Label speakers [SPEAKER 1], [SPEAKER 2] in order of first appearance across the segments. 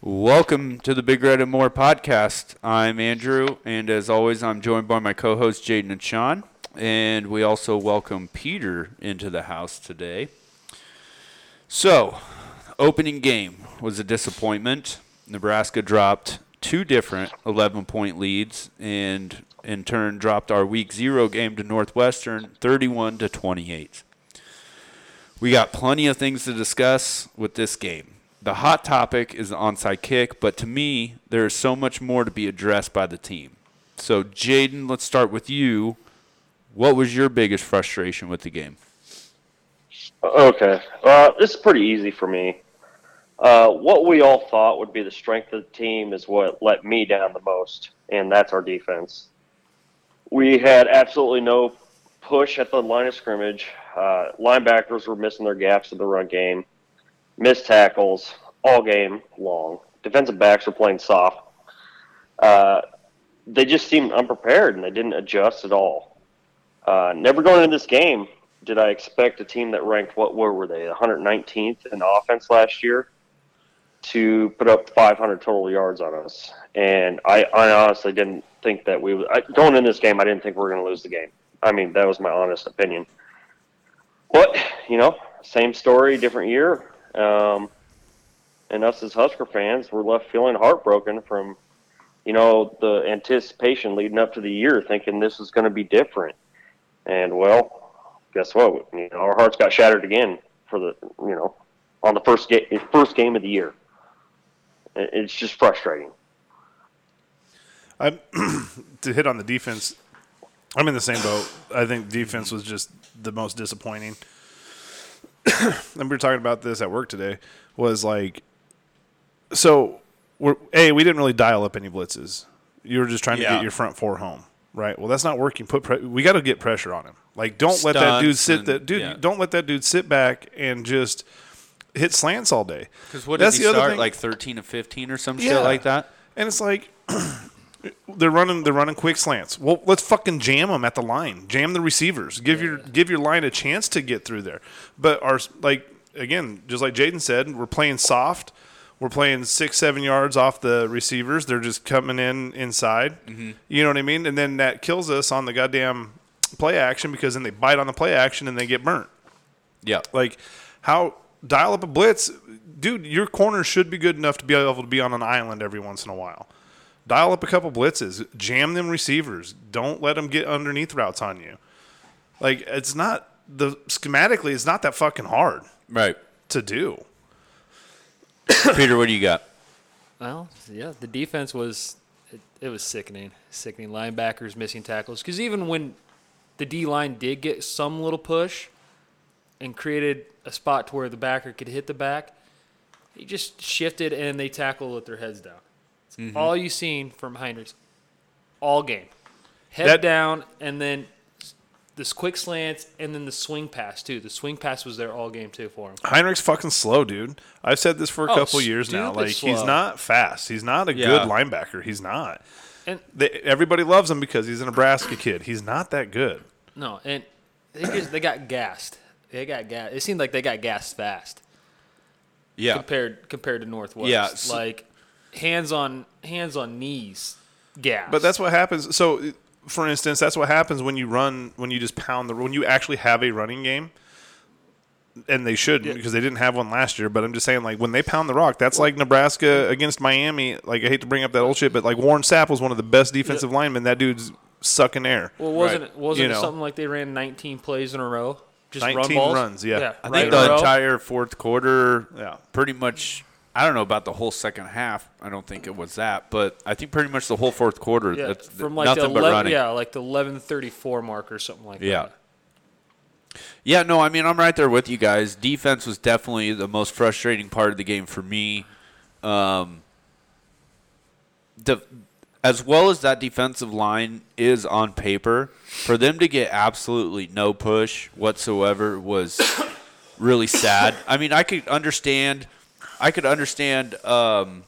[SPEAKER 1] Welcome to the Big Red and More podcast. I'm Andrew, and as always, I'm joined by my co hosts, Jaden and Sean. And we also welcome Peter into the house today. So, opening game was a disappointment. Nebraska dropped two different 11 point leads and in turn dropped our week 0 game to Northwestern 31 to 28. We got plenty of things to discuss with this game. The hot topic is the onside kick, but to me, there is so much more to be addressed by the team. So, Jaden, let's start with you. What was your biggest frustration with the game?
[SPEAKER 2] Okay. Uh, this is pretty easy for me. Uh, what we all thought would be the strength of the team is what let me down the most, and that's our defense. We had absolutely no push at the line of scrimmage. Uh, linebackers were missing their gaps in the run game, missed tackles all game long. Defensive backs were playing soft. Uh, they just seemed unprepared and they didn't adjust at all. Uh, never going into this game did I expect a team that ranked what where were they 119th in offense last year to put up 500 total yards on us. And I, I honestly didn't think that we would. I, going in this game, I didn't think we were going to lose the game. I mean, that was my honest opinion. But you know, same story, different year. Um, and us as Husker fans, we're left feeling heartbroken from you know the anticipation leading up to the year, thinking this is going to be different. And well, guess what? You know, our hearts got shattered again for the you know on the first game first game of the year. It- It's just frustrating.
[SPEAKER 3] I'm to hit on the defense. I'm in the same boat. I think defense was just the most disappointing. and we were talking about this at work today. Was like, so we're a we didn't really dial up any blitzes. You were just trying to
[SPEAKER 1] Yeah.
[SPEAKER 3] get your front four home, right? Well, that's not working. Put pre- we got to get pressure on him. Like, don't let that dude
[SPEAKER 1] Stunts
[SPEAKER 3] sit.
[SPEAKER 1] and-
[SPEAKER 3] that dude,
[SPEAKER 1] yeah.
[SPEAKER 3] don't let that dude sit back and just hit slants all day.
[SPEAKER 1] Because what
[SPEAKER 3] That's
[SPEAKER 1] did
[SPEAKER 3] the
[SPEAKER 1] he
[SPEAKER 3] other
[SPEAKER 1] start
[SPEAKER 3] thing.
[SPEAKER 1] like thirteen to fifteen or some
[SPEAKER 3] Yeah.
[SPEAKER 1] shit like that?
[SPEAKER 3] And it's like they're running they're running quick slants. Well, let's fucking jam them at the line. Jam the receivers. Give your give your line a chance to get through there. But our like again, just like Jaden said, we're playing soft. We're playing six, seven yards off the receivers. They're just coming in inside. You know what I mean? And then that kills us on the goddamn play action because then they bite on the play action and they get burnt.
[SPEAKER 1] Yeah.
[SPEAKER 3] Like, how dial up a blitz, dude? Your corner should be good enough to be able to be on an island every once in a while. Dial up a couple blitzes, jam them receivers. Don't let them get underneath routes on you. Like, it's not the schematically, it's not that fucking hard
[SPEAKER 1] Right.
[SPEAKER 3] to do.
[SPEAKER 1] Peter, what do you got?
[SPEAKER 4] Well, yeah, the defense was it, it was sickening, sickening. Linebackers missing tackles because even when the D line did get some little push and created a spot to where the backer could hit the back, he just shifted and they tackled with their heads down. It's all you seen from Heinrichs all game, head
[SPEAKER 3] That-
[SPEAKER 4] down, and then s- this quick slants and then the swing pass too. The swing pass was there all game too for him.
[SPEAKER 3] Heinrich's fucking slow, dude. I've said this for a
[SPEAKER 4] Oh,
[SPEAKER 3] couple years now.
[SPEAKER 4] stupid
[SPEAKER 3] Like, he's
[SPEAKER 4] slow.
[SPEAKER 3] not fast. He's not a
[SPEAKER 1] Yeah.
[SPEAKER 3] good linebacker. He's not.
[SPEAKER 4] And
[SPEAKER 3] They, everybody loves him because he's a Nebraska kid. He's not that good.
[SPEAKER 4] No, and they just they got gassed. They got gassed. It seemed like they got gassed fast
[SPEAKER 1] Yeah.
[SPEAKER 4] compared compared to Northwest.
[SPEAKER 1] Yeah, so-
[SPEAKER 4] like hands on hands on knees, gas.
[SPEAKER 3] But that's what happens. So, for instance, that's what happens when you run, when you just pound the, when you actually have a running game. And they should not because they didn't have one last year. But I'm just saying, like when they pound the rock, that's like Nebraska against Miami. Like I hate to bring up that old shit, but like Warren Sapp was one of the best defensive linemen. That dude's sucking air.
[SPEAKER 4] well, wasn't
[SPEAKER 1] right,
[SPEAKER 4] it wasn't
[SPEAKER 3] you
[SPEAKER 4] it
[SPEAKER 3] know.
[SPEAKER 4] something like they ran 19 plays in a row? Just run
[SPEAKER 3] 19
[SPEAKER 4] balls?
[SPEAKER 3] runs, yeah. I
[SPEAKER 1] I
[SPEAKER 4] right
[SPEAKER 1] think
[SPEAKER 4] in a
[SPEAKER 1] the
[SPEAKER 4] row.
[SPEAKER 1] entire fourth quarter,
[SPEAKER 3] Yeah.
[SPEAKER 1] pretty much. I don't know about the whole second half. I don't think it was that, but I think pretty much the whole fourth quarter.
[SPEAKER 4] yeah,
[SPEAKER 1] that's
[SPEAKER 4] from like
[SPEAKER 1] nothing
[SPEAKER 4] the
[SPEAKER 1] but
[SPEAKER 4] 11
[SPEAKER 1] running.
[SPEAKER 4] yeah, like the 11:34 mark or something like
[SPEAKER 1] Yeah.
[SPEAKER 4] that.
[SPEAKER 1] Yeah, no, I mean, I'm right there with you guys. Defense was definitely the most frustrating part of the game for me. Um, the, as well as that defensive line is on paper, for them to get absolutely no push whatsoever was really sad. I mean, I could understand, I could understand um,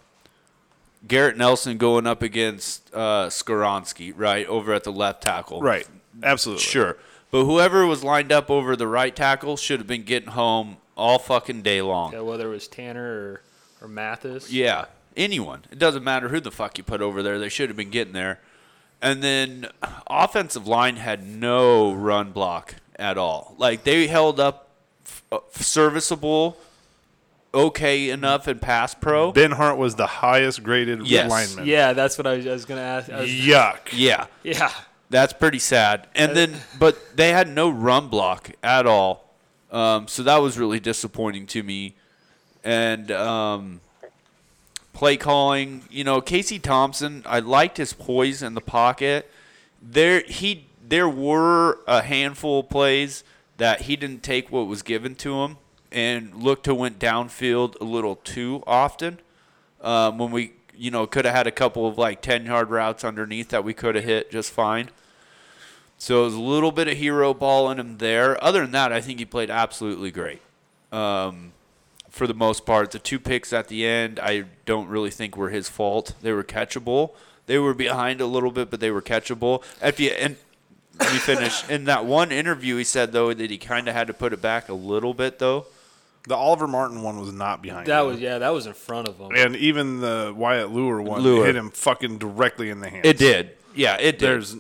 [SPEAKER 1] Garrett Nelson going up against uh, Skaronski, right over at the left tackle,
[SPEAKER 3] Right, absolutely.
[SPEAKER 1] Sure. But whoever was lined up over the right tackle should have been getting home all fucking day long.
[SPEAKER 4] Yeah, whether it was Tanner or or Mathis.
[SPEAKER 1] Yeah. Anyone. It doesn't matter who the fuck you put over there. They should have been getting there. And then offensive line had no run block at all. Like they held up f- uh, serviceable, okay enough in pass pro.
[SPEAKER 3] Ben Hart was the highest graded
[SPEAKER 1] Yes.
[SPEAKER 3] lineman.
[SPEAKER 4] Yeah, that's what I was, I was gonna ask. I was-
[SPEAKER 3] Yuck.
[SPEAKER 1] Yeah.
[SPEAKER 4] yeah,
[SPEAKER 1] That's pretty sad. And then, but they had no run block at all. Um, so that was really disappointing to me. And um, play calling, you know, Casey Thompson, I liked his poise in the pocket. There, he, there were a handful of plays that he didn't take what was given to him and looked to went downfield a little too often um, when we you know could have had a couple of like 10 yard routes underneath that we could have hit just fine so it was a little bit of hero ball in him there other than that i think he played absolutely great um, for the most part the two picks at the end i don't really think were his fault they were catchable they were behind a little bit but they were catchable if you and let me finish in that one interview he said though that he kind of had to put it back a little bit though
[SPEAKER 3] The Oliver Martin one was not behind.
[SPEAKER 4] that
[SPEAKER 3] him.
[SPEAKER 4] was yeah, that was in front of him.
[SPEAKER 3] And even the Wyatt Lure one
[SPEAKER 1] Lure.
[SPEAKER 3] hit him fucking directly in the hand.
[SPEAKER 1] it did yeah it did
[SPEAKER 3] There's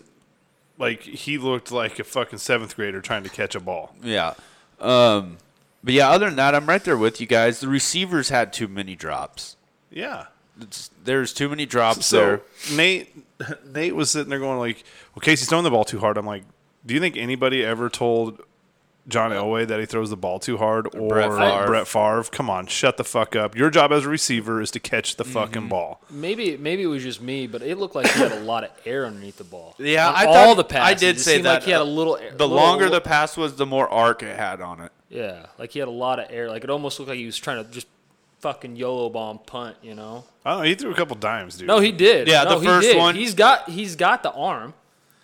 [SPEAKER 3] like he looked like a fucking seventh grader trying to catch a ball.
[SPEAKER 1] Yeah. Um, but yeah, other than that, I'm right there with you guys. The receivers had too many drops.
[SPEAKER 3] Yeah.
[SPEAKER 1] It's- there's too many drops
[SPEAKER 3] So
[SPEAKER 1] there.
[SPEAKER 3] Nate Nate was sitting there going like, Well, Casey's throwing the ball too hard. I'm like, Do you think anybody ever told John Elway that he throws the ball too hard or
[SPEAKER 1] Brett Favre.
[SPEAKER 3] Brett Favre? Come on, shut the fuck up. Your job as a receiver is to catch
[SPEAKER 4] Mm-hmm.
[SPEAKER 3] the fucking ball.
[SPEAKER 4] Maybe maybe it was just me, but it looked like he had a lot of air underneath the ball.
[SPEAKER 1] Yeah,
[SPEAKER 4] On
[SPEAKER 1] I
[SPEAKER 4] all
[SPEAKER 1] thought-
[SPEAKER 4] the passes.
[SPEAKER 1] I did
[SPEAKER 4] it
[SPEAKER 1] say
[SPEAKER 4] seemed
[SPEAKER 1] that.
[SPEAKER 4] Like he had a little. Air,
[SPEAKER 1] The
[SPEAKER 4] little-
[SPEAKER 1] longer the pass was, the more arc it had on it.
[SPEAKER 4] yeah, like he had a lot of air. Like it almost looked like he was trying to just fucking YOLO bomb punt. You know?
[SPEAKER 3] I don't know, he threw a couple dimes, dude.
[SPEAKER 4] No, he did.
[SPEAKER 1] Yeah,
[SPEAKER 4] No,
[SPEAKER 1] the
[SPEAKER 4] he
[SPEAKER 1] first
[SPEAKER 4] did.
[SPEAKER 1] one-
[SPEAKER 4] He's got he's got the arm,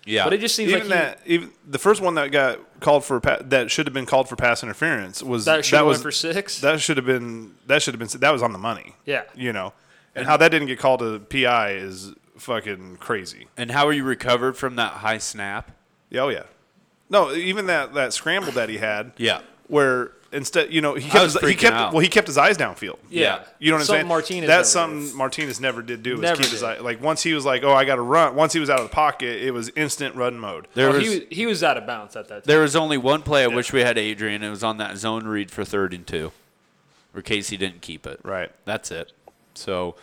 [SPEAKER 1] Yeah.
[SPEAKER 4] but it just seems
[SPEAKER 3] even
[SPEAKER 4] like
[SPEAKER 3] that even the first one that got called for pa- that should have been called for pass interference was
[SPEAKER 4] he, that should
[SPEAKER 3] that
[SPEAKER 4] have
[SPEAKER 3] was
[SPEAKER 4] went for six.
[SPEAKER 3] that should have been that should have been that was on the money.
[SPEAKER 4] Yeah.
[SPEAKER 3] you know, and, how that didn't get called to PI is fucking crazy.
[SPEAKER 1] and how are you recovered from that high snap?
[SPEAKER 3] Yeah, oh yeah, no, even that that scramble that he had.
[SPEAKER 1] Yeah.
[SPEAKER 3] where instead you know he kept
[SPEAKER 1] was
[SPEAKER 3] his, he
[SPEAKER 1] freaking
[SPEAKER 3] kept
[SPEAKER 1] out.
[SPEAKER 3] well he kept his eyes downfield.
[SPEAKER 4] yeah.
[SPEAKER 3] You know what I'm
[SPEAKER 4] Something
[SPEAKER 3] saying?
[SPEAKER 4] Martinez
[SPEAKER 3] That's
[SPEAKER 4] never did.
[SPEAKER 3] something Martinez never did do. Was
[SPEAKER 4] Never
[SPEAKER 3] keep his
[SPEAKER 4] did.
[SPEAKER 3] eye, like once he was like, "Oh, I got to run." Once he was out of the pocket, it was instant run mode.
[SPEAKER 1] There
[SPEAKER 4] Oh,
[SPEAKER 1] was,
[SPEAKER 4] he was he was out of bounds at that time.
[SPEAKER 1] there was only one play I wish we had Adrian. It was on that zone read for third and two, where Casey didn't keep it.
[SPEAKER 3] Right.
[SPEAKER 1] That's it. So,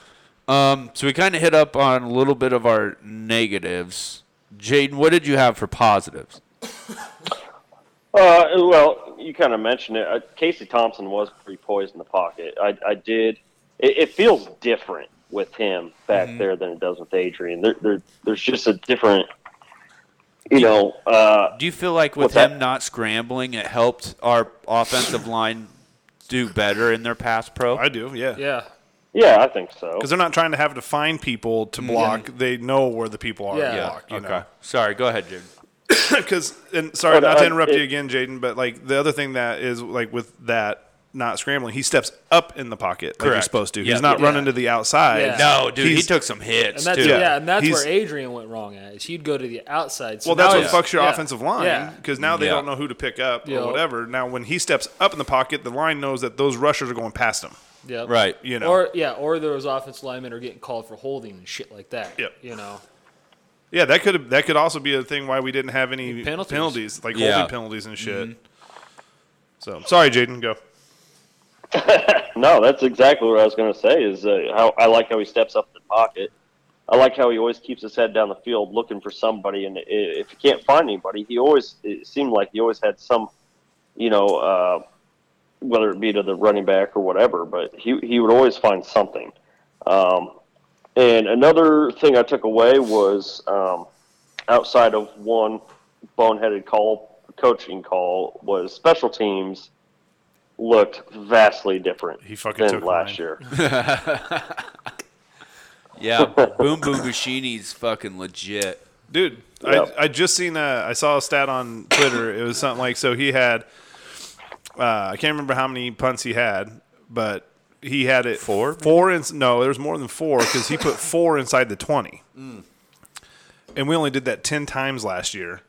[SPEAKER 1] um, so we kind of hit up on a little bit of our negatives. Jaden, what did you have for positives?
[SPEAKER 2] Uh, well, you kind of mentioned it. Uh, Casey Thompson was pretty poised in the pocket. I, I did. It, it feels different with him back there than it does with Adrian. There, there, there's just a different, you know. Uh,
[SPEAKER 1] Do you feel like with
[SPEAKER 2] What's that?
[SPEAKER 1] him not scrambling, it helped our offensive line do better in their pass pro?
[SPEAKER 3] I do, yeah.
[SPEAKER 4] yeah.
[SPEAKER 2] yeah, I think so.
[SPEAKER 3] because they're not trying to have to find people to block. They know where the people are
[SPEAKER 4] Yeah.
[SPEAKER 3] to
[SPEAKER 4] Yeah,
[SPEAKER 3] block. You
[SPEAKER 1] Mm-hmm. Okay. Sorry. Go ahead, Jaden.
[SPEAKER 3] Because and sorry,
[SPEAKER 2] But,
[SPEAKER 3] not to
[SPEAKER 2] uh,
[SPEAKER 3] interrupt
[SPEAKER 2] it-
[SPEAKER 3] you again, Jaden, but like the other thing that is like with that not scrambling, he steps up in the pocket like
[SPEAKER 1] Correct.
[SPEAKER 3] he's supposed to.
[SPEAKER 1] Yeah.
[SPEAKER 3] He's not
[SPEAKER 4] Yeah.
[SPEAKER 3] running to the outside.
[SPEAKER 4] Yeah.
[SPEAKER 1] No, dude, he
[SPEAKER 3] He's-
[SPEAKER 1] took some hits
[SPEAKER 4] And that's
[SPEAKER 1] too.
[SPEAKER 4] yeah.
[SPEAKER 3] Yeah.
[SPEAKER 4] and that's
[SPEAKER 3] He's-
[SPEAKER 4] where Adrian went wrong at is he'd go to the outside. So
[SPEAKER 3] Well, that's
[SPEAKER 4] now
[SPEAKER 3] what
[SPEAKER 4] it's-
[SPEAKER 3] fucks your
[SPEAKER 4] yeah,
[SPEAKER 3] offensive line
[SPEAKER 4] Yeah,
[SPEAKER 3] because now they
[SPEAKER 1] Yeah.
[SPEAKER 3] don't know who to pick up
[SPEAKER 4] Yeah.
[SPEAKER 3] or whatever. Now, when he steps up in the pocket, the line knows that those rushers are going past him.
[SPEAKER 4] yep.
[SPEAKER 1] Right.
[SPEAKER 3] You know,
[SPEAKER 4] Or yeah, or those offensive linemen are getting called for holding and shit like that.
[SPEAKER 3] Yep.
[SPEAKER 4] You know.
[SPEAKER 3] yeah, that could that could also be a thing why we didn't have any
[SPEAKER 4] Penalties.
[SPEAKER 3] penalties, like
[SPEAKER 1] Yeah. Mm-hmm.
[SPEAKER 3] holding penalties and shit. So sorry, Jaden, go.
[SPEAKER 2] No, that's exactly what I was going to say. Is uh, how I like how he steps up in the pocket. I like how he always keeps his head down the field looking for somebody, and i- if he can't find anybody, he always it seemed like he always had some, you know, uh, whether it be to the running back or whatever. But he he would always find something. Um, and another thing I took away was um, outside of one boneheaded call, coaching call was special teams looked vastly different
[SPEAKER 3] He fucking
[SPEAKER 2] than
[SPEAKER 3] took mine.
[SPEAKER 2] last year.
[SPEAKER 1] Yeah. Boom Boom Bushini's fucking legit.
[SPEAKER 3] dude.
[SPEAKER 2] Yeah.
[SPEAKER 3] I, I just seen a, I saw a stat on Twitter. It was something like so he had uh, I can't remember how many punts he had, but he had it four four in, no there's more than four because he put four inside the twenty, and we only did that ten times last year,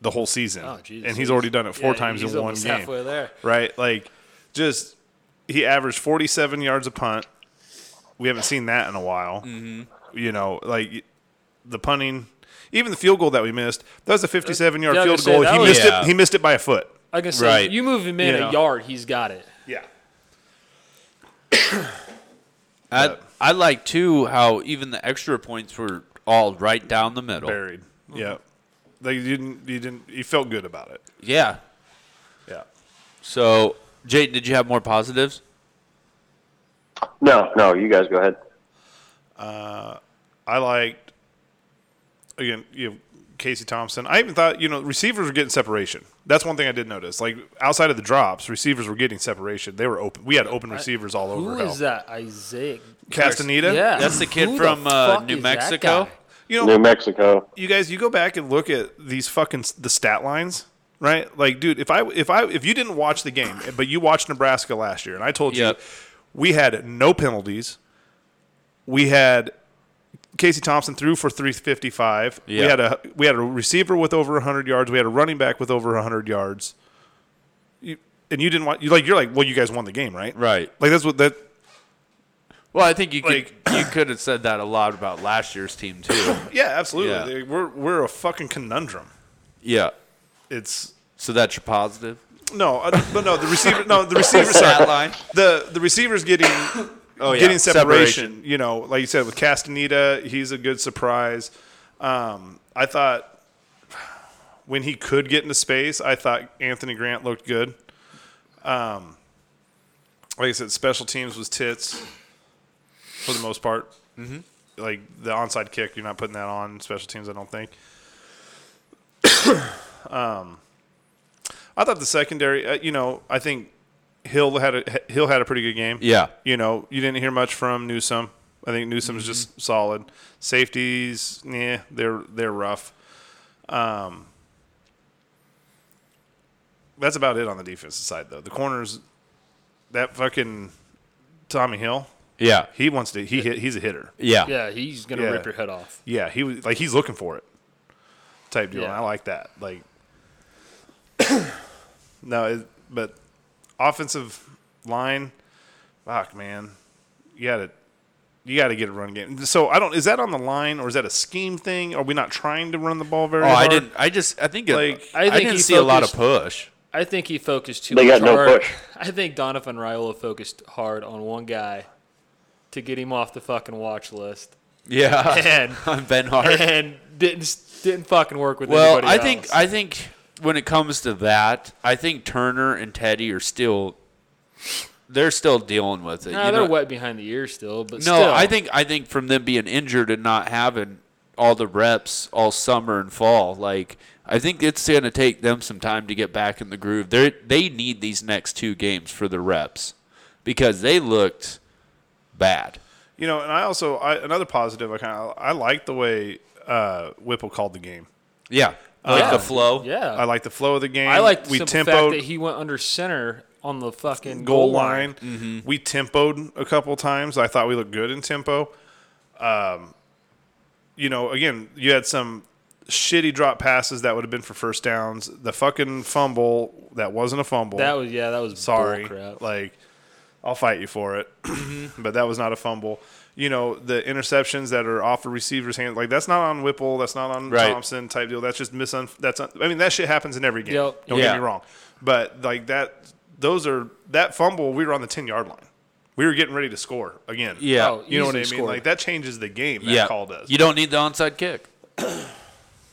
[SPEAKER 3] the whole season,
[SPEAKER 4] Oh, Jesus.
[SPEAKER 3] and he's already done it four
[SPEAKER 4] Yeah,
[SPEAKER 3] times
[SPEAKER 4] he's
[SPEAKER 3] in one
[SPEAKER 4] almost
[SPEAKER 3] game
[SPEAKER 4] Halfway there.
[SPEAKER 3] right? Like, just he averaged 47 yards a punt, we haven't seen that in a while. Mm-hmm. You know, like the punting, even the field goal that we missed. That was a 57-yard
[SPEAKER 4] Yeah, I was
[SPEAKER 3] field goal.
[SPEAKER 4] gonna say, that
[SPEAKER 3] He
[SPEAKER 4] was-
[SPEAKER 3] missed
[SPEAKER 1] Yeah.
[SPEAKER 3] it. He missed it by a foot.
[SPEAKER 4] I can say
[SPEAKER 1] Right.
[SPEAKER 4] you move him in
[SPEAKER 3] You know.
[SPEAKER 4] a yard, he's got it.
[SPEAKER 3] Yeah.
[SPEAKER 1] I I like too how even the extra points were all right down the middle.
[SPEAKER 3] Buried. Yeah. Like you didn't. You didn't. You felt good about it.
[SPEAKER 1] Yeah.
[SPEAKER 3] Yeah.
[SPEAKER 1] So, Jayden, did you have more positives?
[SPEAKER 2] No, no, you guys go ahead.
[SPEAKER 3] I liked again, you know, Casey Thompson. I even thought, you know, receivers were getting separation. That's one thing I did notice. Like outside of the drops, receivers were getting separation. They were open. We had open receivers all over.
[SPEAKER 4] Who
[SPEAKER 3] hell.
[SPEAKER 4] is that? Isaiah.
[SPEAKER 3] Castaneda.
[SPEAKER 4] Yeah.
[SPEAKER 1] That's the kid
[SPEAKER 4] Who
[SPEAKER 1] from, uh,
[SPEAKER 4] fuck
[SPEAKER 1] New
[SPEAKER 4] is that
[SPEAKER 1] Mexico?
[SPEAKER 4] guy?
[SPEAKER 3] You know,
[SPEAKER 2] New Mexico.
[SPEAKER 3] you guys, you go back and look at these fucking s- the stat lines, right? Like, dude, if I if I if you didn't watch the game, but you watched Nebraska last year, and I told
[SPEAKER 1] Yep.
[SPEAKER 3] you we had no penalties, we had Casey Thompson threw for three fifty five.
[SPEAKER 1] Yeah.
[SPEAKER 3] We had a we had a receiver with over hundred yards. We had a running back with over hundred yards. You, and you didn't want you like you're like well you guys won the game right
[SPEAKER 1] Right.
[SPEAKER 3] like that's what that
[SPEAKER 1] Well, I think you could
[SPEAKER 3] Like-
[SPEAKER 1] you could have said that a lot about last year's team too.
[SPEAKER 3] yeah absolutely
[SPEAKER 1] Yeah.
[SPEAKER 3] Like, we're we're a fucking conundrum
[SPEAKER 1] yeah.
[SPEAKER 3] it's
[SPEAKER 1] So that's your positive.
[SPEAKER 3] No, uh, but no, the receiver, no, the receiver side
[SPEAKER 1] Stat line.
[SPEAKER 3] The the receivers getting
[SPEAKER 1] yeah.
[SPEAKER 3] getting separation.
[SPEAKER 1] Separation.
[SPEAKER 3] You know, like you said with Castaneda, he's a good surprise. Um, I thought when he could get into space, I thought Anthony Grant looked good. Um, like I said, special teams was tits for the most part. Mm-hmm. Like the onside kick, you're not putting that on special teams. I don't think. Um, I thought the secondary, uh, you know, I think Hill had a Hill had a pretty good game.
[SPEAKER 1] Yeah.
[SPEAKER 3] You know, you didn't hear much from Newsom. I think Newsom's just solid. Safeties, yeah, they're they're rough. Um, that's about it on the defensive side, though. The corners, that fucking Tommy Hill,
[SPEAKER 1] Yeah.
[SPEAKER 3] he wants to. He hit. He's a hitter.
[SPEAKER 1] Yeah.
[SPEAKER 4] Yeah, he's gonna
[SPEAKER 3] Yeah.
[SPEAKER 4] rip your head off.
[SPEAKER 3] Yeah, he was like he's looking for it, type deal.
[SPEAKER 4] Yeah.
[SPEAKER 3] And I like that. Like, no, it, but offensive line, fuck man, you got to you got to get a run game. So I don't. Is that on the line or is that a scheme thing? Are we not trying to run the ball very?
[SPEAKER 1] Oh, I
[SPEAKER 3] hard?
[SPEAKER 1] didn't. I just. I think. It,
[SPEAKER 3] Like-
[SPEAKER 1] I,
[SPEAKER 4] I think
[SPEAKER 1] didn't
[SPEAKER 4] he
[SPEAKER 1] see a lot of
[SPEAKER 4] focused-
[SPEAKER 1] push.
[SPEAKER 4] I think he focused too
[SPEAKER 2] They
[SPEAKER 4] much
[SPEAKER 2] got no
[SPEAKER 4] hard.
[SPEAKER 2] push.
[SPEAKER 4] I think Donovan Raiola focused hard on one guy to get him off the fucking watch list,
[SPEAKER 1] Yeah.
[SPEAKER 4] and
[SPEAKER 1] I'm Ben Hart.
[SPEAKER 4] and didn't didn't fucking work with
[SPEAKER 1] Well,
[SPEAKER 4] anybody
[SPEAKER 1] I
[SPEAKER 4] else.
[SPEAKER 1] think I think when it comes to that, I think Turner and Teddy are still they're still dealing with it.
[SPEAKER 4] Nah,
[SPEAKER 1] you
[SPEAKER 4] they're
[SPEAKER 1] know?
[SPEAKER 4] wet behind the ears still, but
[SPEAKER 1] No,
[SPEAKER 4] still.
[SPEAKER 1] I think I think from them being injured and not having all the reps all summer and fall, like I think it's going to take them some time to get back in the groove. They they need these next two games for the reps because they looked bad.
[SPEAKER 3] You know, and I also I, another positive. I kind of I like the way uh, Whipple called the game.
[SPEAKER 1] Yeah, like
[SPEAKER 4] Yeah.
[SPEAKER 1] the flow.
[SPEAKER 4] Yeah,
[SPEAKER 3] I like the flow of the game.
[SPEAKER 4] I like the
[SPEAKER 3] we
[SPEAKER 4] simple
[SPEAKER 3] tempoed.
[SPEAKER 4] fact that he went under center on the fucking
[SPEAKER 3] goal line.
[SPEAKER 4] Mm-hmm.
[SPEAKER 3] We tempoed a couple times. I thought we looked good in tempo. Um, you know, again, you had some shitty drop passes that would have been for first downs. The fucking fumble that wasn't a fumble.
[SPEAKER 4] That was yeah, that was
[SPEAKER 3] sorry.
[SPEAKER 4] bullcrap.
[SPEAKER 3] Like, I'll fight you for it,
[SPEAKER 1] Mm-hmm.
[SPEAKER 3] but that was not a fumble. You know, the interceptions that are off the receiver's hand, like that's not on Whipple, that's not on
[SPEAKER 1] Right.
[SPEAKER 3] Thompson type deal. That's just misun. That's un- I mean that shit happens in every game.
[SPEAKER 4] Yep.
[SPEAKER 3] Don't
[SPEAKER 1] Yeah.
[SPEAKER 3] get me wrong, but like that, those are that fumble. We were on the ten yard line. We were getting ready to score again.
[SPEAKER 1] Yeah.
[SPEAKER 4] Oh,
[SPEAKER 3] you know what I mean.
[SPEAKER 4] easily
[SPEAKER 3] Like
[SPEAKER 4] scored.
[SPEAKER 3] that changes the game. That
[SPEAKER 1] yeah.
[SPEAKER 3] call does
[SPEAKER 1] You don't need the onside kick.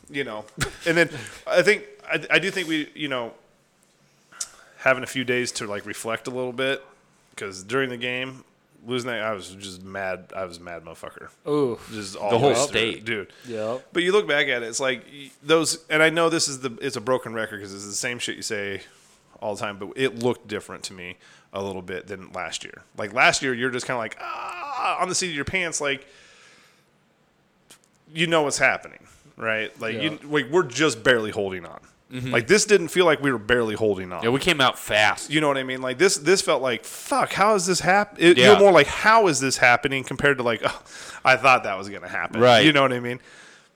[SPEAKER 3] you know, and then I think I, I do think we, you know, having a few days to like reflect a little bit because during the game, losing that, I was just mad. I was a mad, motherfucker.
[SPEAKER 4] Ooh,
[SPEAKER 3] Just all
[SPEAKER 1] The whole
[SPEAKER 3] way through,
[SPEAKER 1] state.
[SPEAKER 3] dude.
[SPEAKER 4] Yep.
[SPEAKER 3] But you look back at it, it's like y- those, and I know this is the it's a broken record because it's the same shit you say all the time, but it looked different to me a little bit than last year. Like last year, you're just kind of like ah on the seat of your pants, like you know what's happening, right? Like you, like we're just barely holding on. Like this didn't feel like we were barely holding on.
[SPEAKER 1] Yeah, we came out fast.
[SPEAKER 3] You know what I mean? Like this, this felt like fuck. How is this happening?
[SPEAKER 1] Yeah.
[SPEAKER 3] You're more like how is this happening compared to like oh, I thought that was gonna happen.
[SPEAKER 1] Right.
[SPEAKER 3] You know what I mean?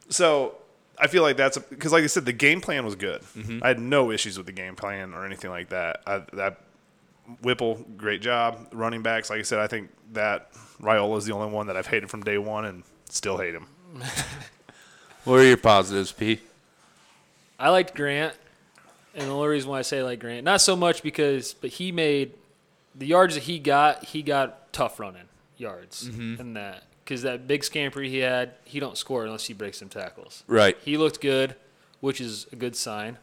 [SPEAKER 3] So I feel like that's because, like I Mm-hmm. said, the game plan was good. I had no issues with the game plan or anything like that. I, that Whipple, great job. Running backs, like I said, I think that Raiola is the only one that I've hated from day one and still hate him.
[SPEAKER 1] What are your positives, P?
[SPEAKER 4] I liked Grant, and the only reason why I say I like Grant, not so much because, but he made the yards that he got. He got tough running yards
[SPEAKER 3] Mm-hmm.
[SPEAKER 4] and that because that big scamper he had, he don't score unless he breaks some tackles.
[SPEAKER 1] Right.
[SPEAKER 4] He looked good, which is a good sign.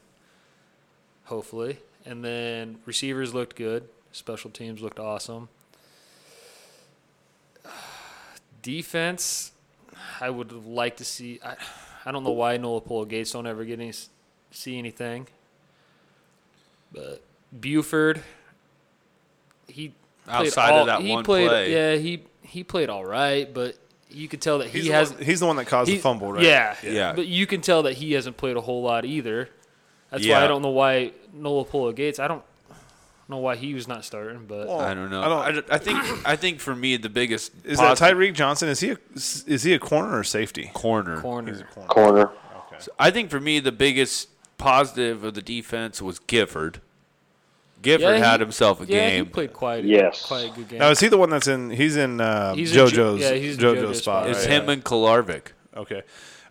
[SPEAKER 4] Hopefully, and then receivers looked good. Special teams looked awesome. Defense, I would have liked to see. I, I don't know why Nola Polo Gates don't ever get any s- see anything, but Buford, he played
[SPEAKER 1] Outside of
[SPEAKER 4] all-
[SPEAKER 1] that
[SPEAKER 4] he
[SPEAKER 1] one
[SPEAKER 4] played,
[SPEAKER 1] play.
[SPEAKER 4] Yeah, he he played all right, but you could tell that
[SPEAKER 3] He's
[SPEAKER 4] he
[SPEAKER 3] the
[SPEAKER 4] hasn't.
[SPEAKER 3] one, he's the one that caused
[SPEAKER 4] he-
[SPEAKER 3] the fumble, right?
[SPEAKER 4] Yeah,
[SPEAKER 1] Yeah.
[SPEAKER 4] But you can tell that he hasn't played a whole lot either. That's why
[SPEAKER 1] Yeah.
[SPEAKER 4] I don't know why Nola Polo Gates. I don't know why he was not starting, but
[SPEAKER 3] Well,
[SPEAKER 1] I don't know.
[SPEAKER 3] I don't-
[SPEAKER 1] I, ju- I think I think for me the biggest
[SPEAKER 3] Is that
[SPEAKER 1] positive
[SPEAKER 3] Tyreek Johnson? Is he a, is he a corner or safety?
[SPEAKER 1] corner.
[SPEAKER 4] corner.
[SPEAKER 2] Corner.
[SPEAKER 1] I think for me the biggest positive of the defense was Gifford. Gifford
[SPEAKER 4] he-
[SPEAKER 1] had himself a
[SPEAKER 4] yeah,
[SPEAKER 1] game.
[SPEAKER 4] he played quite.
[SPEAKER 2] Yes.
[SPEAKER 4] quite a good game.
[SPEAKER 3] Now is he the one that's in? He's in uh,
[SPEAKER 4] He's in Jo-
[SPEAKER 3] JoJo's
[SPEAKER 4] yeah, he's in
[SPEAKER 3] JoJo's,
[SPEAKER 4] JoJo's
[SPEAKER 3] spot.
[SPEAKER 4] spot.
[SPEAKER 1] it's
[SPEAKER 3] right?
[SPEAKER 1] him and Kolarvik.
[SPEAKER 3] Okay,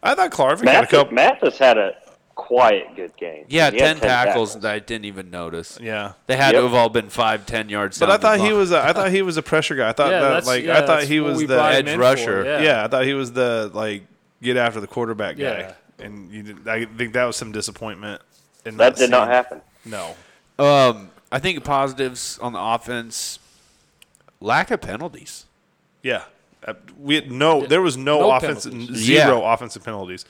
[SPEAKER 3] I thought Clarvin had a
[SPEAKER 2] Mathis,
[SPEAKER 3] couple.
[SPEAKER 2] Mathis had a quiet good game.
[SPEAKER 1] Yeah,
[SPEAKER 2] He had
[SPEAKER 1] ten, tackles that I didn't even notice.
[SPEAKER 3] Yeah,
[SPEAKER 1] They had
[SPEAKER 2] Yep.
[SPEAKER 1] to have all been five, ten yards.
[SPEAKER 3] but
[SPEAKER 1] down
[SPEAKER 3] I thought
[SPEAKER 1] the
[SPEAKER 3] he
[SPEAKER 1] line.
[SPEAKER 3] was. A, I thought he was a pressure guy. I thought
[SPEAKER 4] Yeah,
[SPEAKER 3] uh, that
[SPEAKER 4] that's-
[SPEAKER 3] like
[SPEAKER 4] yeah,
[SPEAKER 3] I thought
[SPEAKER 4] that's
[SPEAKER 3] he
[SPEAKER 4] what
[SPEAKER 3] was
[SPEAKER 4] we
[SPEAKER 3] the
[SPEAKER 4] brought him
[SPEAKER 1] edge
[SPEAKER 4] in
[SPEAKER 1] rusher.
[SPEAKER 4] for,
[SPEAKER 3] Yeah.
[SPEAKER 4] Yeah.
[SPEAKER 3] I thought he was the like get after the quarterback guy,
[SPEAKER 4] Yeah.
[SPEAKER 3] and you did, I think that was some disappointment. In
[SPEAKER 2] That did not
[SPEAKER 3] seeing-
[SPEAKER 2] happen.
[SPEAKER 3] No.
[SPEAKER 1] Um, I think positives on the offense, lack of penalties.
[SPEAKER 3] Yeah, Uh, we had no. There was no,
[SPEAKER 4] No
[SPEAKER 3] offensive
[SPEAKER 4] penalties.
[SPEAKER 3] zero
[SPEAKER 1] Yeah.
[SPEAKER 3] offensive penalties,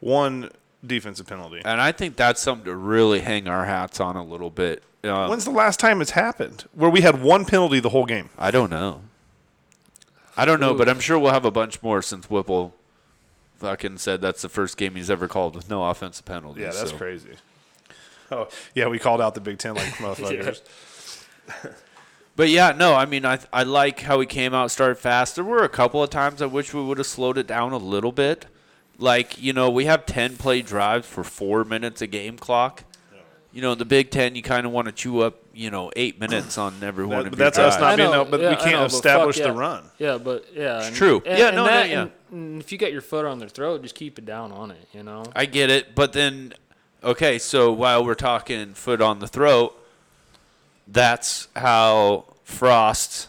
[SPEAKER 3] one defensive penalty.
[SPEAKER 1] And I think that's something to really hang our hats on a little bit. Um,
[SPEAKER 3] When's the last time it's happened where we had one penalty the whole game?
[SPEAKER 1] I don't know. I don't know, but I'm sure we'll have a bunch more since Whipple fucking said that's the first game he's ever called with no offensive penalties.
[SPEAKER 3] Yeah, that's
[SPEAKER 1] so.
[SPEAKER 3] crazy. Oh yeah, we called out the Big Ten like motherfuckers.
[SPEAKER 1] But yeah, no, I mean, I I like how he came out, started fast. There were a couple of times I wish we would have slowed it down a little bit. Like you know, we have ten play drives for four minutes a game clock. You know, in the Big Ten, you kind of want to chew up you know eight minutes on every one
[SPEAKER 3] That-
[SPEAKER 1] of
[SPEAKER 3] but
[SPEAKER 1] your
[SPEAKER 3] that's us
[SPEAKER 1] drives.
[SPEAKER 3] not
[SPEAKER 4] I
[SPEAKER 3] being
[SPEAKER 4] know,
[SPEAKER 3] out, but
[SPEAKER 4] yeah,
[SPEAKER 3] we
[SPEAKER 4] I
[SPEAKER 3] can't
[SPEAKER 4] know, but fuck,
[SPEAKER 3] establish the
[SPEAKER 4] yeah.
[SPEAKER 3] run.
[SPEAKER 4] Yeah, but yeah, it's
[SPEAKER 1] true. Yeah, no, no,
[SPEAKER 4] that,
[SPEAKER 1] yeah.
[SPEAKER 4] And, and if you got your foot on their throat, just keep it down on it. You know,
[SPEAKER 1] I get it, but then okay, so while we're talking foot on the throat, that's how Frost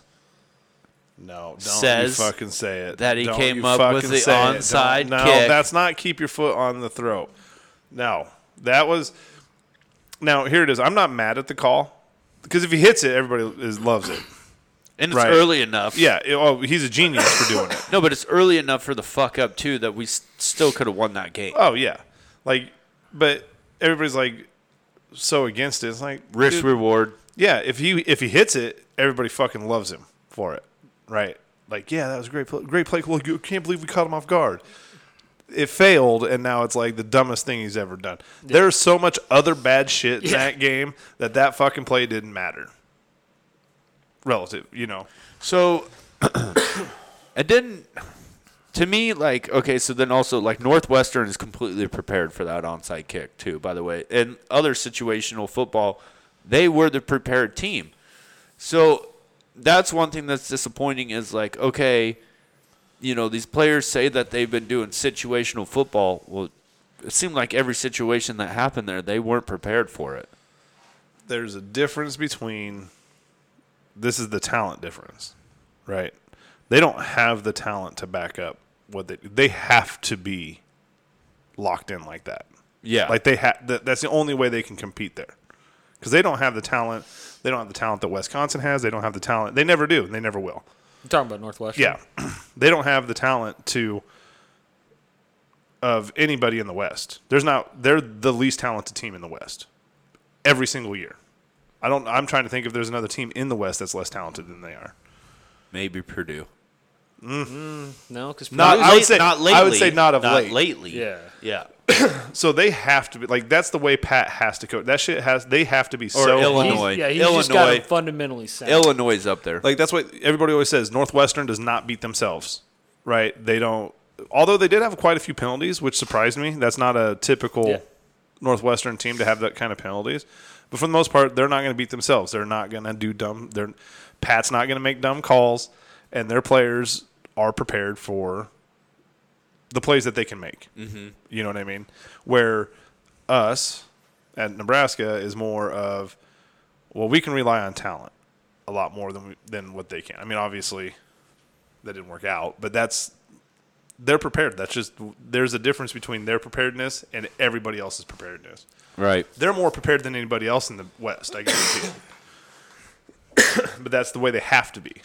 [SPEAKER 3] No, don't
[SPEAKER 1] Says
[SPEAKER 3] you fucking say it.
[SPEAKER 1] that he
[SPEAKER 3] Don't
[SPEAKER 1] came
[SPEAKER 3] you
[SPEAKER 1] up with
[SPEAKER 3] fucking
[SPEAKER 1] the
[SPEAKER 3] say it. Don't-
[SPEAKER 1] onside
[SPEAKER 3] No,
[SPEAKER 1] kick.
[SPEAKER 3] that's not keep your foot on the throat. No, that was. Now here it is. I'm not mad at the call because if he hits it, everybody is, loves it.
[SPEAKER 1] and it's
[SPEAKER 3] Right.
[SPEAKER 1] early enough.
[SPEAKER 3] Yeah. it- oh, he's a genius for doing it.
[SPEAKER 1] No, but it's early enough for the fuck up too that we s- still could have won that game.
[SPEAKER 3] Oh yeah. Like, but everybody's like so against it. It's like
[SPEAKER 1] Risk
[SPEAKER 3] dude,
[SPEAKER 1] reward.
[SPEAKER 3] Yeah, if he if he hits it, everybody fucking loves him for it, right? Like, yeah, that was a great play, great play. Well, you can't believe we caught him off guard. It failed, and now it's like the dumbest thing he's ever done. There's so much other bad shit in
[SPEAKER 4] Yeah.
[SPEAKER 3] that game that that fucking play didn't matter. Relative, you know.
[SPEAKER 1] So it didn't to me like okay, so then also like Northwestern is completely prepared for that onside kick too, by the way. And other situational football, they were the prepared team. So that's one thing that's disappointing is like okay, you know, these players say that they've been doing situational football. Well, it seemed like every situation that happened there, they weren't prepared for it.
[SPEAKER 3] there's a difference between this is the talent difference, right? They don't have the talent to back up what they they have to be locked in like that.
[SPEAKER 1] Yeah.
[SPEAKER 3] Like they have that, that's the only way they can compete there. Cuz they don't have the talent. They don't have the talent that Wisconsin has. They don't have the talent. They never do. and They never will.
[SPEAKER 4] you're talking about Northwestern.
[SPEAKER 3] Yeah. they don't have the talent to of anybody in the West. There's not they're the least talented team in the West every single year. I don't I'm trying to think if there's another team in the West that's less talented than they are.
[SPEAKER 1] Maybe Purdue.
[SPEAKER 4] no, because
[SPEAKER 3] Not- I would say-
[SPEAKER 1] not lately.
[SPEAKER 3] I would say not of late.
[SPEAKER 1] lately.
[SPEAKER 4] Yeah.
[SPEAKER 1] Yeah.
[SPEAKER 3] So they have to be like that's the way Pat has to coach. That shit has they have to be so
[SPEAKER 1] Illinois.
[SPEAKER 4] yeah, he's just got
[SPEAKER 1] Illinois.
[SPEAKER 4] him fundamentally sound.
[SPEAKER 1] Illinois is up there.
[SPEAKER 3] Like that's what everybody always says. Northwestern does not beat themselves, right? They don't. Although they did have quite a few penalties, which surprised me. That's not a typical
[SPEAKER 4] Yeah.
[SPEAKER 3] Northwestern team to have that kind of penalties. But for the most part, they're not going to beat themselves. They're not going to do dumb. They're Pat's not going to make dumb calls, and their players are prepared for the plays that they can make. Mm-hmm. You know what I mean? Where us at Nebraska is more of, well, we can rely on talent a lot more than we, than what they can. I mean, obviously, that didn't work out, but that's they're prepared. That's just there's a difference between their preparedness and everybody else's preparedness.
[SPEAKER 1] Right.
[SPEAKER 3] They're more prepared than anybody else in the West, I guarantee it. but that's the way they have to be.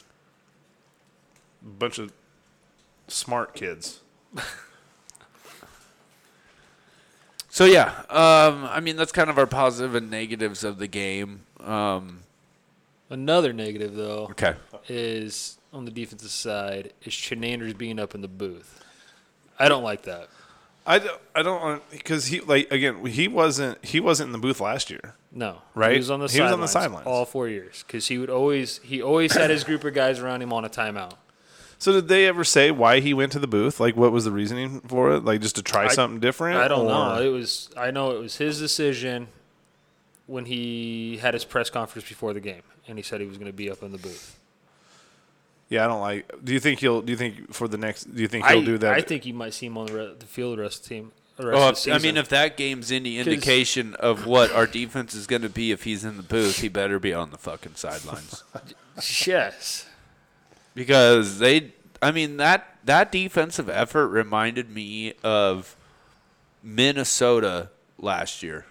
[SPEAKER 3] Bunch of smart kids.
[SPEAKER 1] So yeah, um, I mean that's kind of our positive and negatives of the game. Um,
[SPEAKER 4] Another negative, though,
[SPEAKER 1] okay.
[SPEAKER 4] is on the defensive side is Chenanders being up in the booth. I don't like that.
[SPEAKER 3] I don't, I don't because he like again he wasn't he wasn't in the booth last year.
[SPEAKER 4] No,
[SPEAKER 3] Right?
[SPEAKER 4] He was on the
[SPEAKER 3] He was on the
[SPEAKER 4] sidelines
[SPEAKER 3] sidelines.
[SPEAKER 4] all four years because he would always he always had his group of guys around him on a timeout.
[SPEAKER 3] So did they ever say why he went to the booth? Like what was the reasoning for it? Like just to try something different?
[SPEAKER 4] I don't
[SPEAKER 3] or-
[SPEAKER 4] know. It was I know it was his decision when he had his press conference before the game, and he said he was going to be up in the booth.
[SPEAKER 3] Yeah, I don't like. Do you think he'll? Do you think for the next? Do you think he'll
[SPEAKER 4] I,
[SPEAKER 3] do that?
[SPEAKER 4] I think he might see him on the, re- the field the rest of the team. The rest
[SPEAKER 1] Well,
[SPEAKER 4] of the
[SPEAKER 1] I
[SPEAKER 4] season.
[SPEAKER 1] mean, if that game's any indication of what our defense is going to be if he's in the booth, he better be on the fucking sidelines
[SPEAKER 4] yes,
[SPEAKER 1] because they. I mean that that defensive effort reminded me of Minnesota last year,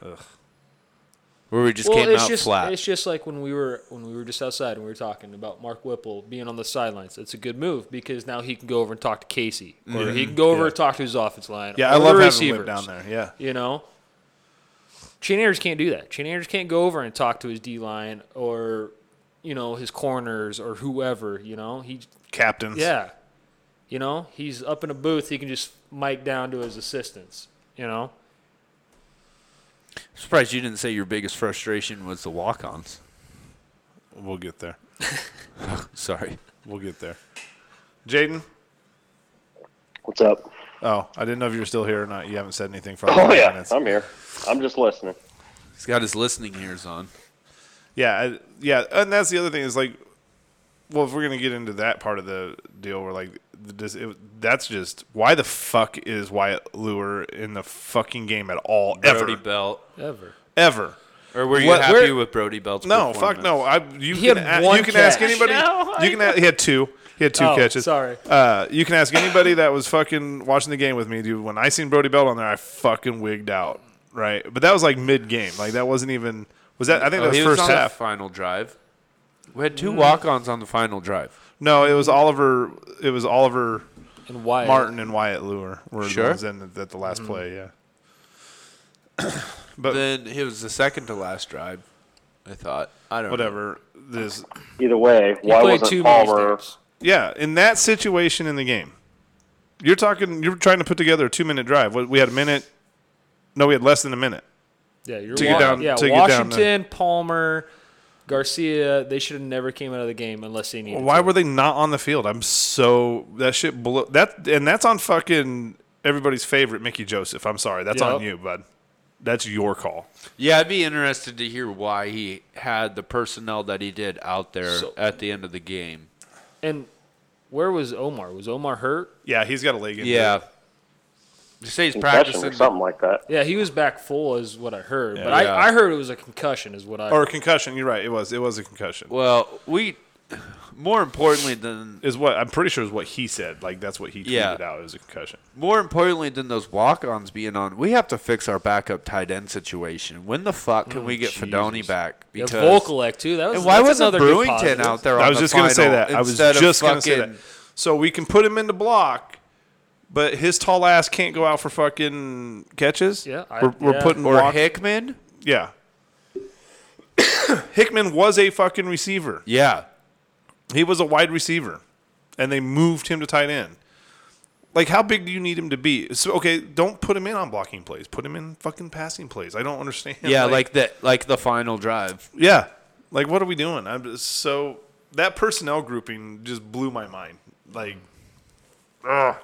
[SPEAKER 1] where we just came
[SPEAKER 4] it's
[SPEAKER 1] out
[SPEAKER 4] just,
[SPEAKER 1] flat.
[SPEAKER 4] It's just like when we were when we were just outside and we were talking about Mark Whipple being on the sidelines. It's a good move because now he can go over and talk to Casey, or he can go over and talk to his offense line.
[SPEAKER 3] Mm-hmm. yeah, I
[SPEAKER 4] or the
[SPEAKER 3] love having
[SPEAKER 4] receivers,
[SPEAKER 3] Whip down there. Yeah,
[SPEAKER 4] You know, Shane Anders can't do that. Shane Anders can't go over and talk to his D line or you know his corners or whoever. You know he
[SPEAKER 3] captains.
[SPEAKER 4] yeah, you know he's up in a booth. He can just mic down to his assistants. You know.
[SPEAKER 1] Surprised you didn't say your biggest frustration was the walk-ons.
[SPEAKER 3] we'll get there.
[SPEAKER 1] Sorry.
[SPEAKER 3] We'll get there. Jaden.
[SPEAKER 2] What's up?
[SPEAKER 3] Oh, I didn't know if you were still here or not. You haven't said anything for.
[SPEAKER 2] Oh
[SPEAKER 3] like
[SPEAKER 2] yeah,
[SPEAKER 3] minutes.
[SPEAKER 2] I'm here. I'm just listening.
[SPEAKER 1] He's got his listening ears on.
[SPEAKER 3] Yeah, I, yeah, and that's the other thing is like, well, if we're gonna get into that part of the deal, where like, the- does it, that's just why the fuck is Wyatt Lure in the fucking game at all
[SPEAKER 1] Brody
[SPEAKER 3] ever
[SPEAKER 1] Belt.
[SPEAKER 4] Ever.
[SPEAKER 3] ever?
[SPEAKER 1] Or were you
[SPEAKER 3] What-
[SPEAKER 1] happy
[SPEAKER 3] where-
[SPEAKER 1] with Brody Belt's
[SPEAKER 3] No, fuck
[SPEAKER 1] performance?
[SPEAKER 3] no. I you
[SPEAKER 4] He
[SPEAKER 3] can
[SPEAKER 4] had
[SPEAKER 3] a-
[SPEAKER 4] one
[SPEAKER 3] you can ask
[SPEAKER 4] catch.
[SPEAKER 3] anybody.
[SPEAKER 4] No, I
[SPEAKER 3] you can a- he had two. He had two
[SPEAKER 4] Oh,
[SPEAKER 3] catches.
[SPEAKER 4] sorry.
[SPEAKER 3] Uh, you can ask anybody that was fucking watching the game with me, dude. When I seen Brody Belt on there, I fucking wigged out, right? But that was like mid game. Like that wasn't even was that I think
[SPEAKER 1] Oh,
[SPEAKER 3] that was
[SPEAKER 1] he
[SPEAKER 3] first
[SPEAKER 1] was on
[SPEAKER 3] half. Mm.
[SPEAKER 1] The final drive. We had two walk-ons on the final drive.
[SPEAKER 3] No, it was Oliver it was Oliver
[SPEAKER 4] And why
[SPEAKER 3] Martin and Wyatt Lure were
[SPEAKER 1] Sure.
[SPEAKER 3] the ones in at the
[SPEAKER 4] Mm-hmm.
[SPEAKER 3] last play, yeah. but
[SPEAKER 1] Then it was the second to last drive. I thought. I don't.
[SPEAKER 3] whatever. This
[SPEAKER 2] Either way,
[SPEAKER 4] He
[SPEAKER 2] why
[SPEAKER 4] played
[SPEAKER 2] wasn't
[SPEAKER 4] two more
[SPEAKER 2] Palmer?
[SPEAKER 4] snaps.
[SPEAKER 3] Yeah, in that situation in the game, you're talking. You're trying to put together a two minute drive. What- We had a minute. No, we had less than a minute.
[SPEAKER 4] Yeah, you're
[SPEAKER 3] To get
[SPEAKER 4] wa-
[SPEAKER 3] down-
[SPEAKER 4] Yeah,
[SPEAKER 3] to get down
[SPEAKER 4] Washington, Palmer, Garcia. They should have never came out of the game unless they needed.
[SPEAKER 3] Why
[SPEAKER 4] to.
[SPEAKER 3] were they not on the field? I'm so that shit blew that, and that's on fucking everybody's favorite Mickey Joseph. I'm sorry, that's
[SPEAKER 4] Yep.
[SPEAKER 3] on you, bud. That's your call.
[SPEAKER 1] Yeah, I'd be interested to hear why he had the personnel that he did out there
[SPEAKER 4] So-
[SPEAKER 1] at the end of the game.
[SPEAKER 4] And where was Omar? Was Omar hurt?
[SPEAKER 3] Yeah, he's got a leg injury.
[SPEAKER 1] Yeah. You say he's
[SPEAKER 2] Concussion or
[SPEAKER 1] practicing.
[SPEAKER 2] something like that.
[SPEAKER 4] Yeah, he was back full, is what I heard. but
[SPEAKER 1] Yeah.
[SPEAKER 4] I, I heard it was a concussion, is what I.
[SPEAKER 3] or a concussion. You're right. It was. It was a concussion.
[SPEAKER 1] Well, we. More importantly than
[SPEAKER 3] Is what I'm pretty sure is what he said. Like that's what he tweeted
[SPEAKER 1] Yeah.
[SPEAKER 3] out. It was a concussion.
[SPEAKER 1] More importantly than those walk-ons being on, we have to fix our backup tight end situation. When the fuck can we get
[SPEAKER 4] Oh, Jesus.
[SPEAKER 1] Fedoni back?
[SPEAKER 4] yeah,
[SPEAKER 1] Because
[SPEAKER 4] Vokalek too. That was.
[SPEAKER 1] and why
[SPEAKER 4] that's
[SPEAKER 1] wasn't
[SPEAKER 4] another
[SPEAKER 1] Brewington
[SPEAKER 4] good positive.
[SPEAKER 1] out there? On
[SPEAKER 3] I was
[SPEAKER 1] the
[SPEAKER 3] just going to say
[SPEAKER 1] final
[SPEAKER 3] that. I was
[SPEAKER 1] instead of
[SPEAKER 3] just going to say that.
[SPEAKER 1] fucking-
[SPEAKER 3] So we can put him into block, but his tall ass can't go out for fucking catches.
[SPEAKER 4] Yeah, I-
[SPEAKER 3] we're, we're
[SPEAKER 4] yeah.
[SPEAKER 3] putting
[SPEAKER 1] Or
[SPEAKER 3] Walk-
[SPEAKER 1] Hickman?
[SPEAKER 3] Yeah, Hickman was a fucking receiver.
[SPEAKER 1] Yeah,
[SPEAKER 3] He was a wide receiver, and they moved him to tight end. Like, how big do you need him to be? So, okay, don't put him in on blocking plays. Put him in fucking passing plays. I don't understand.
[SPEAKER 1] yeah, like, the like the final drive.
[SPEAKER 3] Yeah. Like, what are we doing? I'm just so that personnel grouping just blew my mind. Like, ugh.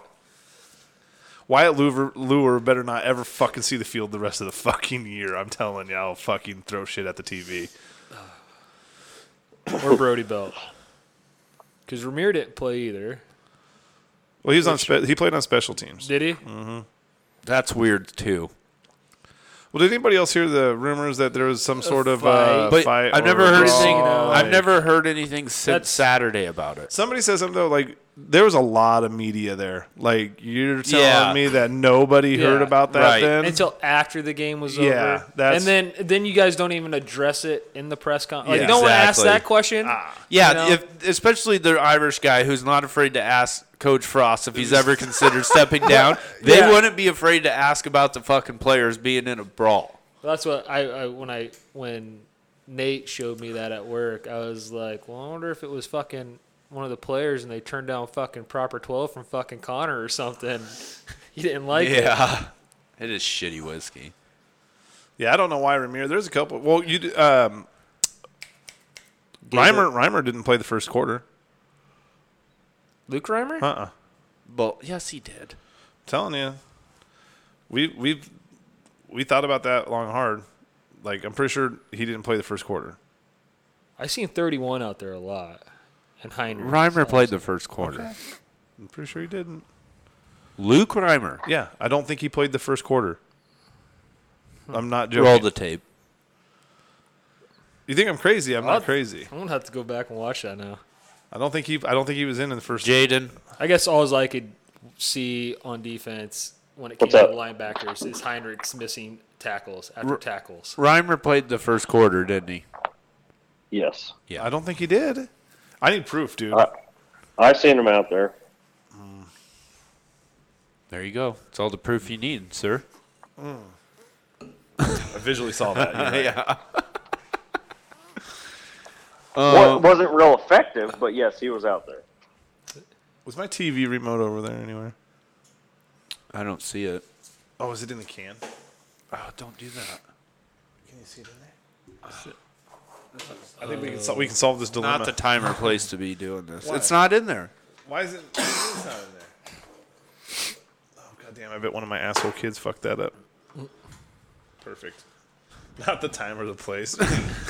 [SPEAKER 3] Wyatt Luer, Luer better not ever fucking see the field the rest of the fucking year. I'm telling you, I'll fucking throw shit at the TV.
[SPEAKER 4] or Brody Belt. Because Ramir didn't play either,
[SPEAKER 3] Well, he was on spe- he played on special teams.
[SPEAKER 4] did he?
[SPEAKER 1] That's weird too.
[SPEAKER 3] Well, did anybody else hear the rumors that there was some sort of
[SPEAKER 4] fight.
[SPEAKER 3] uh,
[SPEAKER 1] But
[SPEAKER 3] fight?
[SPEAKER 1] I've
[SPEAKER 3] or
[SPEAKER 1] never heard
[SPEAKER 3] brawl?
[SPEAKER 1] anything.
[SPEAKER 4] brawl,
[SPEAKER 1] I've
[SPEAKER 3] like-
[SPEAKER 1] never heard anything since
[SPEAKER 4] That's-
[SPEAKER 1] Saturday about it.
[SPEAKER 3] Somebody said something though, like there was a lot of media there. Like you're telling
[SPEAKER 1] Yeah.
[SPEAKER 3] me that nobody heard
[SPEAKER 4] Yeah.
[SPEAKER 3] about that
[SPEAKER 1] Right.
[SPEAKER 3] then.
[SPEAKER 4] Until after the game was
[SPEAKER 3] Yeah,
[SPEAKER 4] over.
[SPEAKER 3] that's-
[SPEAKER 4] and then then you guys don't even address it in the press con. Like
[SPEAKER 1] Yeah.
[SPEAKER 4] no one asked
[SPEAKER 1] Exactly.
[SPEAKER 4] that question.
[SPEAKER 3] Ah.
[SPEAKER 1] Yeah,
[SPEAKER 4] You know?
[SPEAKER 1] if, especially the Irish guy who's not afraid to ask Coach Frost if he's ever considered stepping down. They
[SPEAKER 4] Yeah.
[SPEAKER 1] wouldn't be afraid to ask about the fucking players being in a brawl.
[SPEAKER 4] That's what I, I when I when Nate showed me that at work, I was like, well, I wonder if it was fucking one of the players and they turned down fucking proper twelve from fucking Connor or something. he didn't like it.
[SPEAKER 1] Yeah, it is shitty whiskey.
[SPEAKER 3] Yeah, I don't know why Ramir. There's a couple. Well, you d- um,
[SPEAKER 4] Gave
[SPEAKER 3] Reimer
[SPEAKER 4] it-
[SPEAKER 3] Reimer didn't play the first quarter.
[SPEAKER 4] Luke Reimer.
[SPEAKER 3] Uh uh-uh. uh.
[SPEAKER 1] But yes, he did.
[SPEAKER 3] Telling you, we we we thought about that long and hard. Like I'm pretty sure he didn't play the first quarter.
[SPEAKER 4] I seen thirty one out there a lot. And Heinrich.
[SPEAKER 1] Reimer played the first quarter.
[SPEAKER 3] I'm pretty sure he didn't.
[SPEAKER 1] Luke Reimer.
[SPEAKER 3] Yeah, I don't think he played the first quarter. I'm not joking.
[SPEAKER 1] Roll the tape.
[SPEAKER 3] you think I'm crazy? I'm not
[SPEAKER 4] I'll-
[SPEAKER 3] crazy.
[SPEAKER 4] I'm gonna have to go back and watch that now.
[SPEAKER 3] I don't think he. I don't think he was in in the first.
[SPEAKER 1] Jaden.
[SPEAKER 4] I guess all I could see on defense when it came
[SPEAKER 2] What's
[SPEAKER 4] to
[SPEAKER 2] up?
[SPEAKER 4] linebackers is Heinrich's missing tackles after tackles.
[SPEAKER 1] Reimer played the first quarter, didn't he?
[SPEAKER 2] Yes.
[SPEAKER 1] Yeah.
[SPEAKER 3] I don't think he did. I need proof, dude.
[SPEAKER 2] I, I seen him out there.
[SPEAKER 1] There you go. It's all the proof you need, sir.
[SPEAKER 3] I visually saw that. you're right.
[SPEAKER 1] yeah. Uh,
[SPEAKER 2] Wa- wasn't real effective, but yes, he was out there.
[SPEAKER 3] Was my TV remote over there anywhere?
[SPEAKER 1] I don't see it.
[SPEAKER 3] Oh, is it in the can?
[SPEAKER 1] Oh, don't do that.
[SPEAKER 3] Can you see it in there? I think we can sol- we can solve this dilemma.
[SPEAKER 1] Not the time or place to be doing this. It's not in there.
[SPEAKER 3] Why is it? It's not in there. Oh goddamn! I bet one of my asshole kids fucked that up. Perfect. Not the time or the place.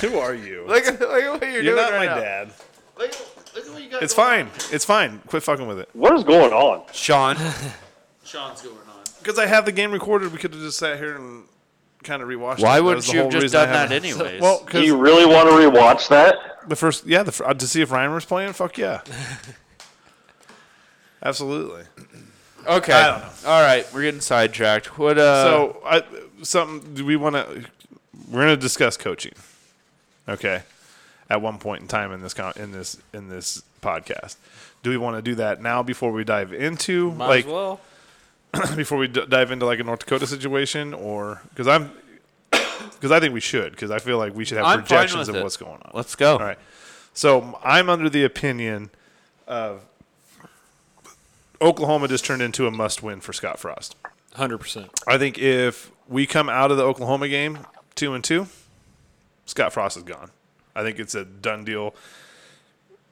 [SPEAKER 3] Who are you?
[SPEAKER 1] Look at, look at what you're,
[SPEAKER 3] You're
[SPEAKER 1] doing
[SPEAKER 3] not
[SPEAKER 1] right
[SPEAKER 3] my
[SPEAKER 1] now.
[SPEAKER 3] dad.
[SPEAKER 1] Look, look at what you got.
[SPEAKER 3] It's fine. It's fine. Quit fucking with it.
[SPEAKER 2] What is going on?
[SPEAKER 1] Sean.
[SPEAKER 4] Sean's going on.
[SPEAKER 3] Because I have the game recorded, we could have just sat here and kind of rewatched.
[SPEAKER 1] Why
[SPEAKER 3] it. That
[SPEAKER 1] wouldn't
[SPEAKER 3] was the
[SPEAKER 1] you have
[SPEAKER 3] whole
[SPEAKER 1] just
[SPEAKER 3] reason I
[SPEAKER 1] done that
[SPEAKER 3] haven't-
[SPEAKER 1] anyways?
[SPEAKER 3] Well,
[SPEAKER 2] Do
[SPEAKER 3] 'cause
[SPEAKER 2] you really want to rewatch that?
[SPEAKER 3] The first, yeah, the fir- uh, to see if Ryan was playing. Fuck yeah, absolutely.
[SPEAKER 1] okay.
[SPEAKER 3] I don't know.
[SPEAKER 1] All right, we're getting sidetracked. What? Uh,
[SPEAKER 3] so, I, something do we want to? We're going to discuss coaching, okay? At one point in time in this con- in this in this podcast, do we want to do that now before we dive into
[SPEAKER 4] Might
[SPEAKER 3] like
[SPEAKER 4] as well.
[SPEAKER 3] before we d- dive into like a North Dakota situation or because I'm because I think we should because I feel like we should have
[SPEAKER 1] I'm fine
[SPEAKER 3] projections
[SPEAKER 1] with
[SPEAKER 3] of
[SPEAKER 1] it.
[SPEAKER 3] what's going on.
[SPEAKER 1] Let's go.
[SPEAKER 3] All right. So I'm under the opinion of Oklahoma just turned into a must win for Scott Frost.
[SPEAKER 4] Hundred percent.
[SPEAKER 3] I think if we come out of the Oklahoma game two and two, Scott Frost is gone. I think it's a done deal,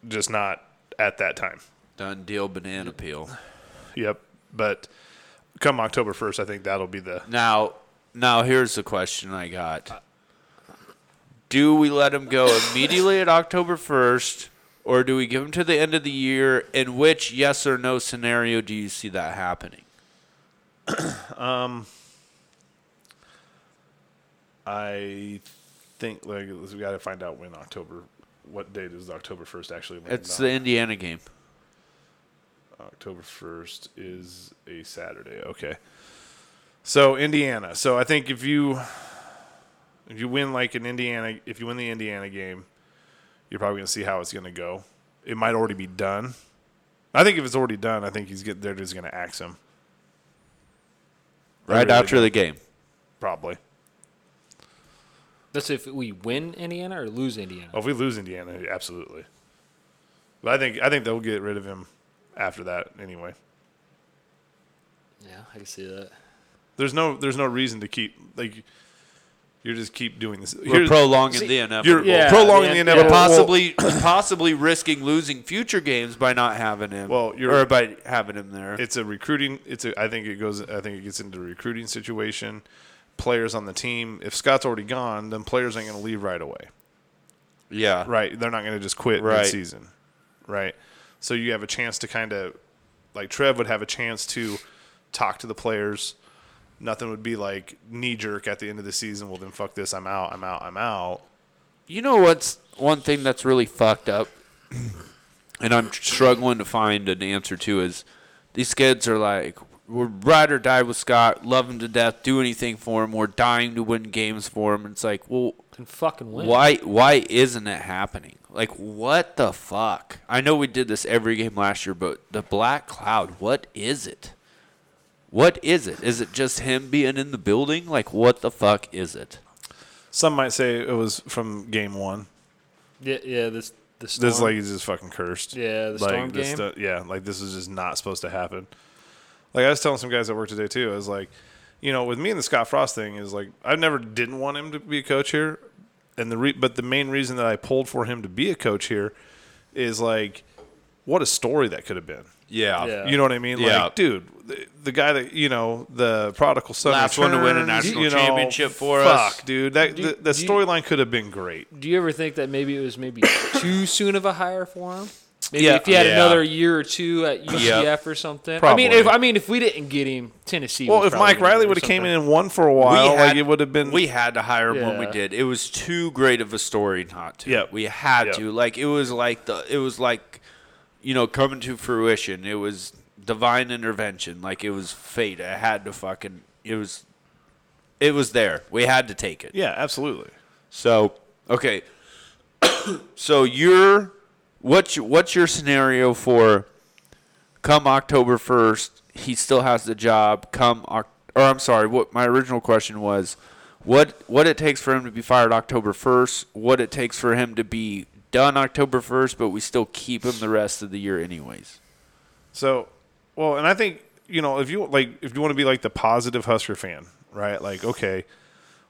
[SPEAKER 3] just not at that time.
[SPEAKER 1] Done deal. Banana peel.
[SPEAKER 3] Yep. But come October 1st, I think that'll be the.
[SPEAKER 1] Now, now here's the question I got. Do we let him go immediately at October 1st, or do we give him to the end of the year? In which yes or no scenario do you see that happening?
[SPEAKER 3] I think like we got to find out when October. What date is October 1st actually? land
[SPEAKER 1] It's
[SPEAKER 3] on.
[SPEAKER 1] the Indiana game.
[SPEAKER 3] October 1st is a Saturday. Okay. So Indiana. So I think if you if you win like an Indiana, if you win the Indiana game, you're probably going to see how it's going to go. It might already be done. I think if it's already done, I think he's get they're just going to axe him I
[SPEAKER 1] Right
[SPEAKER 3] really
[SPEAKER 1] after
[SPEAKER 3] don't-
[SPEAKER 1] the game.
[SPEAKER 3] probably.
[SPEAKER 4] That's if we win Indiana or lose Indiana.
[SPEAKER 3] Oh, if we lose Indiana, absolutely. But I think I think they'll get rid of him after that anyway.
[SPEAKER 4] Yeah, I can see that.
[SPEAKER 3] There's no there's no reason to keep like You just keep doing this.
[SPEAKER 1] We're
[SPEAKER 3] Here's-
[SPEAKER 1] prolonging the inevitable.
[SPEAKER 3] you're
[SPEAKER 4] Yeah,
[SPEAKER 3] prolonging
[SPEAKER 4] the
[SPEAKER 3] the
[SPEAKER 4] end-
[SPEAKER 1] But
[SPEAKER 3] inevitable.
[SPEAKER 4] yeah.
[SPEAKER 1] possibly, possibly risking losing future games by not having him.
[SPEAKER 3] Well, you're-
[SPEAKER 1] or by having him there.
[SPEAKER 3] it's a recruiting. It's a. I think it goes. I think it gets into the recruiting situation. Players on the team. If Scott's already gone, then players ain't going to leave right away.
[SPEAKER 1] yeah,
[SPEAKER 3] Right. They're not going to just quit
[SPEAKER 1] Right.
[SPEAKER 3] mid-season. Right. So you have a chance to kind of like Trev would have a chance to talk to the players. Nothing would be like knee jerk at the end of the season. Well, then fuck this. I'm out. I'm out. I'm out.
[SPEAKER 1] You know what's one thing that's really fucked up, and I'm struggling to find an answer to is these kids are like we're ride or die with Scott, love him to death, do anything for him. We're dying to win games for him. It's like, well,
[SPEAKER 4] Can fucking win.
[SPEAKER 1] why why isn't it happening? Like what the fuck? I know we did this every game last year, but the black cloud, what is it? What is it? Is it just him being in the building? Like what the fuck is it?
[SPEAKER 3] Some might say it was from game one.
[SPEAKER 4] Yeah, yeah. This the storm.
[SPEAKER 3] This like is just fucking cursed.
[SPEAKER 4] Yeah, the
[SPEAKER 3] like,
[SPEAKER 4] storm
[SPEAKER 3] this
[SPEAKER 4] game.
[SPEAKER 3] stu- yeah, like this is just not supposed to happen. Like I was telling some guys at work today too. I was like, you know, with me and the Scott Frost thing is like I never didn't want him to be a coach here, and the re- but the main reason that I pulled for him to be a coach here is like what a story that could have been.
[SPEAKER 4] Yeah.
[SPEAKER 3] You know what I mean?
[SPEAKER 1] Yeah.
[SPEAKER 3] Like, dude, the, the guy that you know, the prodigal son,
[SPEAKER 1] Last one to win a
[SPEAKER 3] returns,
[SPEAKER 1] national
[SPEAKER 3] you know,
[SPEAKER 1] championship for
[SPEAKER 3] fuck,
[SPEAKER 1] us.
[SPEAKER 3] dude. That
[SPEAKER 4] Do-
[SPEAKER 3] the, the
[SPEAKER 4] do you-
[SPEAKER 3] storyline could have been great.
[SPEAKER 4] Do you ever think that maybe it was maybe too soon of a hire for him? Maybe
[SPEAKER 1] Yeah.
[SPEAKER 4] if he had
[SPEAKER 1] Yeah.
[SPEAKER 4] another year or two at UCF or something. I mean, if
[SPEAKER 3] Probably.
[SPEAKER 4] I mean, if we didn't get him, Tennessee.
[SPEAKER 3] Well,
[SPEAKER 4] was
[SPEAKER 3] if
[SPEAKER 4] probably
[SPEAKER 3] Mike Riley would have came in and won for a while, like it would have been.
[SPEAKER 1] We had to hire him when we
[SPEAKER 4] Yeah.
[SPEAKER 1] did. It was too great of a story not to.
[SPEAKER 3] Yeah.
[SPEAKER 1] we had
[SPEAKER 3] Yeah.
[SPEAKER 1] to. Like it was like the it was like, you know, coming to fruition. It was divine intervention. Like it was fate. I had to fucking. It was, it was there. We had to take it.
[SPEAKER 3] yeah, absolutely.
[SPEAKER 1] So okay, so you're what's your- what's your scenario for come October first? He still has the job. Come Oc- or I'm sorry, what my original question was, what what it takes for him to be fired October first? What it takes for him to be done October first, but we still keep him the rest of the year anyways.
[SPEAKER 3] So, well, and I think you know if you like if you want to be like the positive Husker fan, right? Like, okay,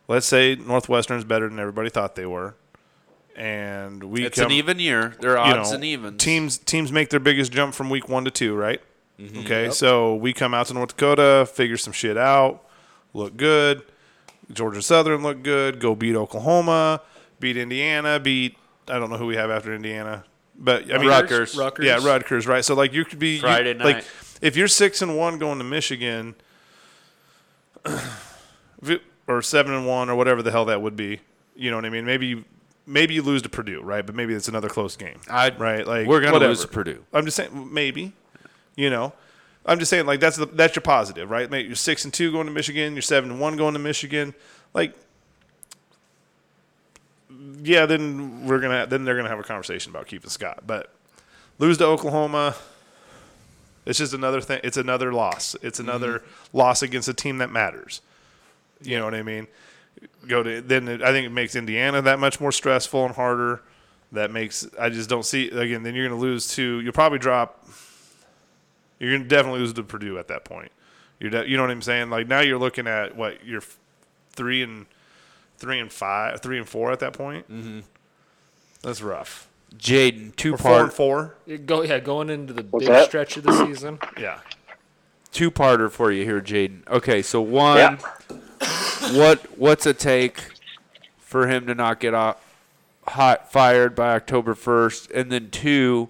[SPEAKER 3] let's say Northwestern's better than everybody thought they were, and we
[SPEAKER 1] It's
[SPEAKER 3] come,
[SPEAKER 1] an even year. There are
[SPEAKER 3] you
[SPEAKER 1] odds
[SPEAKER 3] know,
[SPEAKER 1] and evens.
[SPEAKER 3] Teams teams make their biggest jump from week one to two, right?
[SPEAKER 1] Mm-hmm.
[SPEAKER 3] Okay, so we come out to North Dakota, figure some shit out, look good. Georgia Southern look good. Go beat Oklahoma, beat Indiana, beat I don't know who we have after Indiana, but I mean
[SPEAKER 1] Rutgers.
[SPEAKER 4] Rutgers.
[SPEAKER 3] Yeah, Rutgers, right? So like you could be you-
[SPEAKER 1] Friday
[SPEAKER 3] Like
[SPEAKER 1] night.
[SPEAKER 3] if you're six and one going to Michigan, if it- or seven and one or whatever the hell that would be. You know what I mean? Maybe you maybe you lose to Purdue, right? But maybe it's another close game,
[SPEAKER 1] I-
[SPEAKER 3] right? Like
[SPEAKER 1] we're gonna
[SPEAKER 3] whatever.
[SPEAKER 1] lose to Purdue.
[SPEAKER 3] I'm just saying maybe. You know, I'm just saying like that's the, that's your positive, right? Mate, you're six and two going to Michigan. You're seven and one going to Michigan. Like, yeah, then we're gonna then they're gonna have a conversation about keeping Scott, but lose to Oklahoma. It's just another thing. It's another loss. It's another
[SPEAKER 1] Mm-hmm.
[SPEAKER 3] loss against a team that matters. You know what I mean? Go to then it, I think it makes Indiana that much more stressful and harder. That makes I just don't see again. Then you're going to lose to you'll probably drop. You're going to definitely lose to Purdue at that point. You're de- you know what I'm saying? Like now you're looking at what you're f- three and three and five, three and four at that point. Mm-hmm. That's rough.
[SPEAKER 1] Jaden, two
[SPEAKER 3] Or four and
[SPEAKER 1] part
[SPEAKER 3] four.
[SPEAKER 4] in. Go yeah, going into the big
[SPEAKER 2] that?
[SPEAKER 4] stretch of the season.
[SPEAKER 3] Yeah.
[SPEAKER 1] two parter for you here, Jaden. Okay, so one,
[SPEAKER 2] Yeah.
[SPEAKER 1] what what's a take for him to not get o- hot fired by October first, and then two,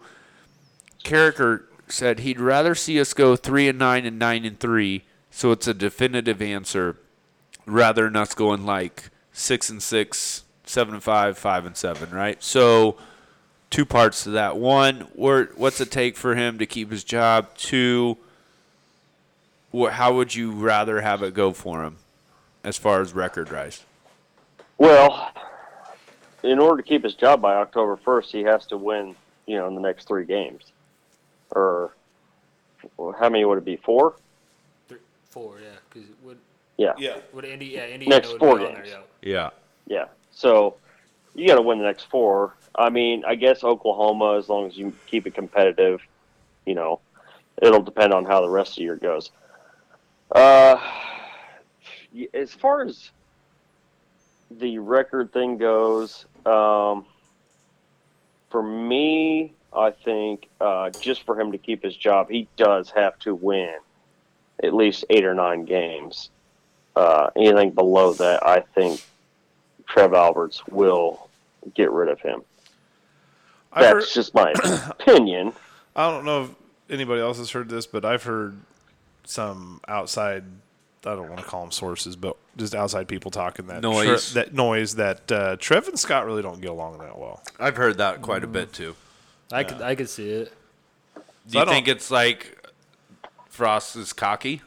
[SPEAKER 1] Carricker said he'd rather see us go three and nine and nine and three, so it's a definitive answer rather than us going like six and six, seven and five, five and seven, right? So two parts to that. One, where, what's it take for him to keep his job? Two, wh- how would you rather have it go for him as far as record rise?
[SPEAKER 2] Well, in order to keep his job by October 1st, he has to win, you know, in the next three games. Or well, how many would it be? Four?
[SPEAKER 4] Three, four, yeah, because would
[SPEAKER 2] Yeah.
[SPEAKER 3] Yeah.
[SPEAKER 4] would Indy yeah Indy
[SPEAKER 2] Next
[SPEAKER 4] would
[SPEAKER 2] four
[SPEAKER 4] be on there,
[SPEAKER 2] games.
[SPEAKER 1] Yeah.
[SPEAKER 4] yeah.
[SPEAKER 2] Yeah. So you got to win the next four. I mean, I guess Oklahoma, as long as you keep it competitive, you know, it'll depend on how the rest of the year goes. Uh, y- as far as the record thing goes, um, for me, I think uh, just for him to keep his job, he does have to win at least eight or nine games. Uh, anything below that, I think Trev Alberts will get rid of him.
[SPEAKER 3] I've
[SPEAKER 2] That's
[SPEAKER 3] heard-
[SPEAKER 2] just my opinion.
[SPEAKER 3] I don't know if anybody else has heard this, but I've heard some outside. I don't want to call them sources, but just outside people talking that
[SPEAKER 1] Noise.
[SPEAKER 3] that noise that uh, Trev and Scott really don't get along that well.
[SPEAKER 1] I've heard that quite a bit too.
[SPEAKER 4] I could I could see it.
[SPEAKER 1] Do
[SPEAKER 3] I
[SPEAKER 1] you
[SPEAKER 3] don't-
[SPEAKER 1] think it's like Frost is cocky?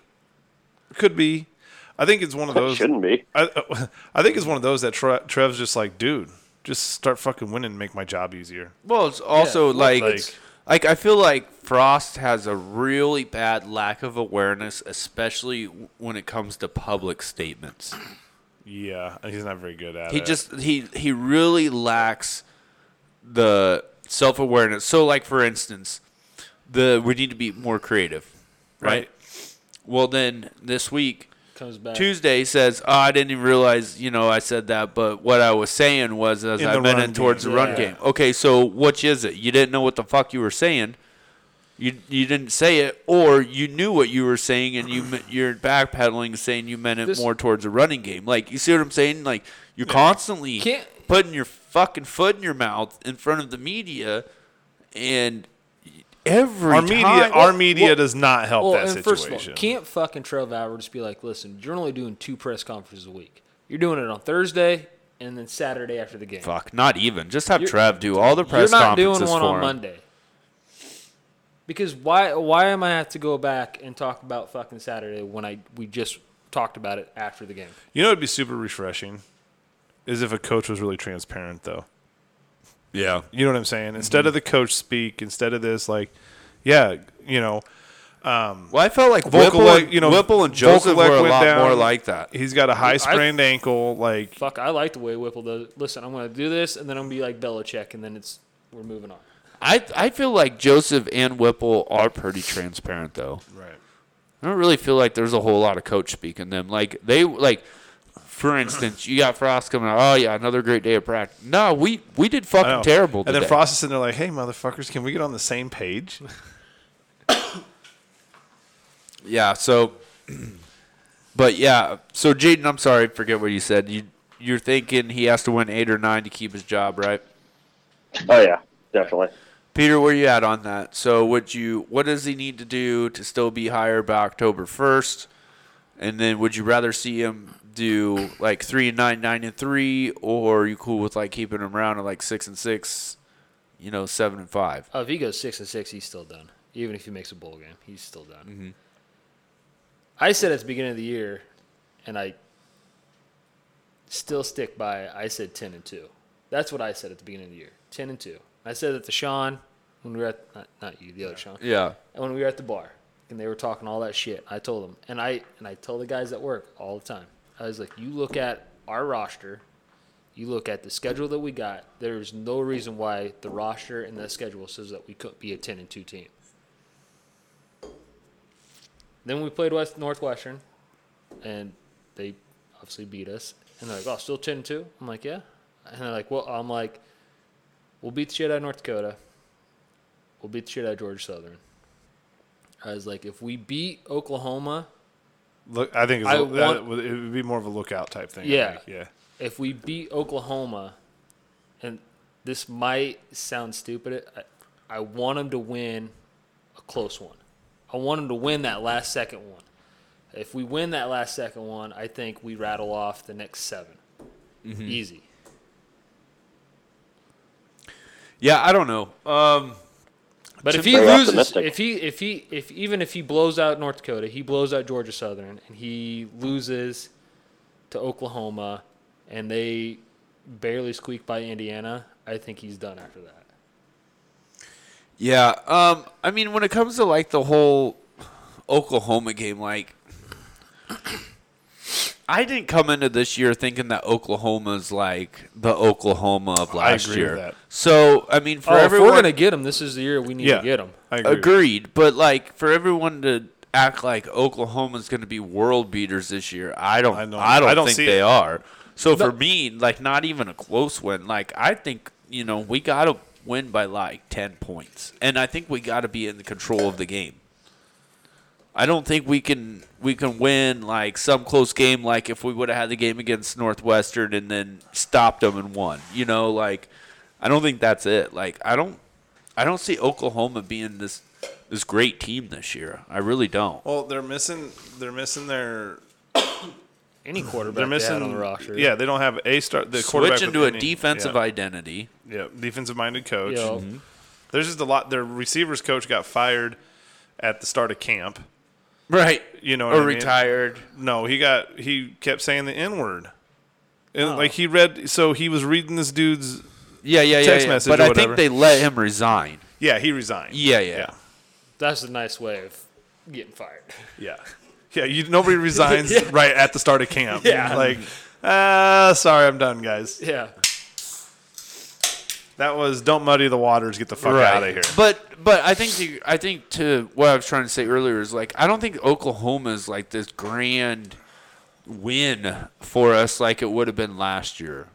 [SPEAKER 3] Could be. I think it's one of those.
[SPEAKER 2] Shouldn't be.
[SPEAKER 3] I, I think it's one of those that Tre- Trev's just like, dude, just start fucking winning, and make my job easier.
[SPEAKER 1] Well, it's also
[SPEAKER 4] well,
[SPEAKER 1] like,
[SPEAKER 3] like-
[SPEAKER 1] like I feel like Frost has a really bad lack of awareness, especially w- when it comes to public statements.
[SPEAKER 3] Yeah, and he's not very good at
[SPEAKER 1] He
[SPEAKER 3] it.
[SPEAKER 1] just he he really lacks the self awareness. So, like for instance, the we need to be more creative, right?
[SPEAKER 3] Right.
[SPEAKER 1] Well, then this week
[SPEAKER 4] Comes back.
[SPEAKER 1] Tuesday says, oh, I didn't even realize, you know, I said that, but what I was saying was as
[SPEAKER 3] In
[SPEAKER 1] I
[SPEAKER 3] the
[SPEAKER 1] meant
[SPEAKER 3] run
[SPEAKER 1] it towards the
[SPEAKER 4] game.
[SPEAKER 1] run
[SPEAKER 4] Yeah.
[SPEAKER 1] game. Okay, so which is it? You didn't know what the fuck you were saying. You you didn't say it, or you knew what you were saying, and you me- you're backpedaling, saying you meant it
[SPEAKER 4] This-
[SPEAKER 1] more towards the running game. Like you see what I'm saying? Like you're constantly
[SPEAKER 4] Can't-
[SPEAKER 1] putting your fucking foot in your mouth in front of the media, and every
[SPEAKER 3] our media,
[SPEAKER 1] time-
[SPEAKER 3] our media
[SPEAKER 4] well-
[SPEAKER 3] does not help
[SPEAKER 4] Well,
[SPEAKER 3] that
[SPEAKER 4] and
[SPEAKER 3] situation.
[SPEAKER 4] first of all, can't fucking Trev Howard just be like, listen, you're only doing two press conferences a week. You're doing it on Thursday and then Saturday after the game.
[SPEAKER 1] fuck, not even. Just have
[SPEAKER 4] You're-
[SPEAKER 1] Trev do all the
[SPEAKER 4] you're
[SPEAKER 1] press
[SPEAKER 4] not doing
[SPEAKER 1] conferences
[SPEAKER 4] one
[SPEAKER 1] for
[SPEAKER 4] on
[SPEAKER 1] him.
[SPEAKER 4] Monday. Because why? Why am I have to go back and talk about fucking Saturday when I we just talked about it after the game?
[SPEAKER 3] You know, it'd be super refreshing, is if a coach was really transparent, though.
[SPEAKER 1] Yeah.
[SPEAKER 3] You know what I'm saying? Instead of the
[SPEAKER 4] Mm-hmm.
[SPEAKER 3] coach speak, instead of this, like, yeah, you know,
[SPEAKER 1] Well, I felt like
[SPEAKER 3] Vocal,
[SPEAKER 1] Whipple,
[SPEAKER 3] like,
[SPEAKER 1] you
[SPEAKER 3] you
[SPEAKER 1] know,
[SPEAKER 3] know,
[SPEAKER 1] Whipple and Joseph
[SPEAKER 3] Vokalek
[SPEAKER 1] were a
[SPEAKER 3] went
[SPEAKER 1] lot
[SPEAKER 3] down.
[SPEAKER 1] more like that.
[SPEAKER 3] he's got a high sprained ankle. Like,
[SPEAKER 4] Fuck, I like the way Whipple does. it. Listen, I'm gonna do this, and then I'm gonna be like Belichick, and then it's we're moving on.
[SPEAKER 1] I I feel like Joseph and Whipple are pretty transparent though.
[SPEAKER 3] right?
[SPEAKER 1] I don't really feel like there's a whole lot of coach speak in them. Like they like, for instance, you got Frost coming. out, Oh yeah, another great day of practice. No, we we did fucking terrible.
[SPEAKER 3] And then
[SPEAKER 1] today.
[SPEAKER 3] Frost is sitting there like, "Hey, motherfuckers, can we get on the same page?"
[SPEAKER 1] Yeah. So, but yeah. So Jaden, I'm sorry, forget what you said. You you're thinking he has to win eight or nine to keep his job, right?
[SPEAKER 2] Oh yeah, definitely.
[SPEAKER 1] Peter, where you at on that? So, would you? What does he need to do to still be hired by October first? And then, would you rather see him do like three and nine, nine and three, or are you cool with like keeping him around at like six and six, you know, seven and five?
[SPEAKER 4] Oh, if he goes six and six, he's still done. Even if he makes a bowl game, he's still done.
[SPEAKER 1] Mm-hmm.
[SPEAKER 4] I said at the beginning of the year, and I still stick by. it, I said ten and two. That's what I said at the beginning of the year. Ten and two. I said that to Sean when we were at not, not you, the other Sean.
[SPEAKER 1] Yeah,
[SPEAKER 4] And when we were at the bar and they were talking all that shit, I told them, and I and I tell the guys at work all the time. I was like, you look at our roster, you look at the schedule that we got. There's no reason why the roster and the schedule says that we couldn't be a ten and two team. Then we played West Northwestern, and they obviously beat us. And they're like, "Oh, still ten and two? I'm like, "Yeah." And they're like, "Well," I'm like, "We'll beat the shit out of North Dakota. We'll beat the shit out of Georgia Southern." I was like, if we beat Oklahoma,
[SPEAKER 3] Look, I think it's
[SPEAKER 4] I
[SPEAKER 3] a-
[SPEAKER 4] want-
[SPEAKER 3] that would- it would be more of a lookout type thing. I
[SPEAKER 4] Yeah.
[SPEAKER 3] think. yeah.
[SPEAKER 4] if we beat Oklahoma, and this might sound stupid, I, I want them to win a close one. I want them to win that last second one. If we win that last second one, I think we rattle off the next 7 Easy.
[SPEAKER 1] yeah. I don't know. Um,
[SPEAKER 4] But if he
[SPEAKER 2] Very
[SPEAKER 4] loses,
[SPEAKER 2] optimistic.
[SPEAKER 4] if he if he if even if he blows out North Dakota, he blows out Georgia Southern, and he loses to Oklahoma, and they barely squeak by Indiana, I think he's done after that.
[SPEAKER 1] Yeah. Um, I mean, when it comes to like the whole Oklahoma game, like I didn't come into this year thinking that Oklahoma's like the Oklahoma of last
[SPEAKER 3] agree with
[SPEAKER 1] year.
[SPEAKER 3] that.
[SPEAKER 1] So I mean, for
[SPEAKER 4] Oh, if
[SPEAKER 1] everyone,
[SPEAKER 4] we're gonna get him, this is the year we need
[SPEAKER 3] Yeah.
[SPEAKER 4] to get him.
[SPEAKER 3] I agree.
[SPEAKER 1] agreed, but like for everyone to act like Oklahoma's going to be world beaters this year, I don't. I,
[SPEAKER 3] I know.
[SPEAKER 1] don't,
[SPEAKER 3] I don't
[SPEAKER 1] think
[SPEAKER 3] see
[SPEAKER 1] they
[SPEAKER 3] it.
[SPEAKER 1] are. So
[SPEAKER 4] No.
[SPEAKER 1] for me, like not even a close win. Like I think you know we got to win by like ten points, and I think we got to be in the control of the game. I don't think we can we can win like some close game like if we would have had the game against Northwestern and then stopped them and won. You know, like I don't think that's it. Like I don't I don't see Oklahoma being this this great team this year. I really don't.
[SPEAKER 3] Well, they're missing. They're missing their.
[SPEAKER 4] Any quarterback
[SPEAKER 3] They're missing.
[SPEAKER 4] they had on the roster.
[SPEAKER 3] Yeah, they don't have a star. The quarterback
[SPEAKER 1] Switch
[SPEAKER 3] with
[SPEAKER 1] into a
[SPEAKER 3] any-
[SPEAKER 1] defensive
[SPEAKER 3] yeah,
[SPEAKER 1] identity.
[SPEAKER 3] yeah, defensive-minded coach.
[SPEAKER 4] You know,
[SPEAKER 3] There's just a lot. Their receivers coach got fired at the start of camp.
[SPEAKER 1] Right.
[SPEAKER 3] You know, what
[SPEAKER 1] or
[SPEAKER 3] I mean?
[SPEAKER 1] retired.
[SPEAKER 3] No, he got he kept saying the N word. And like he read so he was reading this dude's
[SPEAKER 1] Yeah, yeah, yeah.
[SPEAKER 3] Text
[SPEAKER 1] yeah.
[SPEAKER 3] message
[SPEAKER 1] but
[SPEAKER 3] or
[SPEAKER 1] I
[SPEAKER 3] whatever.
[SPEAKER 1] think they let him resign.
[SPEAKER 3] Yeah, he resigned.
[SPEAKER 1] Yeah, yeah.
[SPEAKER 3] Yeah.
[SPEAKER 4] that's a nice way of getting fired.
[SPEAKER 3] Yeah. Yeah, you nobody resigns
[SPEAKER 4] Yeah.
[SPEAKER 3] right at the start of camp.
[SPEAKER 4] Yeah.
[SPEAKER 3] Like uh sorry, I'm done, guys.
[SPEAKER 4] Yeah.
[SPEAKER 3] That was don't muddy the waters, get the fuck out of here.
[SPEAKER 1] But but I think the, I think to what I was trying to say earlier is like I don't think Oklahoma is like this grand win for us like it would have been last year.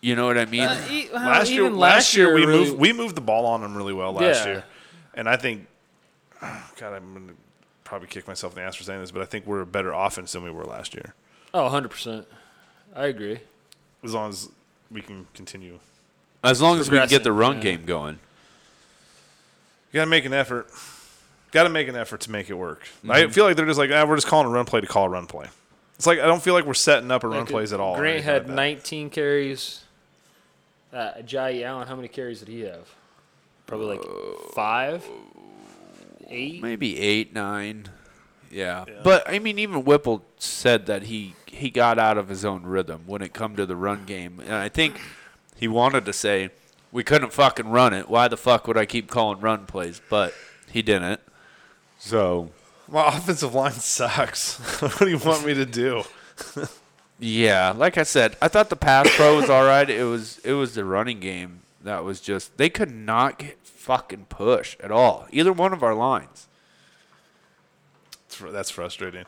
[SPEAKER 1] You know what I mean?
[SPEAKER 3] Last year
[SPEAKER 4] E, Oh, even
[SPEAKER 3] last, year, we
[SPEAKER 4] really-
[SPEAKER 3] moved we moved the ball on them really well last
[SPEAKER 4] Yeah.
[SPEAKER 3] year. And I think God, I'm gonna probably kick myself in the ass for saying this, but I think we're a better offense than we were last year.
[SPEAKER 4] Oh, 100%. I agree.
[SPEAKER 3] As long as we can continue. You
[SPEAKER 1] as long as we can get the
[SPEAKER 4] Progressing,
[SPEAKER 1] run
[SPEAKER 4] yeah.
[SPEAKER 1] game going.
[SPEAKER 3] gotta make an effort. Gotta make an effort to make it work.
[SPEAKER 4] Mm-hmm.
[SPEAKER 3] I feel like they're just like, ah, we're just calling a run play to call a run play. It's like I don't feel like we're setting up a run plays at all. or
[SPEAKER 4] Grant
[SPEAKER 3] anything
[SPEAKER 4] had
[SPEAKER 3] like that.
[SPEAKER 4] 19 carries. Uh, Jai Allen, how many carries did he have? Probably
[SPEAKER 1] Uh,
[SPEAKER 4] like five, eight.
[SPEAKER 1] Maybe eight, nine. Yeah. But I mean even Whipple said that he he got out of his own rhythm when it come to the run game. And I think he wanted to say we couldn't fucking run it. Why the fuck would I keep calling run plays? But he didn't. So
[SPEAKER 3] My offensive line sucks. what do you want me to do?
[SPEAKER 1] Yeah, like I said, I thought the pass pro was all right. It was it was the running game that was just they could not get fucking push at all. Either one of our lines.
[SPEAKER 3] It's fr- That's frustrating.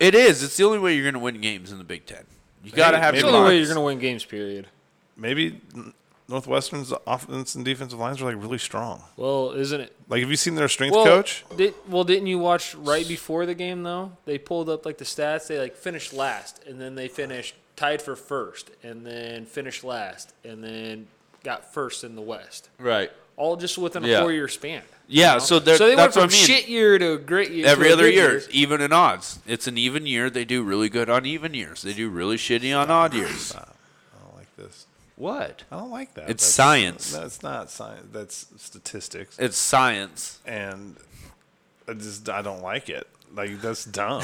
[SPEAKER 1] It is. It's the only way you're going to win games in the Big 10. You got to have
[SPEAKER 4] That's
[SPEAKER 1] your
[SPEAKER 4] the only way you're
[SPEAKER 1] lines.
[SPEAKER 4] going to win games, period.
[SPEAKER 3] Maybe Northwestern's offense and defensive lines are like really strong.
[SPEAKER 4] Well, isn't it?
[SPEAKER 3] Like, have you seen their strength
[SPEAKER 4] Well,
[SPEAKER 3] coach?
[SPEAKER 4] Did, well, didn't you watch right before the game, though? They pulled up like the stats. They like finished last, and then they finished tied for first, and then finished last, and then got first in the West.
[SPEAKER 1] right.
[SPEAKER 4] All just within a
[SPEAKER 1] Yeah.
[SPEAKER 4] four year span.
[SPEAKER 1] Yeah, so they're,
[SPEAKER 4] so they went
[SPEAKER 1] that's
[SPEAKER 4] from
[SPEAKER 1] what I mean.
[SPEAKER 4] shit year to a great year. to
[SPEAKER 1] Every
[SPEAKER 4] a
[SPEAKER 1] other
[SPEAKER 4] good
[SPEAKER 1] year, even in odds. It's an even year. They do really good on even years. They do really shitty on odd years.
[SPEAKER 3] I don't like this.
[SPEAKER 1] What?
[SPEAKER 3] I don't like that.
[SPEAKER 1] It's science.
[SPEAKER 3] That's not science. That's statistics.
[SPEAKER 1] It's science.
[SPEAKER 3] and I just I don't like it. Like that's dumb.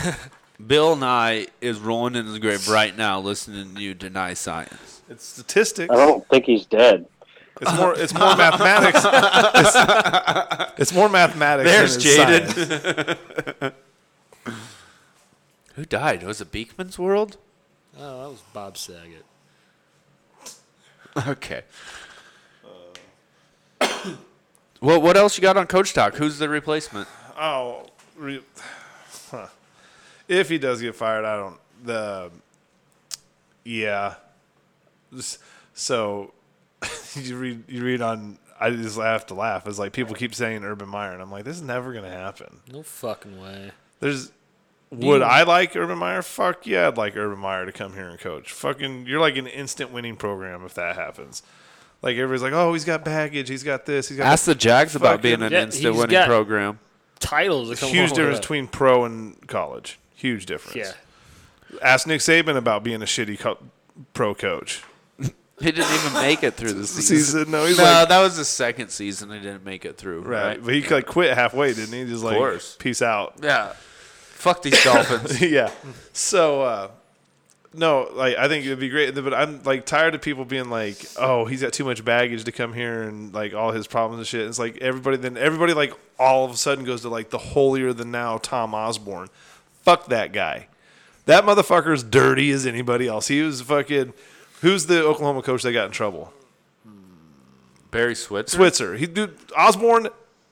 [SPEAKER 1] Bill Nye is rolling in his grave right now listening to you deny science.
[SPEAKER 3] it's statistics.
[SPEAKER 2] I don't think he's dead.
[SPEAKER 3] It's more it's more mathematics. It's, it's more mathematics.
[SPEAKER 1] There's
[SPEAKER 3] than it's
[SPEAKER 1] Jaden.
[SPEAKER 3] science.
[SPEAKER 1] Who died? Was it Beekman's World?
[SPEAKER 4] Oh, that was Bob Saget.
[SPEAKER 1] Okay. well, what else you got on Coach Talk? Who's the replacement?
[SPEAKER 3] Oh, re- huh. if he does get fired, I don't the yeah. This- So you read you read on. I just have to laugh. It's like people keep saying Urban Meyer, and I'm like, this is never gonna happen.
[SPEAKER 4] No fucking way.
[SPEAKER 3] There's would I like Urban Meyer? Fuck yeah, I'd like Urban Meyer to come here and coach. Fucking, you're like an instant winning program if that happens. Like everybody's like, oh, he's got baggage, he's got this, he's got
[SPEAKER 1] Ask the Jags about
[SPEAKER 3] Fucking-
[SPEAKER 1] being an
[SPEAKER 4] Yeah,
[SPEAKER 1] instant
[SPEAKER 4] he's
[SPEAKER 1] winning
[SPEAKER 4] got-
[SPEAKER 1] program.
[SPEAKER 4] Titles.
[SPEAKER 3] that.
[SPEAKER 4] that come
[SPEAKER 3] huge
[SPEAKER 4] along
[SPEAKER 3] difference
[SPEAKER 4] with
[SPEAKER 3] between pro and college. Huge difference.
[SPEAKER 4] that. Yeah.
[SPEAKER 3] Ask Nick Saban about being a shitty co- pro coach.
[SPEAKER 1] He didn't even make it through the season.
[SPEAKER 3] Season, no, he's
[SPEAKER 1] no,
[SPEAKER 3] like-
[SPEAKER 1] that was the second season. He didn't make it through. Right.
[SPEAKER 3] Right, but he like quit halfway, didn't he? Just like
[SPEAKER 1] course.
[SPEAKER 3] peace out.
[SPEAKER 1] Yeah. Fuck these Dolphins.
[SPEAKER 3] yeah. So uh no, like I think it'd be great, but I'm like tired of people being like, "Oh, he's got too much baggage to come here and like all his problems and shit." it's like everybody then everybody like all of a sudden goes to like the holier than now Tom Osborne. Fuck that guy. That motherfucker's dirty as anybody else. He was fucking. Who's the Oklahoma coach that got in trouble?
[SPEAKER 1] Barry Switzer.
[SPEAKER 3] Switzer. He dude Osborne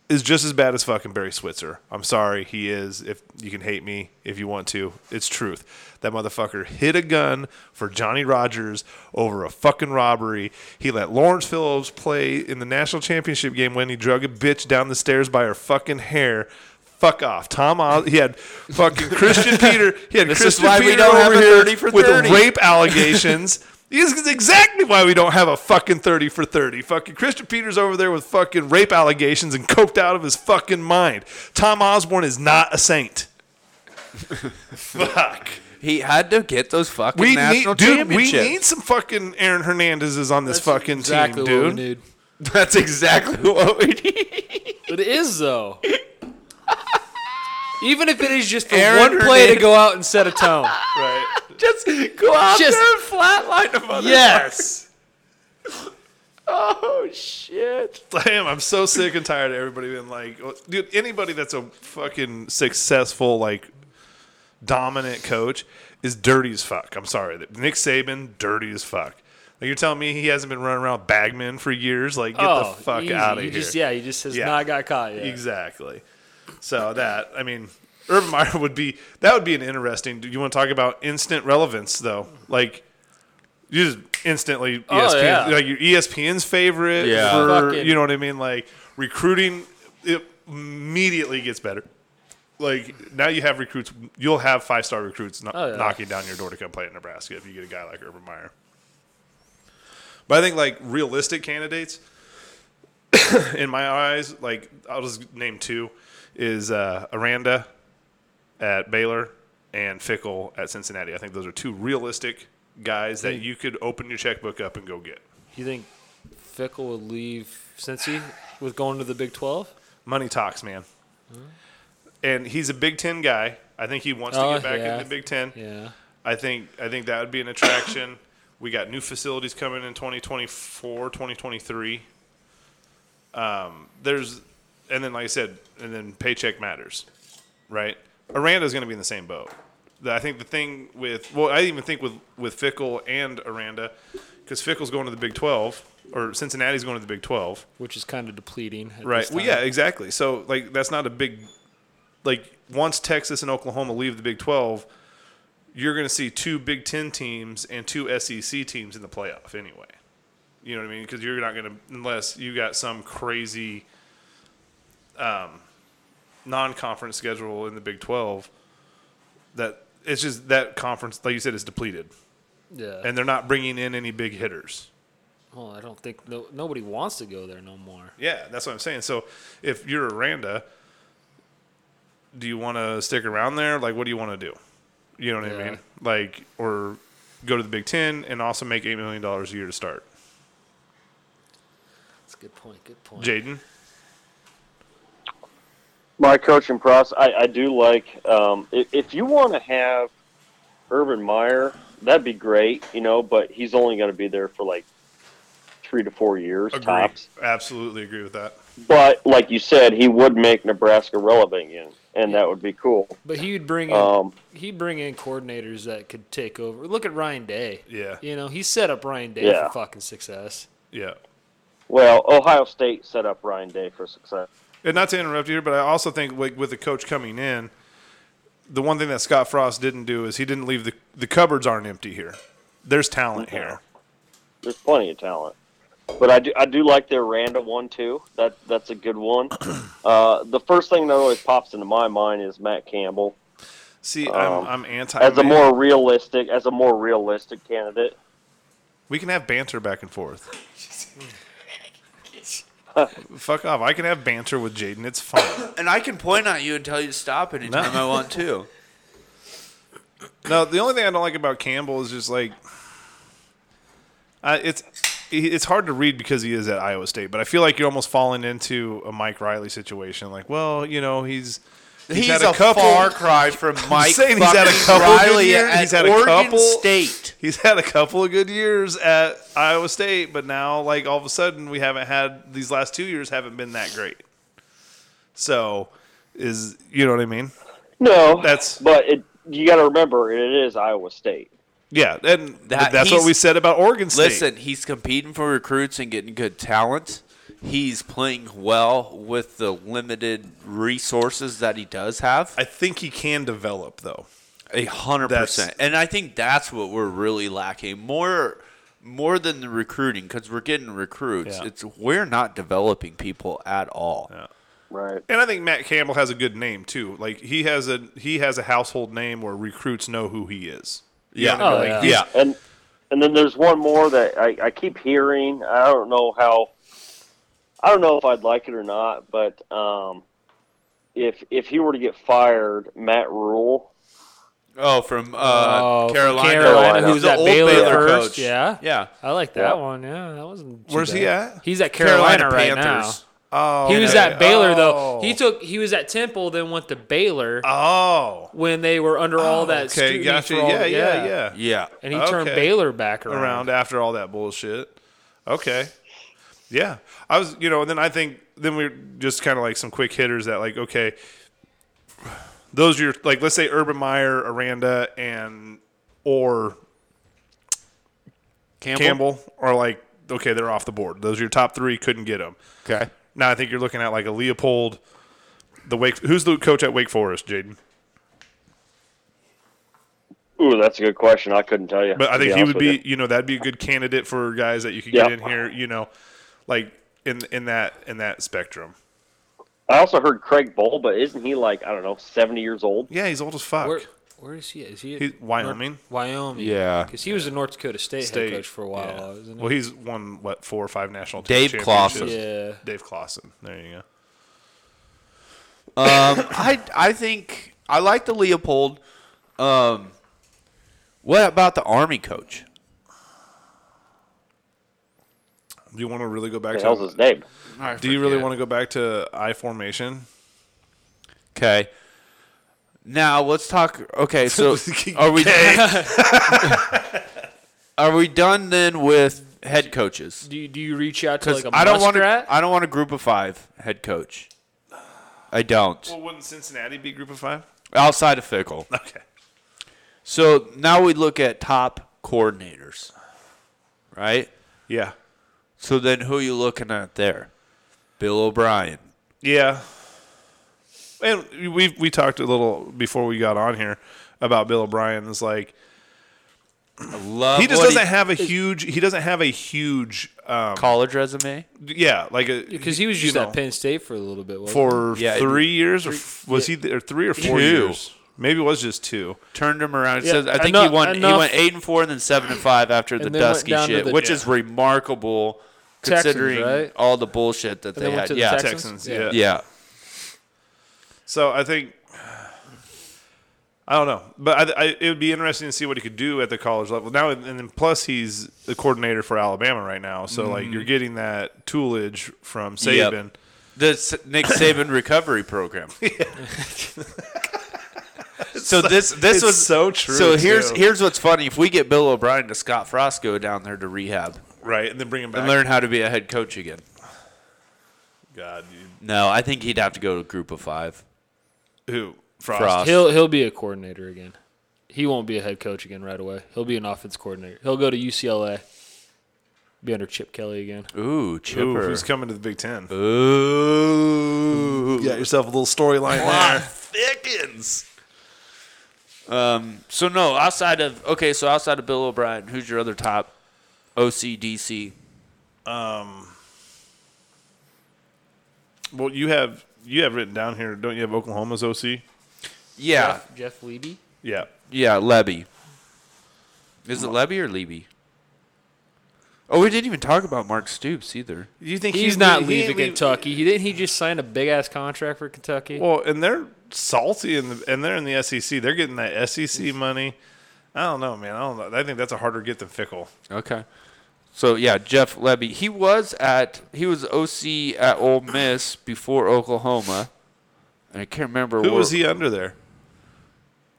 [SPEAKER 3] is just as bad as fucking Barry Switzer. I'm sorry, he is. If you can hate me if you want to, it's truth. That motherfucker hit a gun for Johnny Rogers over a fucking robbery. He let Lawrence Phillips play in the national championship game when he drug a bitch down the stairs by her fucking hair. Fuck off, Tom. Oz- he had fucking Christian Peter. He had
[SPEAKER 1] This is
[SPEAKER 3] Christian
[SPEAKER 1] why we
[SPEAKER 3] Peter
[SPEAKER 1] don't have
[SPEAKER 3] over
[SPEAKER 1] a
[SPEAKER 3] here
[SPEAKER 1] 30 for
[SPEAKER 3] with
[SPEAKER 1] 30.
[SPEAKER 3] rape allegations. This is exactly why we don't have a fucking 30 for 30. Fucking Christian Peters over there with fucking rape allegations and coked out of his fucking mind. Tom Osborne is not a saint. Fuck.
[SPEAKER 1] He had to get those fucking
[SPEAKER 3] We need,
[SPEAKER 1] national
[SPEAKER 3] dude, we
[SPEAKER 1] championships.
[SPEAKER 3] need some fucking Aaron Hernandezes on this fucking
[SPEAKER 4] exactly
[SPEAKER 3] team, dude.
[SPEAKER 4] what we need.
[SPEAKER 1] That's exactly what we need.
[SPEAKER 4] It is though. Even if it is just for
[SPEAKER 1] Aaron
[SPEAKER 4] one play
[SPEAKER 1] Hernandez.
[SPEAKER 4] to go out and set a tone.
[SPEAKER 3] Right.
[SPEAKER 1] Just go out
[SPEAKER 4] Just-
[SPEAKER 1] there and flatline them.
[SPEAKER 4] yes.
[SPEAKER 1] Oh shit!
[SPEAKER 3] Damn, I'm so sick and tired of everybody being like, dude, anybody that's a fucking successful, like, dominant coach is dirty as fuck. I'm sorry. Nick Saban, dirty as fuck. Like, you're telling me he hasn't been running around Bagman for years? Like, get
[SPEAKER 4] oh,
[SPEAKER 3] the fuck
[SPEAKER 4] easy.
[SPEAKER 3] out of
[SPEAKER 4] You
[SPEAKER 3] here.
[SPEAKER 4] Just, yeah, he just has
[SPEAKER 3] Yeah.
[SPEAKER 4] not got caught yet.
[SPEAKER 3] Exactly. So that, I mean, Urban Meyer would be, that would be an interesting, do you want to talk about instant relevance, though? Like, you just instantly E ESPN,
[SPEAKER 4] Oh, yeah.
[SPEAKER 3] like your ESPN's favorite
[SPEAKER 1] Yeah.
[SPEAKER 3] for
[SPEAKER 4] Fucking-
[SPEAKER 3] you know what I mean. Like recruiting, it immediately gets better. Like now you have recruits, you'll have five star recruits kno-
[SPEAKER 4] Oh, yeah.
[SPEAKER 3] knocking down your door to come play at Nebraska if you get a guy like Urban Meyer. But I think like realistic candidates, in my eyes, like I'll just name two, is uh, Aranda at Baylor and Fickle at Cincinnati. I think those are two realistic guys
[SPEAKER 4] Mm.
[SPEAKER 3] that you could open your checkbook up and go get.
[SPEAKER 4] You think Fickle would leave Cincy with going to the Big Twelve?
[SPEAKER 3] Money talks, man.
[SPEAKER 4] Mm-hmm.
[SPEAKER 3] And he's a Big Ten guy. I think he wants
[SPEAKER 4] Oh,
[SPEAKER 3] to get back
[SPEAKER 4] yeah.
[SPEAKER 3] in the Big Ten.
[SPEAKER 4] Yeah.
[SPEAKER 3] I think I think that would be an attraction. we got new facilities coming in 2024, 2023. Um, there's and then like I said, and then paycheck matters, right? Aranda's going to be in the same boat. The- I think the thing with well, I even think with with Fickle and Aranda, because Fickle's going to the Big 12 or Cincinnati's going to the Big 12.
[SPEAKER 4] Which is kind of depleting. At
[SPEAKER 3] Right.
[SPEAKER 4] This
[SPEAKER 3] Well,
[SPEAKER 4] time.
[SPEAKER 3] yeah, exactly. So like that's not a big like once Texas and Oklahoma leave the Big 12, you're going to see two Big 10 teams and two SEC teams in the playoff anyway. You know what I mean? Cuz you're not going to unless you got some crazy um non-conference schedule in the Big 12 that it's just that conference like you said is depleted
[SPEAKER 4] Yeah.
[SPEAKER 3] and they're not bringing in any big hitters.
[SPEAKER 4] well, I don't think no, nobody wants to go there no more.
[SPEAKER 3] Yeah, that's what I'm saying. So if you're Aranda, do you want to stick around there? Like, what do you want to do? You know what I
[SPEAKER 4] Yeah.
[SPEAKER 3] mean? Like, or go to the Big Ten and also make eight million dollars a year to start.
[SPEAKER 4] That's a good point. Good point.
[SPEAKER 3] Jaden,
[SPEAKER 2] my coaching process, I, I do like um, if, if you want to have Urban Meyer, that'd be great, you know, but he's only going to be there for like three to four years
[SPEAKER 3] agree.
[SPEAKER 2] tops.
[SPEAKER 3] Absolutely agree with that.
[SPEAKER 2] But like you said, he would make Nebraska relevant again, and that would be cool.
[SPEAKER 4] But he'd bring in
[SPEAKER 2] Um,
[SPEAKER 4] he'd bring in coordinators that could take over. Look at Ryan Day.
[SPEAKER 3] Yeah.
[SPEAKER 4] You know, he set up Ryan Day
[SPEAKER 2] Yeah.
[SPEAKER 4] for fucking success.
[SPEAKER 3] Yeah.
[SPEAKER 2] Well, Ohio State set up Ryan Day for success.
[SPEAKER 3] And not to interrupt you here, but I also think like with the coach coming in, the one thing that Scott Frost didn't do is he didn't leave the the cupboards aren't empty here. There's talent here.
[SPEAKER 2] There's plenty of talent, but I do I do like their random one too. That that's a good one. Uh, the first thing that always pops into my mind is Matt Campbell.
[SPEAKER 3] See,
[SPEAKER 2] Um,
[SPEAKER 3] I'm, I'm anti.
[SPEAKER 2] as a more realistic as a more realistic candidate.
[SPEAKER 3] We can have banter back and forth. Fuck off. I can have banter with Jaden. It's fine.
[SPEAKER 1] And I can point at you and tell you to stop anytime
[SPEAKER 3] No.
[SPEAKER 1] I want to.
[SPEAKER 3] no, the only thing I don't like about Campbell is just like I it's it's hard to read because he is at Iowa State, but I feel like you're almost falling into a Mike Riley situation. Like, well, you know, he's
[SPEAKER 1] He's,
[SPEAKER 3] had
[SPEAKER 1] a,
[SPEAKER 3] a couple-
[SPEAKER 1] far cry from Mike
[SPEAKER 3] saying he's had a
[SPEAKER 1] fucking
[SPEAKER 3] couple good
[SPEAKER 1] Riley
[SPEAKER 3] years.
[SPEAKER 1] at
[SPEAKER 3] He's had a
[SPEAKER 1] Oregon
[SPEAKER 3] couple-
[SPEAKER 1] State.
[SPEAKER 3] he's had a couple of good years at Iowa State, but now like all of a sudden we haven't had these last two years haven't been that great. So is you know what I mean?
[SPEAKER 2] No,
[SPEAKER 3] That's-
[SPEAKER 2] but it, you got to remember it is Iowa State.
[SPEAKER 3] Yeah, and
[SPEAKER 1] That-
[SPEAKER 3] that's what
[SPEAKER 1] he's-
[SPEAKER 3] we said about Oregon State.
[SPEAKER 1] Listen, he's competing for recruits and getting good talent. he's playing well with the limited resources that he does have.
[SPEAKER 3] I think he can develop though.
[SPEAKER 1] A hundred
[SPEAKER 3] That's-
[SPEAKER 1] percent, and I think that's what we're really lacking more, more than the recruiting because we're getting recruits.
[SPEAKER 4] Yeah.
[SPEAKER 1] It's we're not developing people at all.
[SPEAKER 2] Right.
[SPEAKER 3] And I think Matt Campbell has a good name too. Like he has a he has a household name where recruits know who he is. You
[SPEAKER 1] Yeah.
[SPEAKER 3] know what I mean?
[SPEAKER 4] Oh,
[SPEAKER 3] Like,
[SPEAKER 4] yeah.
[SPEAKER 3] he's-
[SPEAKER 2] And and then there's one more that I, I keep hearing. I don't know how. I don't know if I'd like it or not, but um, if if he were to get fired, Matt Rule,
[SPEAKER 1] Oh, from uh,
[SPEAKER 4] Oh, from
[SPEAKER 1] Carolina,
[SPEAKER 4] Carolina,
[SPEAKER 1] Who's
[SPEAKER 4] who's
[SPEAKER 1] the
[SPEAKER 4] at
[SPEAKER 1] old
[SPEAKER 4] Baylor
[SPEAKER 1] Baylor
[SPEAKER 4] first,
[SPEAKER 1] coach?
[SPEAKER 4] yeah.
[SPEAKER 1] yeah.
[SPEAKER 4] I like that
[SPEAKER 2] Yeah.
[SPEAKER 4] one. Yeah, that wasn't. too
[SPEAKER 3] Where's he
[SPEAKER 4] bad.
[SPEAKER 3] at?
[SPEAKER 4] He's at Carolina, right
[SPEAKER 3] Panthers.
[SPEAKER 4] now.
[SPEAKER 3] Oh,
[SPEAKER 4] He was
[SPEAKER 3] okay.
[SPEAKER 4] at Baylor
[SPEAKER 3] Oh.
[SPEAKER 4] though. He took. He was at Temple, then went to Baylor
[SPEAKER 3] Oh,
[SPEAKER 4] when they were under all that.
[SPEAKER 3] okay,
[SPEAKER 4] scrutiny
[SPEAKER 3] gotcha.
[SPEAKER 4] for all-
[SPEAKER 3] Yeah, yeah, yeah,
[SPEAKER 1] Yeah.
[SPEAKER 4] And he turned
[SPEAKER 3] Okay.
[SPEAKER 4] Baylor back around.
[SPEAKER 3] Around after all that bullshit. Okay, yeah. I was, you know, and then I think then we are just kind of like some quick hitters that like okay, those are your like let's say Urban Meyer, Aranda, and or
[SPEAKER 1] Campbell.
[SPEAKER 3] Campbell are like okay, they're off the board. Those are your top three. Couldn't get them.
[SPEAKER 1] Okay.
[SPEAKER 3] Now I think you're looking at like a Leopold, the Wake. Who's the coach at Wake Forest, Jaden?
[SPEAKER 2] ooh, that's a good question. I couldn't tell you.
[SPEAKER 3] But I
[SPEAKER 2] to
[SPEAKER 3] think he
[SPEAKER 2] honest
[SPEAKER 3] would
[SPEAKER 2] with
[SPEAKER 3] be,
[SPEAKER 2] you.
[SPEAKER 3] you. know, that'd be a good candidate for guys that you could
[SPEAKER 2] Yeah.
[SPEAKER 3] get in here, you know, like in in that in that spectrum.
[SPEAKER 2] I also heard Craig Bowl, but isn't he like I don't know, seventy years old?
[SPEAKER 3] Yeah, he's old as fuck.
[SPEAKER 4] Where, where is he? At? Is he at
[SPEAKER 3] He's Wyoming.
[SPEAKER 4] Wyoming.
[SPEAKER 1] Yeah.
[SPEAKER 4] because he was a North Dakota State,
[SPEAKER 3] State.
[SPEAKER 4] head coach for a while,
[SPEAKER 3] Yeah.
[SPEAKER 4] wasn't he?
[SPEAKER 3] Well, he's won what four or five national
[SPEAKER 1] Dave
[SPEAKER 3] championships.
[SPEAKER 1] Clausen.
[SPEAKER 4] yeah.
[SPEAKER 3] Dave Clausen. There you go.
[SPEAKER 1] Um, I I think I like the Leopold. Um, what about the Army coach?
[SPEAKER 3] Do you want to really go back
[SPEAKER 2] What the
[SPEAKER 3] to?
[SPEAKER 2] hell's his name?
[SPEAKER 3] Do you really want to go back to I formation?
[SPEAKER 1] Okay. Now let's talk. Okay, so are we? are we done then with head coaches?
[SPEAKER 4] Do you, do you reach out to
[SPEAKER 1] Because
[SPEAKER 4] like a
[SPEAKER 1] I don't want
[SPEAKER 4] Muskrat?
[SPEAKER 1] to. I don't want a group of five head coach. I don't.
[SPEAKER 3] Well, wouldn't Cincinnati be Group of Five?
[SPEAKER 1] Outside of Fickle.
[SPEAKER 3] Okay.
[SPEAKER 1] So now we look at top coordinators, right?
[SPEAKER 3] Yeah.
[SPEAKER 1] So then who you looking at there? Bill O'Brien.
[SPEAKER 3] Yeah. And we we talked a little before we got on here about Bill O'Brien. It's like
[SPEAKER 1] I love
[SPEAKER 3] he just
[SPEAKER 1] what
[SPEAKER 3] doesn't have a huge. He doesn't have a huge. Um,
[SPEAKER 1] college resume.
[SPEAKER 3] yeah, like a
[SPEAKER 4] because he was
[SPEAKER 3] you
[SPEAKER 4] just
[SPEAKER 3] know,
[SPEAKER 4] at Penn State for a little bit. Wasn't he?
[SPEAKER 3] for
[SPEAKER 1] Yeah,
[SPEAKER 3] three years, or f- was he there three or four
[SPEAKER 1] Two.
[SPEAKER 3] years? Maybe it was just two.
[SPEAKER 1] Turned him around. It
[SPEAKER 4] Yeah,
[SPEAKER 1] says I think
[SPEAKER 4] enough-
[SPEAKER 1] he won. He
[SPEAKER 4] enough-
[SPEAKER 1] went eight and four, and then seven and five after the
[SPEAKER 4] And then went
[SPEAKER 1] Dusky
[SPEAKER 4] down to
[SPEAKER 1] shit,
[SPEAKER 4] the-
[SPEAKER 1] which
[SPEAKER 4] yeah.
[SPEAKER 1] is remarkable
[SPEAKER 4] Texans,
[SPEAKER 1] considering
[SPEAKER 4] right?
[SPEAKER 1] all the bullshit that
[SPEAKER 4] And
[SPEAKER 1] they
[SPEAKER 4] went
[SPEAKER 1] had.
[SPEAKER 4] to the
[SPEAKER 1] yeah,
[SPEAKER 4] Texans?
[SPEAKER 3] Texans,
[SPEAKER 4] Yeah.
[SPEAKER 3] yeah.
[SPEAKER 1] yeah.
[SPEAKER 3] So I think I don't know, but I, I, it would be interesting to see what he could do at the college level now. And then plus he's the coordinator for Alabama right now, so like you're getting that toolage from
[SPEAKER 1] Mm-hmm. Yep.
[SPEAKER 3] Saban.
[SPEAKER 1] The S- Nick Saban recovery program. so this this
[SPEAKER 3] it's
[SPEAKER 1] was
[SPEAKER 3] so true,
[SPEAKER 1] So here's
[SPEAKER 3] too.
[SPEAKER 1] here's what's funny. If we get Bill O'Brien to Scott Frosco down there to rehab
[SPEAKER 3] Right, and then bring him back.
[SPEAKER 1] and learn how to be a head coach again.
[SPEAKER 3] God, dude.
[SPEAKER 1] No, I think he'd have to go to a group of five.
[SPEAKER 3] who Frost?
[SPEAKER 1] Frost.
[SPEAKER 4] He'll he'll be a coordinator again. He won't be a head coach again right away. He'll be an offense coordinator. He'll go to UCLA. Be under Chip Kelly again.
[SPEAKER 1] Ooh, chipper.
[SPEAKER 3] Who, who's coming to the Big Ten?
[SPEAKER 1] Ooh.
[SPEAKER 3] You got yourself a little storyline there.
[SPEAKER 1] thickens. Um, so no, outside of okay, so outside of Bill O'Brien, who's your other top OCDC?
[SPEAKER 3] Well, you have you have written down here, don't you have Oklahoma's OC?
[SPEAKER 1] Yeah,
[SPEAKER 4] Jeff, Jeff Leby.
[SPEAKER 3] Yeah,
[SPEAKER 1] yeah, Levy. Is it Levy or Levy? Oh, we didn't even talk about Mark Stoops either.
[SPEAKER 3] you think
[SPEAKER 4] He's not leaving Kentucky. He didn't he just sign a big ass contract for Kentucky?
[SPEAKER 3] Well, and they're salty, in the, and they're in the SEC. They're getting that SEC money. I don't know, man. I don't know. I think that's a harder get than Fickle.
[SPEAKER 1] Okay. So yeah, Jeff Levy. He was at he was OC at Ole Miss before Oklahoma, and I can't remember
[SPEAKER 3] Who
[SPEAKER 1] where-
[SPEAKER 3] was he under there?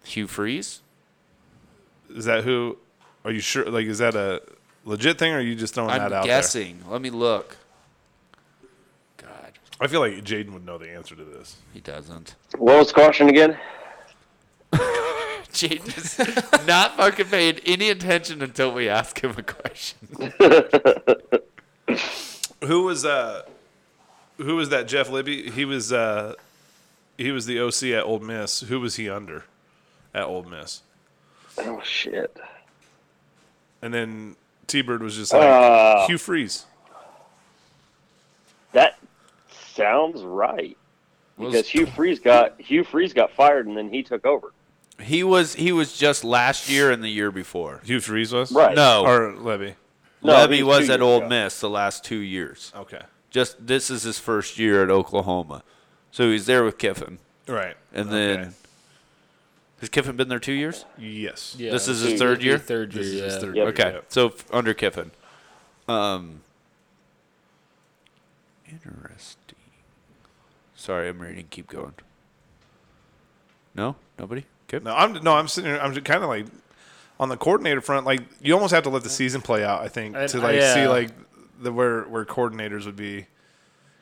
[SPEAKER 1] Hugh Freeze.
[SPEAKER 3] Is that who? Are you sure? Like, is that a legit thing, or are you just throwing that
[SPEAKER 1] I'm
[SPEAKER 3] out
[SPEAKER 1] guessing. Let me look. God,
[SPEAKER 3] there? I feel like Jaden would know the answer to this.
[SPEAKER 1] he doesn't.
[SPEAKER 2] What was caution again?
[SPEAKER 1] Jaden is not fucking paying any attention until we ask him a question.
[SPEAKER 3] Who was uh who was that? Jeff Libby. He was uh, he was the OC at Old Miss. Who was he under at Old Miss?
[SPEAKER 2] Oh shit.
[SPEAKER 3] And then T Bird was just like
[SPEAKER 2] Uh.
[SPEAKER 3] Hugh Freeze.
[SPEAKER 2] That sounds right.
[SPEAKER 1] Was-
[SPEAKER 2] Because Hugh Freeze got Hugh Freeze got fired and then he took over.
[SPEAKER 1] He was he was just last year and the year before.
[SPEAKER 3] Hugh Freeze was
[SPEAKER 2] Right.
[SPEAKER 1] No,
[SPEAKER 3] or Levy.
[SPEAKER 2] No,
[SPEAKER 1] Levy
[SPEAKER 2] he
[SPEAKER 1] was
[SPEAKER 2] two
[SPEAKER 1] at
[SPEAKER 2] years
[SPEAKER 1] Ole
[SPEAKER 2] ago.
[SPEAKER 1] Miss the last two years.
[SPEAKER 3] Okay.
[SPEAKER 1] Just this is his first year at Oklahoma, so he's there with Kiffin,
[SPEAKER 3] Right.
[SPEAKER 1] and
[SPEAKER 3] Okay.
[SPEAKER 1] then has Kiffin been there two years?
[SPEAKER 3] yes.
[SPEAKER 4] Yeah,
[SPEAKER 1] This is
[SPEAKER 4] it'd
[SPEAKER 1] his
[SPEAKER 4] be
[SPEAKER 1] third year?
[SPEAKER 4] Third year.
[SPEAKER 3] This is his
[SPEAKER 4] yeah.
[SPEAKER 2] Yep.
[SPEAKER 3] third year,
[SPEAKER 1] Okay,
[SPEAKER 3] yeah.
[SPEAKER 1] so f- under Kiffin. Um, interesting. Sorry, I'm reading. Keep going. No, nobody. Okay.
[SPEAKER 3] No, I'm no, I'm sitting here. I'm kind of like on the coordinator front. Like you almost have to let the season play out. I think
[SPEAKER 4] And-
[SPEAKER 3] to like
[SPEAKER 4] yeah.
[SPEAKER 3] see like the where where coordinators would be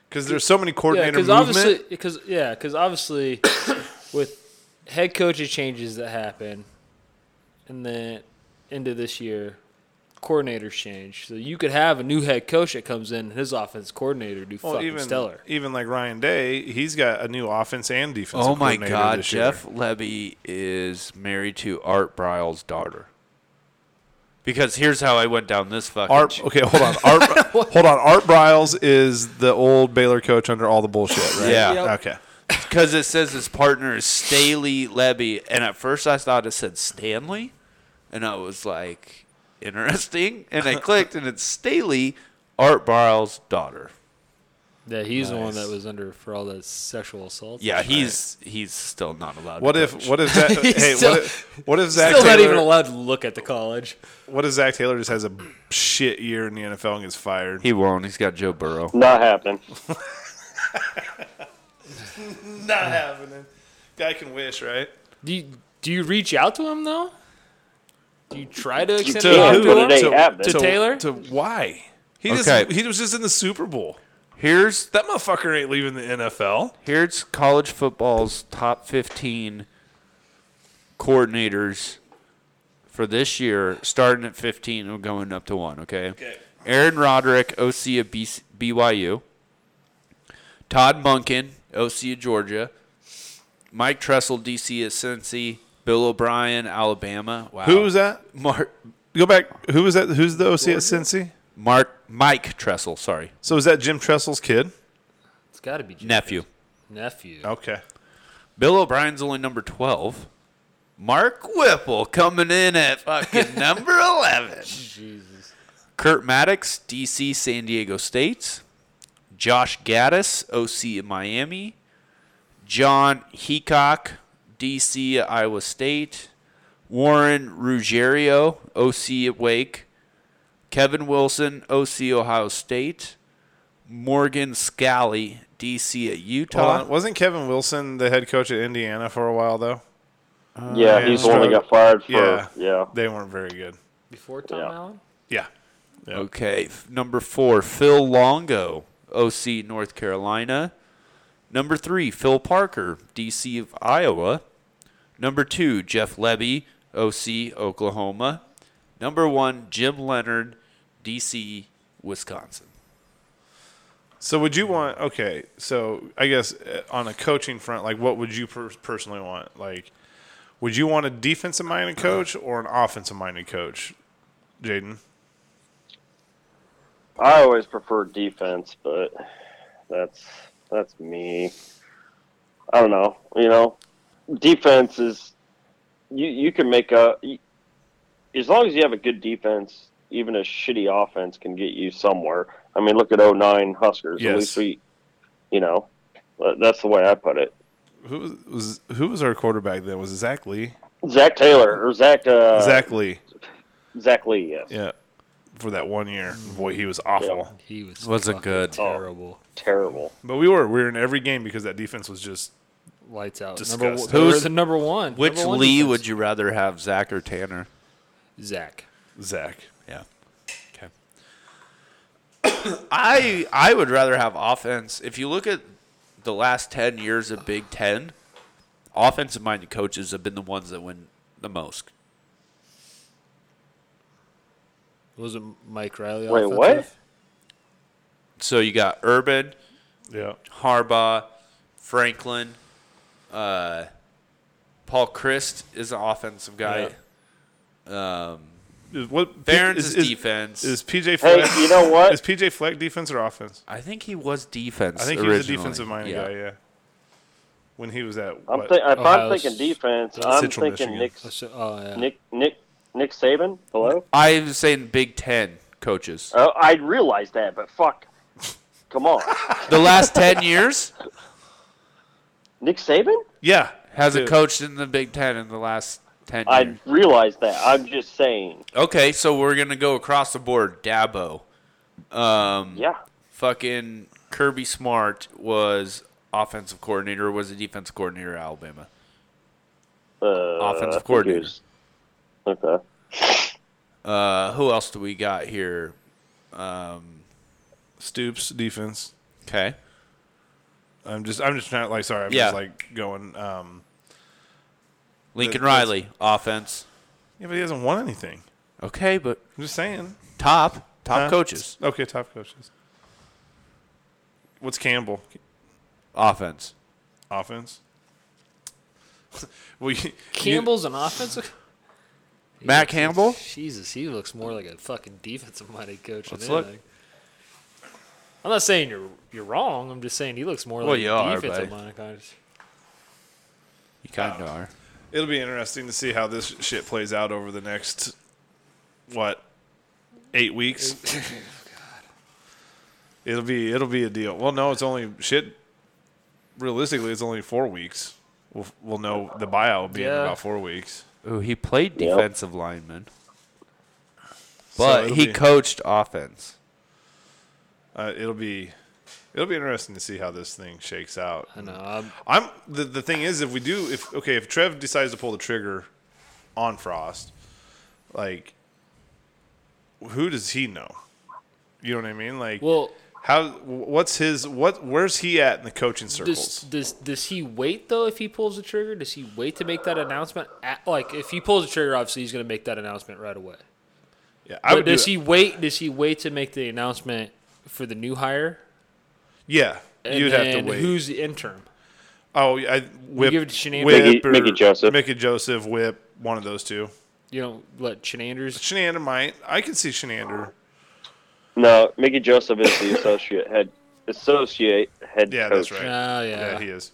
[SPEAKER 3] because there's so many
[SPEAKER 4] Yeah,
[SPEAKER 3] coordinator
[SPEAKER 4] because
[SPEAKER 3] movement.
[SPEAKER 4] obviously, because yeah, because obviously, with head coaches changes that happen, and then end of this year, coordinators change. So you could have a new head coach that comes in, and his offense coordinator do
[SPEAKER 3] well,
[SPEAKER 4] fucking
[SPEAKER 3] even
[SPEAKER 4] stellar.
[SPEAKER 3] even like Ryan Day, he's got a new offense and defense.
[SPEAKER 1] Oh my God, Jeff Levy is married to Art Briles' daughter. Because here's how I went down this fucking.
[SPEAKER 3] Art,
[SPEAKER 1] ch-
[SPEAKER 3] okay, hold on. Art, hold on. Art Briles is the old Baylor coach under all the bullshit, right?
[SPEAKER 1] Yeah.
[SPEAKER 4] Yep.
[SPEAKER 3] Okay.
[SPEAKER 1] because it says his partner is Staley Levy, and at first I thought it said Stanley, and I was like, interesting, and I clicked, and it's Staley, Art Barles' daughter.
[SPEAKER 4] Yeah, he's the one
[SPEAKER 3] Nice.
[SPEAKER 4] that was under for all the sexual assault.
[SPEAKER 1] Yeah, he's he's still not allowed.
[SPEAKER 3] What
[SPEAKER 1] to
[SPEAKER 3] if
[SPEAKER 1] coach.
[SPEAKER 3] what if that?
[SPEAKER 4] He's
[SPEAKER 3] hey,
[SPEAKER 4] still-
[SPEAKER 3] what if what if Zach
[SPEAKER 4] still not
[SPEAKER 3] Taylor-
[SPEAKER 4] even allowed to look at the college.
[SPEAKER 3] what if Zach Taylor just has a shit year in the NFL and gets fired?
[SPEAKER 1] he won't? He's got Joe Burrow.
[SPEAKER 2] Not happening.
[SPEAKER 3] Not happening. Guy can wish, right?
[SPEAKER 4] Do you, do you reach out to him though? Do you try to extend
[SPEAKER 2] To
[SPEAKER 4] an
[SPEAKER 2] who?
[SPEAKER 4] offer to
[SPEAKER 2] But
[SPEAKER 4] him?
[SPEAKER 2] it ain't happening.
[SPEAKER 4] To Taylor?
[SPEAKER 3] To why? He just
[SPEAKER 1] Okay.
[SPEAKER 3] he was just in the Super Bowl.
[SPEAKER 1] Here's
[SPEAKER 3] That motherfucker ain't leaving the NFL.
[SPEAKER 1] here's college football's top 15 coordinators for this year, starting at 15 and going up to one. Okay.
[SPEAKER 3] Okay.
[SPEAKER 1] Aaron Roderick, OC of B- BYU. Todd Munkin, OC of Georgia. Mike Tressel, DC of Cincy. Bill O'Brien, Alabama. Wow.
[SPEAKER 3] Who was that?
[SPEAKER 1] Mark?
[SPEAKER 3] Go back. Who was that? Who's the OC at Cincy?
[SPEAKER 1] Mark Mike Tressel, sorry,
[SPEAKER 3] So is that Jim Tressel's kid?
[SPEAKER 4] It's got to be Jim.
[SPEAKER 1] nephew.
[SPEAKER 4] Nephew.
[SPEAKER 3] Okay.
[SPEAKER 1] Bill O'Brien's only number 12. Mark Whipple coming in at fucking number 11.
[SPEAKER 4] Jesus.
[SPEAKER 1] Kurt Maddox, DC, San Diego State. Josh Gaddis, OC of Miami. John Heacock, DC, of Iowa State. Warren Ruggiero, OC at Wake. Kevin Wilson, OC, Ohio State. Morgan Scally, DC at
[SPEAKER 3] Hold
[SPEAKER 1] Utah.
[SPEAKER 3] on. Wasn't Kevin Wilson the head coach at Indiana for a while though?
[SPEAKER 2] yeah,
[SPEAKER 3] yeah,
[SPEAKER 2] he's the one that
[SPEAKER 3] Stroud.
[SPEAKER 2] got fired for
[SPEAKER 3] Yeah.
[SPEAKER 2] yeah.
[SPEAKER 3] They weren't very good.
[SPEAKER 4] Before Tom
[SPEAKER 2] Yeah.
[SPEAKER 4] Allen?
[SPEAKER 3] Yeah. Yep.
[SPEAKER 1] Okay. f- Number four, Phil Longo, OC North Carolina. Number three, Phil Parker, DC of Iowa. Number two, Jeff Levy, OC Oklahoma. Number one, Jim Leonard, DC Wisconsin.
[SPEAKER 3] So would you want? Okay, so I guess uh, on a coaching front, like what would you per- personally want? Like, would you want a defensive minded coach or an offensive minded coach, Jaden?
[SPEAKER 2] I always prefer defense, but that's that's me. I don't know. You know, defense is you you can make a as long as you have a good defense, even a shitty offense can get you somewhere. I mean, look at 09 Huskers.
[SPEAKER 3] Yes.
[SPEAKER 2] At least we, you know, that- that's the way I put it.
[SPEAKER 3] Who was- was who was our quarterback then? Was it Zach Lee?
[SPEAKER 2] Zach Taylor or Zach uh,
[SPEAKER 3] Zach Lee.
[SPEAKER 2] Zach Lee. Yes.
[SPEAKER 3] Yeah. For that one year, boy, he was awful.
[SPEAKER 2] Yeah.
[SPEAKER 4] He was
[SPEAKER 1] Wasn't
[SPEAKER 4] fucking
[SPEAKER 1] good.
[SPEAKER 2] Oh.
[SPEAKER 4] Terrible.
[SPEAKER 2] Terrible.
[SPEAKER 3] But we were we were in every game because that defense was just
[SPEAKER 4] Lights out. Number
[SPEAKER 3] Disgusting.
[SPEAKER 4] one, they were
[SPEAKER 1] Who's-
[SPEAKER 4] the number one?
[SPEAKER 1] Which
[SPEAKER 4] number one
[SPEAKER 1] Lee
[SPEAKER 4] defense.
[SPEAKER 1] would you rather have, Zach or Tanner?
[SPEAKER 4] Zach.
[SPEAKER 3] Zach.
[SPEAKER 1] Yeah. Okay. I I would rather have offense. If you look at the last ten years of Big Ten, offensive minded coaches have been the ones that win the most.
[SPEAKER 4] Was it Mike Riley?
[SPEAKER 2] Wait,
[SPEAKER 4] offensive?
[SPEAKER 2] what?
[SPEAKER 1] So you got Urban,
[SPEAKER 3] Yeah.
[SPEAKER 1] Harbaugh, Franklin, uh, Paul Christ is an offensive guy.
[SPEAKER 3] Is what
[SPEAKER 1] Barron's
[SPEAKER 3] is,
[SPEAKER 1] is,
[SPEAKER 3] is-
[SPEAKER 1] defense.
[SPEAKER 3] Is PJ
[SPEAKER 2] Hey,
[SPEAKER 3] Fleck?
[SPEAKER 2] you know what?
[SPEAKER 3] Is PJ Fleck defense or offense?
[SPEAKER 1] I think he was defense.
[SPEAKER 3] I think he
[SPEAKER 1] originally.
[SPEAKER 3] was a defensive minded
[SPEAKER 1] yeah.
[SPEAKER 3] guy. Yeah. When he was at
[SPEAKER 2] I'm
[SPEAKER 3] what?
[SPEAKER 2] thi- if I'm
[SPEAKER 4] Ohio's-
[SPEAKER 2] thinking defense, I'm
[SPEAKER 3] Central
[SPEAKER 2] thinking
[SPEAKER 3] Michigan.
[SPEAKER 2] Nick,
[SPEAKER 4] Let's- oh, yeah.
[SPEAKER 2] Nick, Nick, Nick Saban. Hello.
[SPEAKER 1] I was saying Big Ten coaches.
[SPEAKER 2] Oh, I realized that, but fuck, come on,
[SPEAKER 1] The last ten years
[SPEAKER 2] Nick Saban.
[SPEAKER 3] yeah.
[SPEAKER 1] hasn't
[SPEAKER 3] Dude.
[SPEAKER 1] coached in the Big Ten in the last ten
[SPEAKER 2] I
[SPEAKER 1] years.
[SPEAKER 2] realized that. I'm just saying.
[SPEAKER 1] Okay, so we're gonna go across the board. Dabo,
[SPEAKER 3] Mm.
[SPEAKER 1] um,
[SPEAKER 2] Yeah.
[SPEAKER 1] fucking Kirby Smart was offensive coordinator. Was a defensive coordinator at Alabama.
[SPEAKER 2] Uh,
[SPEAKER 1] Offensive
[SPEAKER 2] I think he
[SPEAKER 1] coordinator.
[SPEAKER 2] was- Okay.
[SPEAKER 1] Uh, who else do we got here? Um,
[SPEAKER 3] Stoops defense.
[SPEAKER 1] okay,
[SPEAKER 3] I'm just I'm just not like sorry. I'm
[SPEAKER 1] Yeah.
[SPEAKER 3] just like going. Um,
[SPEAKER 1] Lincoln
[SPEAKER 3] That- that's-
[SPEAKER 1] Riley offense.
[SPEAKER 3] yeah, but he hasn't won anything.
[SPEAKER 1] Okay, but
[SPEAKER 3] I'm just saying.
[SPEAKER 1] top top
[SPEAKER 3] Huh?
[SPEAKER 1] coaches
[SPEAKER 3] Okay, top coaches. What's Campbell
[SPEAKER 1] offense.
[SPEAKER 3] offense? well, you- you-
[SPEAKER 4] Campbell's an offensive.
[SPEAKER 1] Matt Campbell.
[SPEAKER 4] Jesus, he looks more like a fucking defensive-minded coach
[SPEAKER 1] Let's
[SPEAKER 4] than
[SPEAKER 1] look.
[SPEAKER 4] anything. I'm not saying you're you're wrong. I'm just saying he looks more
[SPEAKER 1] Well,
[SPEAKER 4] like
[SPEAKER 1] you
[SPEAKER 4] a
[SPEAKER 1] are,
[SPEAKER 4] defensive-minded coach.
[SPEAKER 1] You kind of are.
[SPEAKER 3] it'll be interesting to see how this shit plays out over the next what eight weeks. Oh, It'll be it'll be a deal. Well, no, it's only shit. Realistically, it's only four weeks. We'll we'll know the buyout will be in
[SPEAKER 4] Yeah.
[SPEAKER 3] about four weeks.
[SPEAKER 1] Ooh, he played
[SPEAKER 2] Yep.
[SPEAKER 1] defensive lineman,
[SPEAKER 3] So
[SPEAKER 1] but
[SPEAKER 3] it'll
[SPEAKER 1] he
[SPEAKER 3] be-
[SPEAKER 1] coached offense.
[SPEAKER 3] uh, it'll be it'll be interesting to see how this thing shakes out.
[SPEAKER 4] I know. um, I'm-
[SPEAKER 3] I'm the, the thing is if we do if okay if Trev decides to pull the trigger on Frost, like who does he know? You know what I mean? Like
[SPEAKER 4] well,
[SPEAKER 3] how what's his what where's he at in the coaching circles?
[SPEAKER 4] does, does does he wait though if he pulls the trigger? Does he wait to make that announcement? At, like if he pulls the trigger, obviously he's going to make that announcement right away.
[SPEAKER 3] yeah,
[SPEAKER 4] But
[SPEAKER 3] I would do
[SPEAKER 4] does
[SPEAKER 3] that.
[SPEAKER 4] he wait? Does he wait to make the announcement for the new hire?
[SPEAKER 3] Yeah,
[SPEAKER 4] And
[SPEAKER 3] you'd have to
[SPEAKER 4] then
[SPEAKER 3] wait.
[SPEAKER 4] Who's the interim?
[SPEAKER 3] oh, yeah, I whip,
[SPEAKER 4] give it to Shenander?
[SPEAKER 3] whip
[SPEAKER 2] Mickey-
[SPEAKER 3] or-
[SPEAKER 2] Mickey Joseph.
[SPEAKER 3] Mickey Joseph, whip one of those two.
[SPEAKER 4] You don't let Chenanders.
[SPEAKER 3] Shenander might. I can see Shenander.
[SPEAKER 2] No, Mickey Joseph is the associate head associate head
[SPEAKER 3] Yeah, that's
[SPEAKER 2] coach.
[SPEAKER 3] right.
[SPEAKER 4] Oh
[SPEAKER 3] Yeah,
[SPEAKER 4] yeah.
[SPEAKER 3] he is.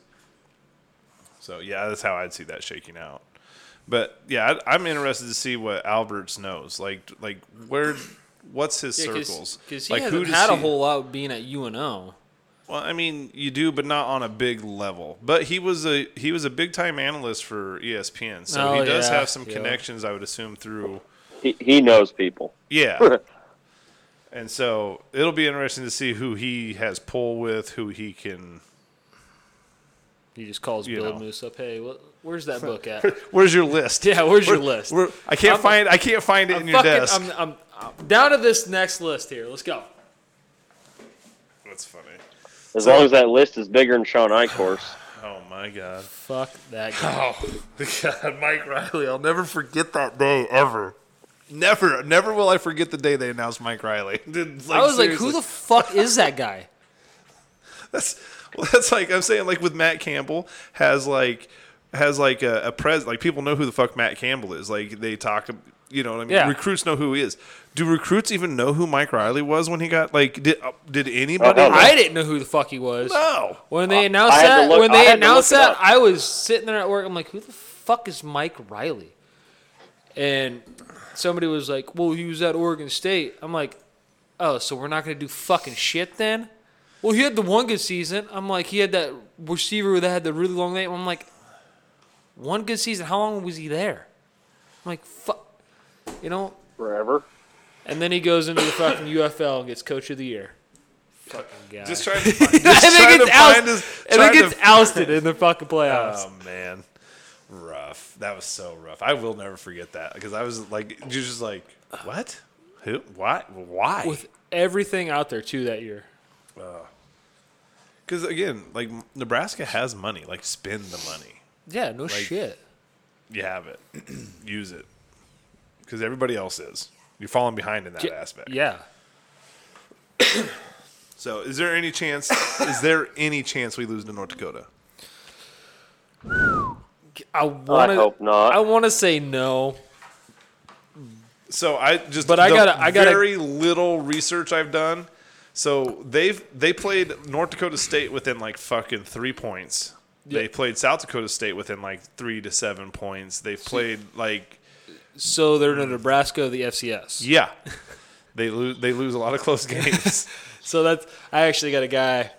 [SPEAKER 3] So yeah, that's how I'd see that shaking out. But yeah, I, I'm interested to see what Alberts knows. Like, like where, what's his circles?
[SPEAKER 4] Because he
[SPEAKER 3] like,
[SPEAKER 4] hasn't
[SPEAKER 3] does
[SPEAKER 4] had a
[SPEAKER 3] he-
[SPEAKER 4] whole lot being at UNO.
[SPEAKER 3] Well, I mean, you do, but not on a big level. But he was a he was a big time analyst for E ESPN, so
[SPEAKER 4] Oh,
[SPEAKER 3] he does
[SPEAKER 4] yeah,
[SPEAKER 3] have some
[SPEAKER 4] yeah.
[SPEAKER 3] connections. I would assume through
[SPEAKER 2] He, he knows people.
[SPEAKER 3] yeah. and so it'll be interesting to see who he has pull with, who he can.
[SPEAKER 4] He just calls
[SPEAKER 3] You
[SPEAKER 4] Bill
[SPEAKER 3] know.
[SPEAKER 4] Moose up. Hey, wh- where's that book at?
[SPEAKER 3] Where's your list?
[SPEAKER 4] yeah, where's your
[SPEAKER 3] Where-
[SPEAKER 4] list?
[SPEAKER 3] where- I can't
[SPEAKER 4] I'm-
[SPEAKER 3] find. I can't find it in your
[SPEAKER 4] Fucking-
[SPEAKER 3] desk.
[SPEAKER 4] I'm, I'm, I'm down to this next list here. Let's go.
[SPEAKER 3] That's funny.
[SPEAKER 2] As long as that list is bigger than Sean Eichhorst.
[SPEAKER 3] Oh my god.
[SPEAKER 4] Fuck that guy.
[SPEAKER 3] God, Mike Riley. I'll never forget that day ever. Never, never will I forget the day they announced Mike Riley. Dude, like,
[SPEAKER 4] I was like,
[SPEAKER 3] seriously.
[SPEAKER 4] who the fuck is that guy?
[SPEAKER 3] that's well, that's like I'm saying like with Matt Campbell has like has like a, a pres like people know who the fuck Matt Campbell is. Like they talk, you know what I mean.
[SPEAKER 4] Yeah.
[SPEAKER 3] Recruits know who he is. Do recruits even know who Mike Riley was when he got like? Did uh, did anybody?
[SPEAKER 2] hell no.
[SPEAKER 4] I didn't know who the fuck he was.
[SPEAKER 3] no.
[SPEAKER 4] When they announced
[SPEAKER 2] I had to
[SPEAKER 4] that,
[SPEAKER 2] look-
[SPEAKER 4] when
[SPEAKER 2] I had
[SPEAKER 4] they
[SPEAKER 2] to
[SPEAKER 4] announced
[SPEAKER 2] look it
[SPEAKER 4] that,
[SPEAKER 2] up.
[SPEAKER 4] I was sitting there at work. I'm like, who the fuck is Mike Riley? And somebody was like, well, he was at Oregon State. I'm like, oh, so we're not gonna do fucking shit then? Well, he had the one good season. I'm like, he had that receiver that had the really long name. I'm like, one good season. How long was he there? I'm like, fuck, you know.
[SPEAKER 2] Forever.
[SPEAKER 4] And then he goes into the fucking UFL and gets coach of the year. Fucking god.
[SPEAKER 3] Just trying to find,
[SPEAKER 4] and
[SPEAKER 3] just
[SPEAKER 4] then
[SPEAKER 3] trying to
[SPEAKER 4] gets
[SPEAKER 3] find
[SPEAKER 4] ousted.
[SPEAKER 3] his.
[SPEAKER 4] and then
[SPEAKER 3] trying to
[SPEAKER 4] gets ousted in the fucking playoffs.
[SPEAKER 3] Oh man, rough. That was so rough. I will never forget that because I was like, you're just like, what? Who? Why? Why?
[SPEAKER 4] With everything out there too that year.
[SPEAKER 3] Because again, like Nebraska has money. Like spend the money.
[SPEAKER 4] Yeah, no shit.
[SPEAKER 3] You have it. Use it. Because everybody else is. You're falling behind in that aspect.
[SPEAKER 4] Yeah.
[SPEAKER 3] So, is there any chance? is there any chance we lose to North Dakota?
[SPEAKER 4] I want to.
[SPEAKER 2] hope not.
[SPEAKER 4] I want to say no.
[SPEAKER 3] So I just
[SPEAKER 4] But I
[SPEAKER 3] the
[SPEAKER 4] gotta- I gotta-
[SPEAKER 3] very little research I've done. So they've they played North Dakota State within like fucking three points. They
[SPEAKER 4] Yeah.
[SPEAKER 3] played South Dakota State within like three to seven points. They've played like
[SPEAKER 4] So they're the Nebraska of the FCS.
[SPEAKER 3] yeah, they lose they lose a lot of close games.
[SPEAKER 4] So that's I actually got a guy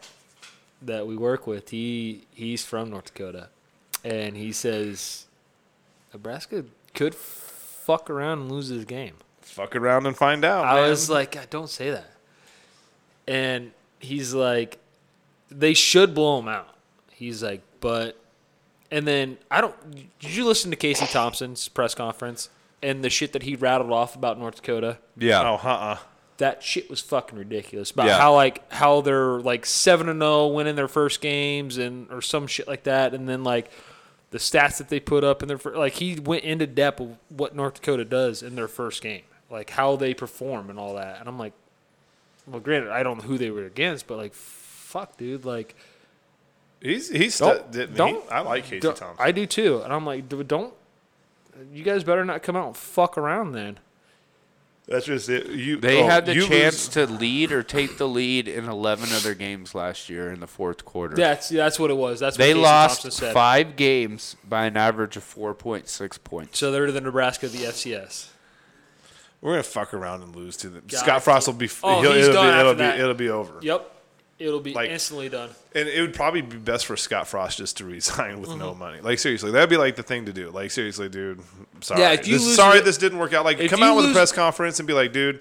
[SPEAKER 4] that we work with. He he's from North Dakota, and he says Nebraska could fuck around and lose this game.
[SPEAKER 3] Fuck around and find out.
[SPEAKER 4] I
[SPEAKER 3] man.
[SPEAKER 4] was like, God, don't say that. And he's like, they should blow him out. He's like, but, and then I don't. Did you listen to Casey Thompson's press conference and the shit that he rattled off about North Dakota?
[SPEAKER 1] Yeah.
[SPEAKER 3] oh, uh-uh.
[SPEAKER 4] that shit was fucking ridiculous about
[SPEAKER 1] Yeah.
[SPEAKER 4] how like how they're like 7 and 0 winning their first games and or some shit like that and then like the stats that they put up in their fir- like he went into depth of what North Dakota does in their first game like how they perform and all that and I'm like well granted I don't know who they were against but like fuck dude like
[SPEAKER 3] He's he's
[SPEAKER 4] Don't-
[SPEAKER 3] stu- he-
[SPEAKER 4] don't-
[SPEAKER 3] I like Casey
[SPEAKER 4] don't-
[SPEAKER 3] Thompson.
[SPEAKER 4] I do too and I'm like "D- don't you guys better not come out and fuck around then
[SPEAKER 3] That's just it. You
[SPEAKER 1] They
[SPEAKER 3] oh,
[SPEAKER 1] had the
[SPEAKER 3] you lose-
[SPEAKER 1] chance to lead or take the lead in 11 of their games last year in the fourth quarter.
[SPEAKER 4] that's that's what it was that's
[SPEAKER 1] They
[SPEAKER 4] what Casey Thompson
[SPEAKER 1] lost
[SPEAKER 4] said.
[SPEAKER 1] five games by an average of 4.6 points.
[SPEAKER 4] so they're the Nebraska of the FCS
[SPEAKER 3] We're gonna fuck around and lose to them.
[SPEAKER 4] God.
[SPEAKER 3] Scott Frost will be. f-
[SPEAKER 4] Oh,
[SPEAKER 3] he'll-
[SPEAKER 4] he's
[SPEAKER 3] it'll
[SPEAKER 4] done
[SPEAKER 3] be,
[SPEAKER 4] after
[SPEAKER 3] it'll be
[SPEAKER 4] that.
[SPEAKER 3] it'll be over.
[SPEAKER 4] Yep. It'll be
[SPEAKER 3] Like-
[SPEAKER 4] instantly done.
[SPEAKER 3] And it would probably be best for Scott Frost just to resign with
[SPEAKER 4] Mm-hmm.
[SPEAKER 3] no money. Like seriously, that'd be like the thing to do. Like seriously, dude. Sorry.
[SPEAKER 4] Yeah, if you
[SPEAKER 3] this,
[SPEAKER 4] lose
[SPEAKER 3] sorry
[SPEAKER 4] the-
[SPEAKER 3] this didn't work out. Like
[SPEAKER 4] if
[SPEAKER 3] come
[SPEAKER 4] you
[SPEAKER 3] out with a
[SPEAKER 4] lose-
[SPEAKER 3] press conference and be like, dude,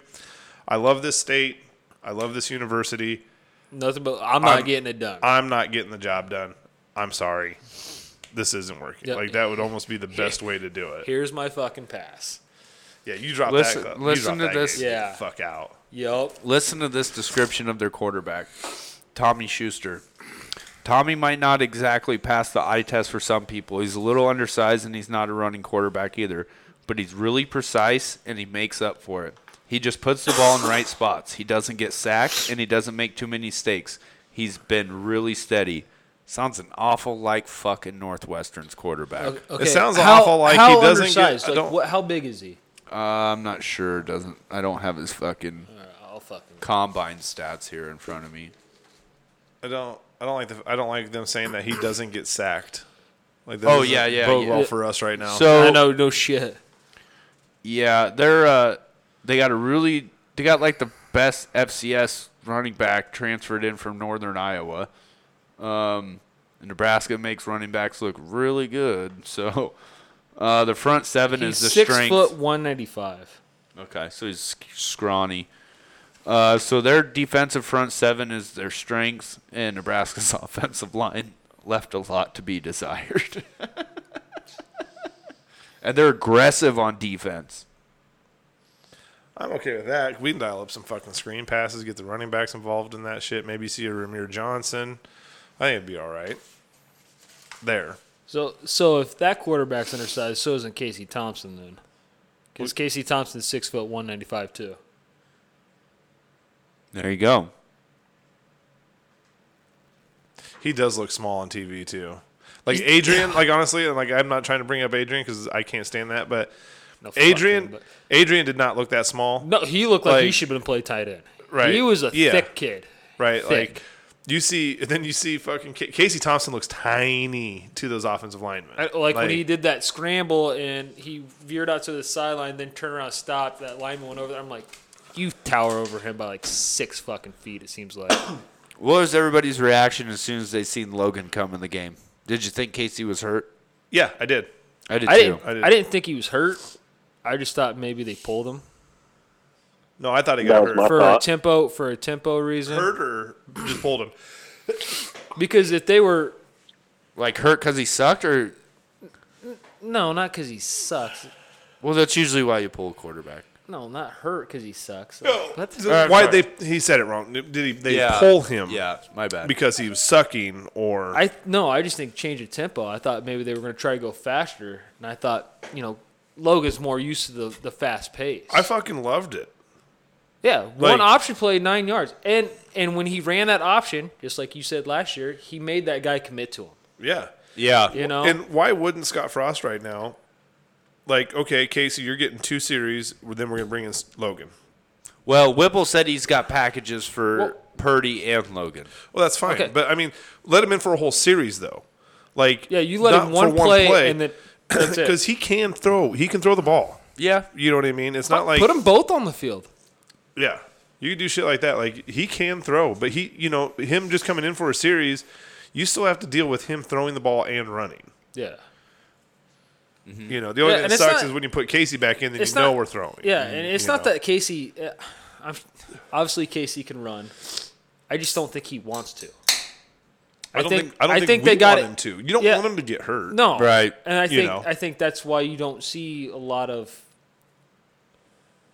[SPEAKER 3] I love this state. I love this university.
[SPEAKER 4] Nothing but I'm not
[SPEAKER 3] I'm-
[SPEAKER 4] getting it done.
[SPEAKER 3] I'm not getting the job done. I'm sorry. This isn't working.
[SPEAKER 4] Yep.
[SPEAKER 3] Like that would almost be the best way to do it.
[SPEAKER 4] Here's my fucking pass.
[SPEAKER 3] Yeah, you drop
[SPEAKER 1] Listen-
[SPEAKER 3] that.
[SPEAKER 1] listen
[SPEAKER 3] you drop
[SPEAKER 1] to
[SPEAKER 3] that
[SPEAKER 1] this.
[SPEAKER 3] game,
[SPEAKER 4] Yeah.
[SPEAKER 3] Fuck out.
[SPEAKER 4] Yep.
[SPEAKER 1] Listen to this description of their quarterback, Tommy Schuster. Tommy might not exactly pass the eye test for some people. He's a little undersized and he's not a running quarterback either, but he's really precise and he makes up for it. He just puts the ball in the right spots. He doesn't get sacked and he doesn't make too many mistakes. He's been really steady. Sounds an awful like fucking Northwestern's quarterback.
[SPEAKER 3] okay. sounds awful like he doesn't get-
[SPEAKER 4] undersized?
[SPEAKER 3] I
[SPEAKER 4] Like,
[SPEAKER 3] don't-
[SPEAKER 4] what, how big is he?
[SPEAKER 1] Uh, I'm not sure. Doesn't I don't have his fucking
[SPEAKER 4] All right, I'll fucking.
[SPEAKER 1] combine stats here in front of me.
[SPEAKER 3] I don't. I don't like. The, I don't like them saying that he doesn't get sacked. Like that
[SPEAKER 1] Oh,
[SPEAKER 3] doesn't
[SPEAKER 1] yeah, yeah,
[SPEAKER 3] bode
[SPEAKER 1] yeah.
[SPEAKER 3] well for us right now.
[SPEAKER 1] So
[SPEAKER 4] I know, no shit.
[SPEAKER 1] Yeah, they're uh, they got a really they got like the best FCS running back transferred in from Northern Iowa. Um, Nebraska makes running backs look really good. So uh, the front seven
[SPEAKER 4] He's
[SPEAKER 1] is the
[SPEAKER 4] six
[SPEAKER 1] strength.
[SPEAKER 4] foot one ninety five.
[SPEAKER 1] Okay, so he's sc- scrawny. Uh, so their defensive front seven is their strength, and Nebraska's offensive line left a lot to be desired. and they're aggressive on defense.
[SPEAKER 3] I'm okay with that. We can dial up some fucking screen passes, get the running backs involved in that shit. Maybe see a Ramir Johnson. I think it'd be all right. There.
[SPEAKER 4] So, so if that quarterback's undersized, so isn't Casey Thompson then? Because Casey Thompson's six foot one ninety five too.
[SPEAKER 1] There you go.
[SPEAKER 3] He does look small on TV too. Like Adrian, like honestly, and like I'm not trying to bring up Adrian because I can't stand that, but
[SPEAKER 4] No, fuck him,
[SPEAKER 3] Adrian,
[SPEAKER 4] but-
[SPEAKER 3] Adrian did not look that small,
[SPEAKER 4] no, he looked like, he
[SPEAKER 3] Like-
[SPEAKER 4] should have been played tight end.
[SPEAKER 3] Right.
[SPEAKER 4] He was a
[SPEAKER 3] Yeah.
[SPEAKER 4] thick kid.
[SPEAKER 3] right?
[SPEAKER 4] Thick.
[SPEAKER 3] Like you see, then you see fucking Ca- Casey Thompson looks tiny to those offensive linemen.
[SPEAKER 4] I- like, when he did that scramble and he veered out to the sideline, then turned around, stopped. That lineman went over there. I'm like, you tower over him by like six fucking feet. It seems like.
[SPEAKER 1] What was everybody's reaction as soon as they seen Logan come in the game? Did you think Casey was hurt?
[SPEAKER 3] yeah, I did.
[SPEAKER 1] I did
[SPEAKER 4] I
[SPEAKER 1] too.
[SPEAKER 4] didn't.
[SPEAKER 3] I
[SPEAKER 4] I
[SPEAKER 3] did.
[SPEAKER 4] didn't. think he was hurt. I just thought maybe they pulled him
[SPEAKER 3] No, I thought he
[SPEAKER 2] That
[SPEAKER 3] got
[SPEAKER 2] was
[SPEAKER 3] hurt.
[SPEAKER 2] my-
[SPEAKER 4] for a
[SPEAKER 2] thought-
[SPEAKER 4] tempo for a tempo reason.
[SPEAKER 3] hurt or just pulled him.
[SPEAKER 4] Because if they were
[SPEAKER 1] like hurt because he sucked, or
[SPEAKER 4] no, not because he sucks.
[SPEAKER 1] well, that's usually why you pull a quarterback.
[SPEAKER 4] No, not hurt because he sucks.
[SPEAKER 3] No.
[SPEAKER 4] What?
[SPEAKER 1] Uh,
[SPEAKER 3] Why
[SPEAKER 1] sorry.
[SPEAKER 3] they? He said it wrong. Did he? They pull him
[SPEAKER 1] Yeah, my bad.
[SPEAKER 3] because he was sucking, or
[SPEAKER 4] I no, I just think change of tempo. I thought maybe they were going to try to go faster, and I thought you know Logan's more used to the the fast pace.
[SPEAKER 3] I fucking loved it.
[SPEAKER 4] Yeah, one
[SPEAKER 3] Like-
[SPEAKER 4] option play, nine yards, and and when he ran that option, just like you said last year, he made that guy commit to him.
[SPEAKER 3] Yeah.
[SPEAKER 1] Yeah.
[SPEAKER 4] You know,
[SPEAKER 3] And why wouldn't Scott Frost right now? Like, okay, Casey, you're getting two series. well, Then we're gonna bring in Logan.
[SPEAKER 1] Well, Whipple said he's got packages for
[SPEAKER 4] Well-
[SPEAKER 1] Purdy and Logan.
[SPEAKER 3] Well, that's fine.
[SPEAKER 4] Okay.
[SPEAKER 3] But I mean, let him in for a whole series though. Like,
[SPEAKER 4] yeah, you let
[SPEAKER 3] not
[SPEAKER 4] him
[SPEAKER 3] for
[SPEAKER 4] one play, and then that's it.
[SPEAKER 3] because he can throw. He can throw the ball.
[SPEAKER 1] Yeah.
[SPEAKER 3] You know what I mean? It's not like
[SPEAKER 4] Put them both on the field.
[SPEAKER 3] Yeah, you can do shit like that. Like he can throw, but he, you know, him just coming in for a series, you still have to deal with him throwing the ball and running.
[SPEAKER 4] Yeah.
[SPEAKER 1] Hmm.
[SPEAKER 3] You know, the only
[SPEAKER 4] Yeah,
[SPEAKER 3] thing
[SPEAKER 4] and
[SPEAKER 3] that
[SPEAKER 4] it's
[SPEAKER 3] sucks
[SPEAKER 4] not-
[SPEAKER 3] is when you put Casey back in, then you
[SPEAKER 4] It's
[SPEAKER 3] know
[SPEAKER 4] not-
[SPEAKER 3] we're throwing.
[SPEAKER 4] Yeah, and it's
[SPEAKER 3] Mm, you
[SPEAKER 4] not
[SPEAKER 3] know.
[SPEAKER 4] that Casey. Uh, I'm, obviously, Casey can run. I just don't think he wants to.
[SPEAKER 3] I don't
[SPEAKER 4] think-
[SPEAKER 3] think, I don't
[SPEAKER 4] I
[SPEAKER 3] think,
[SPEAKER 4] think
[SPEAKER 3] we
[SPEAKER 4] they got
[SPEAKER 3] want
[SPEAKER 4] it-
[SPEAKER 3] him to. You don't
[SPEAKER 4] yeah.
[SPEAKER 3] want him to get hurt.
[SPEAKER 4] No,
[SPEAKER 1] Right.
[SPEAKER 4] And I
[SPEAKER 3] You
[SPEAKER 4] think
[SPEAKER 3] know.
[SPEAKER 4] I think that's why you don't see a lot of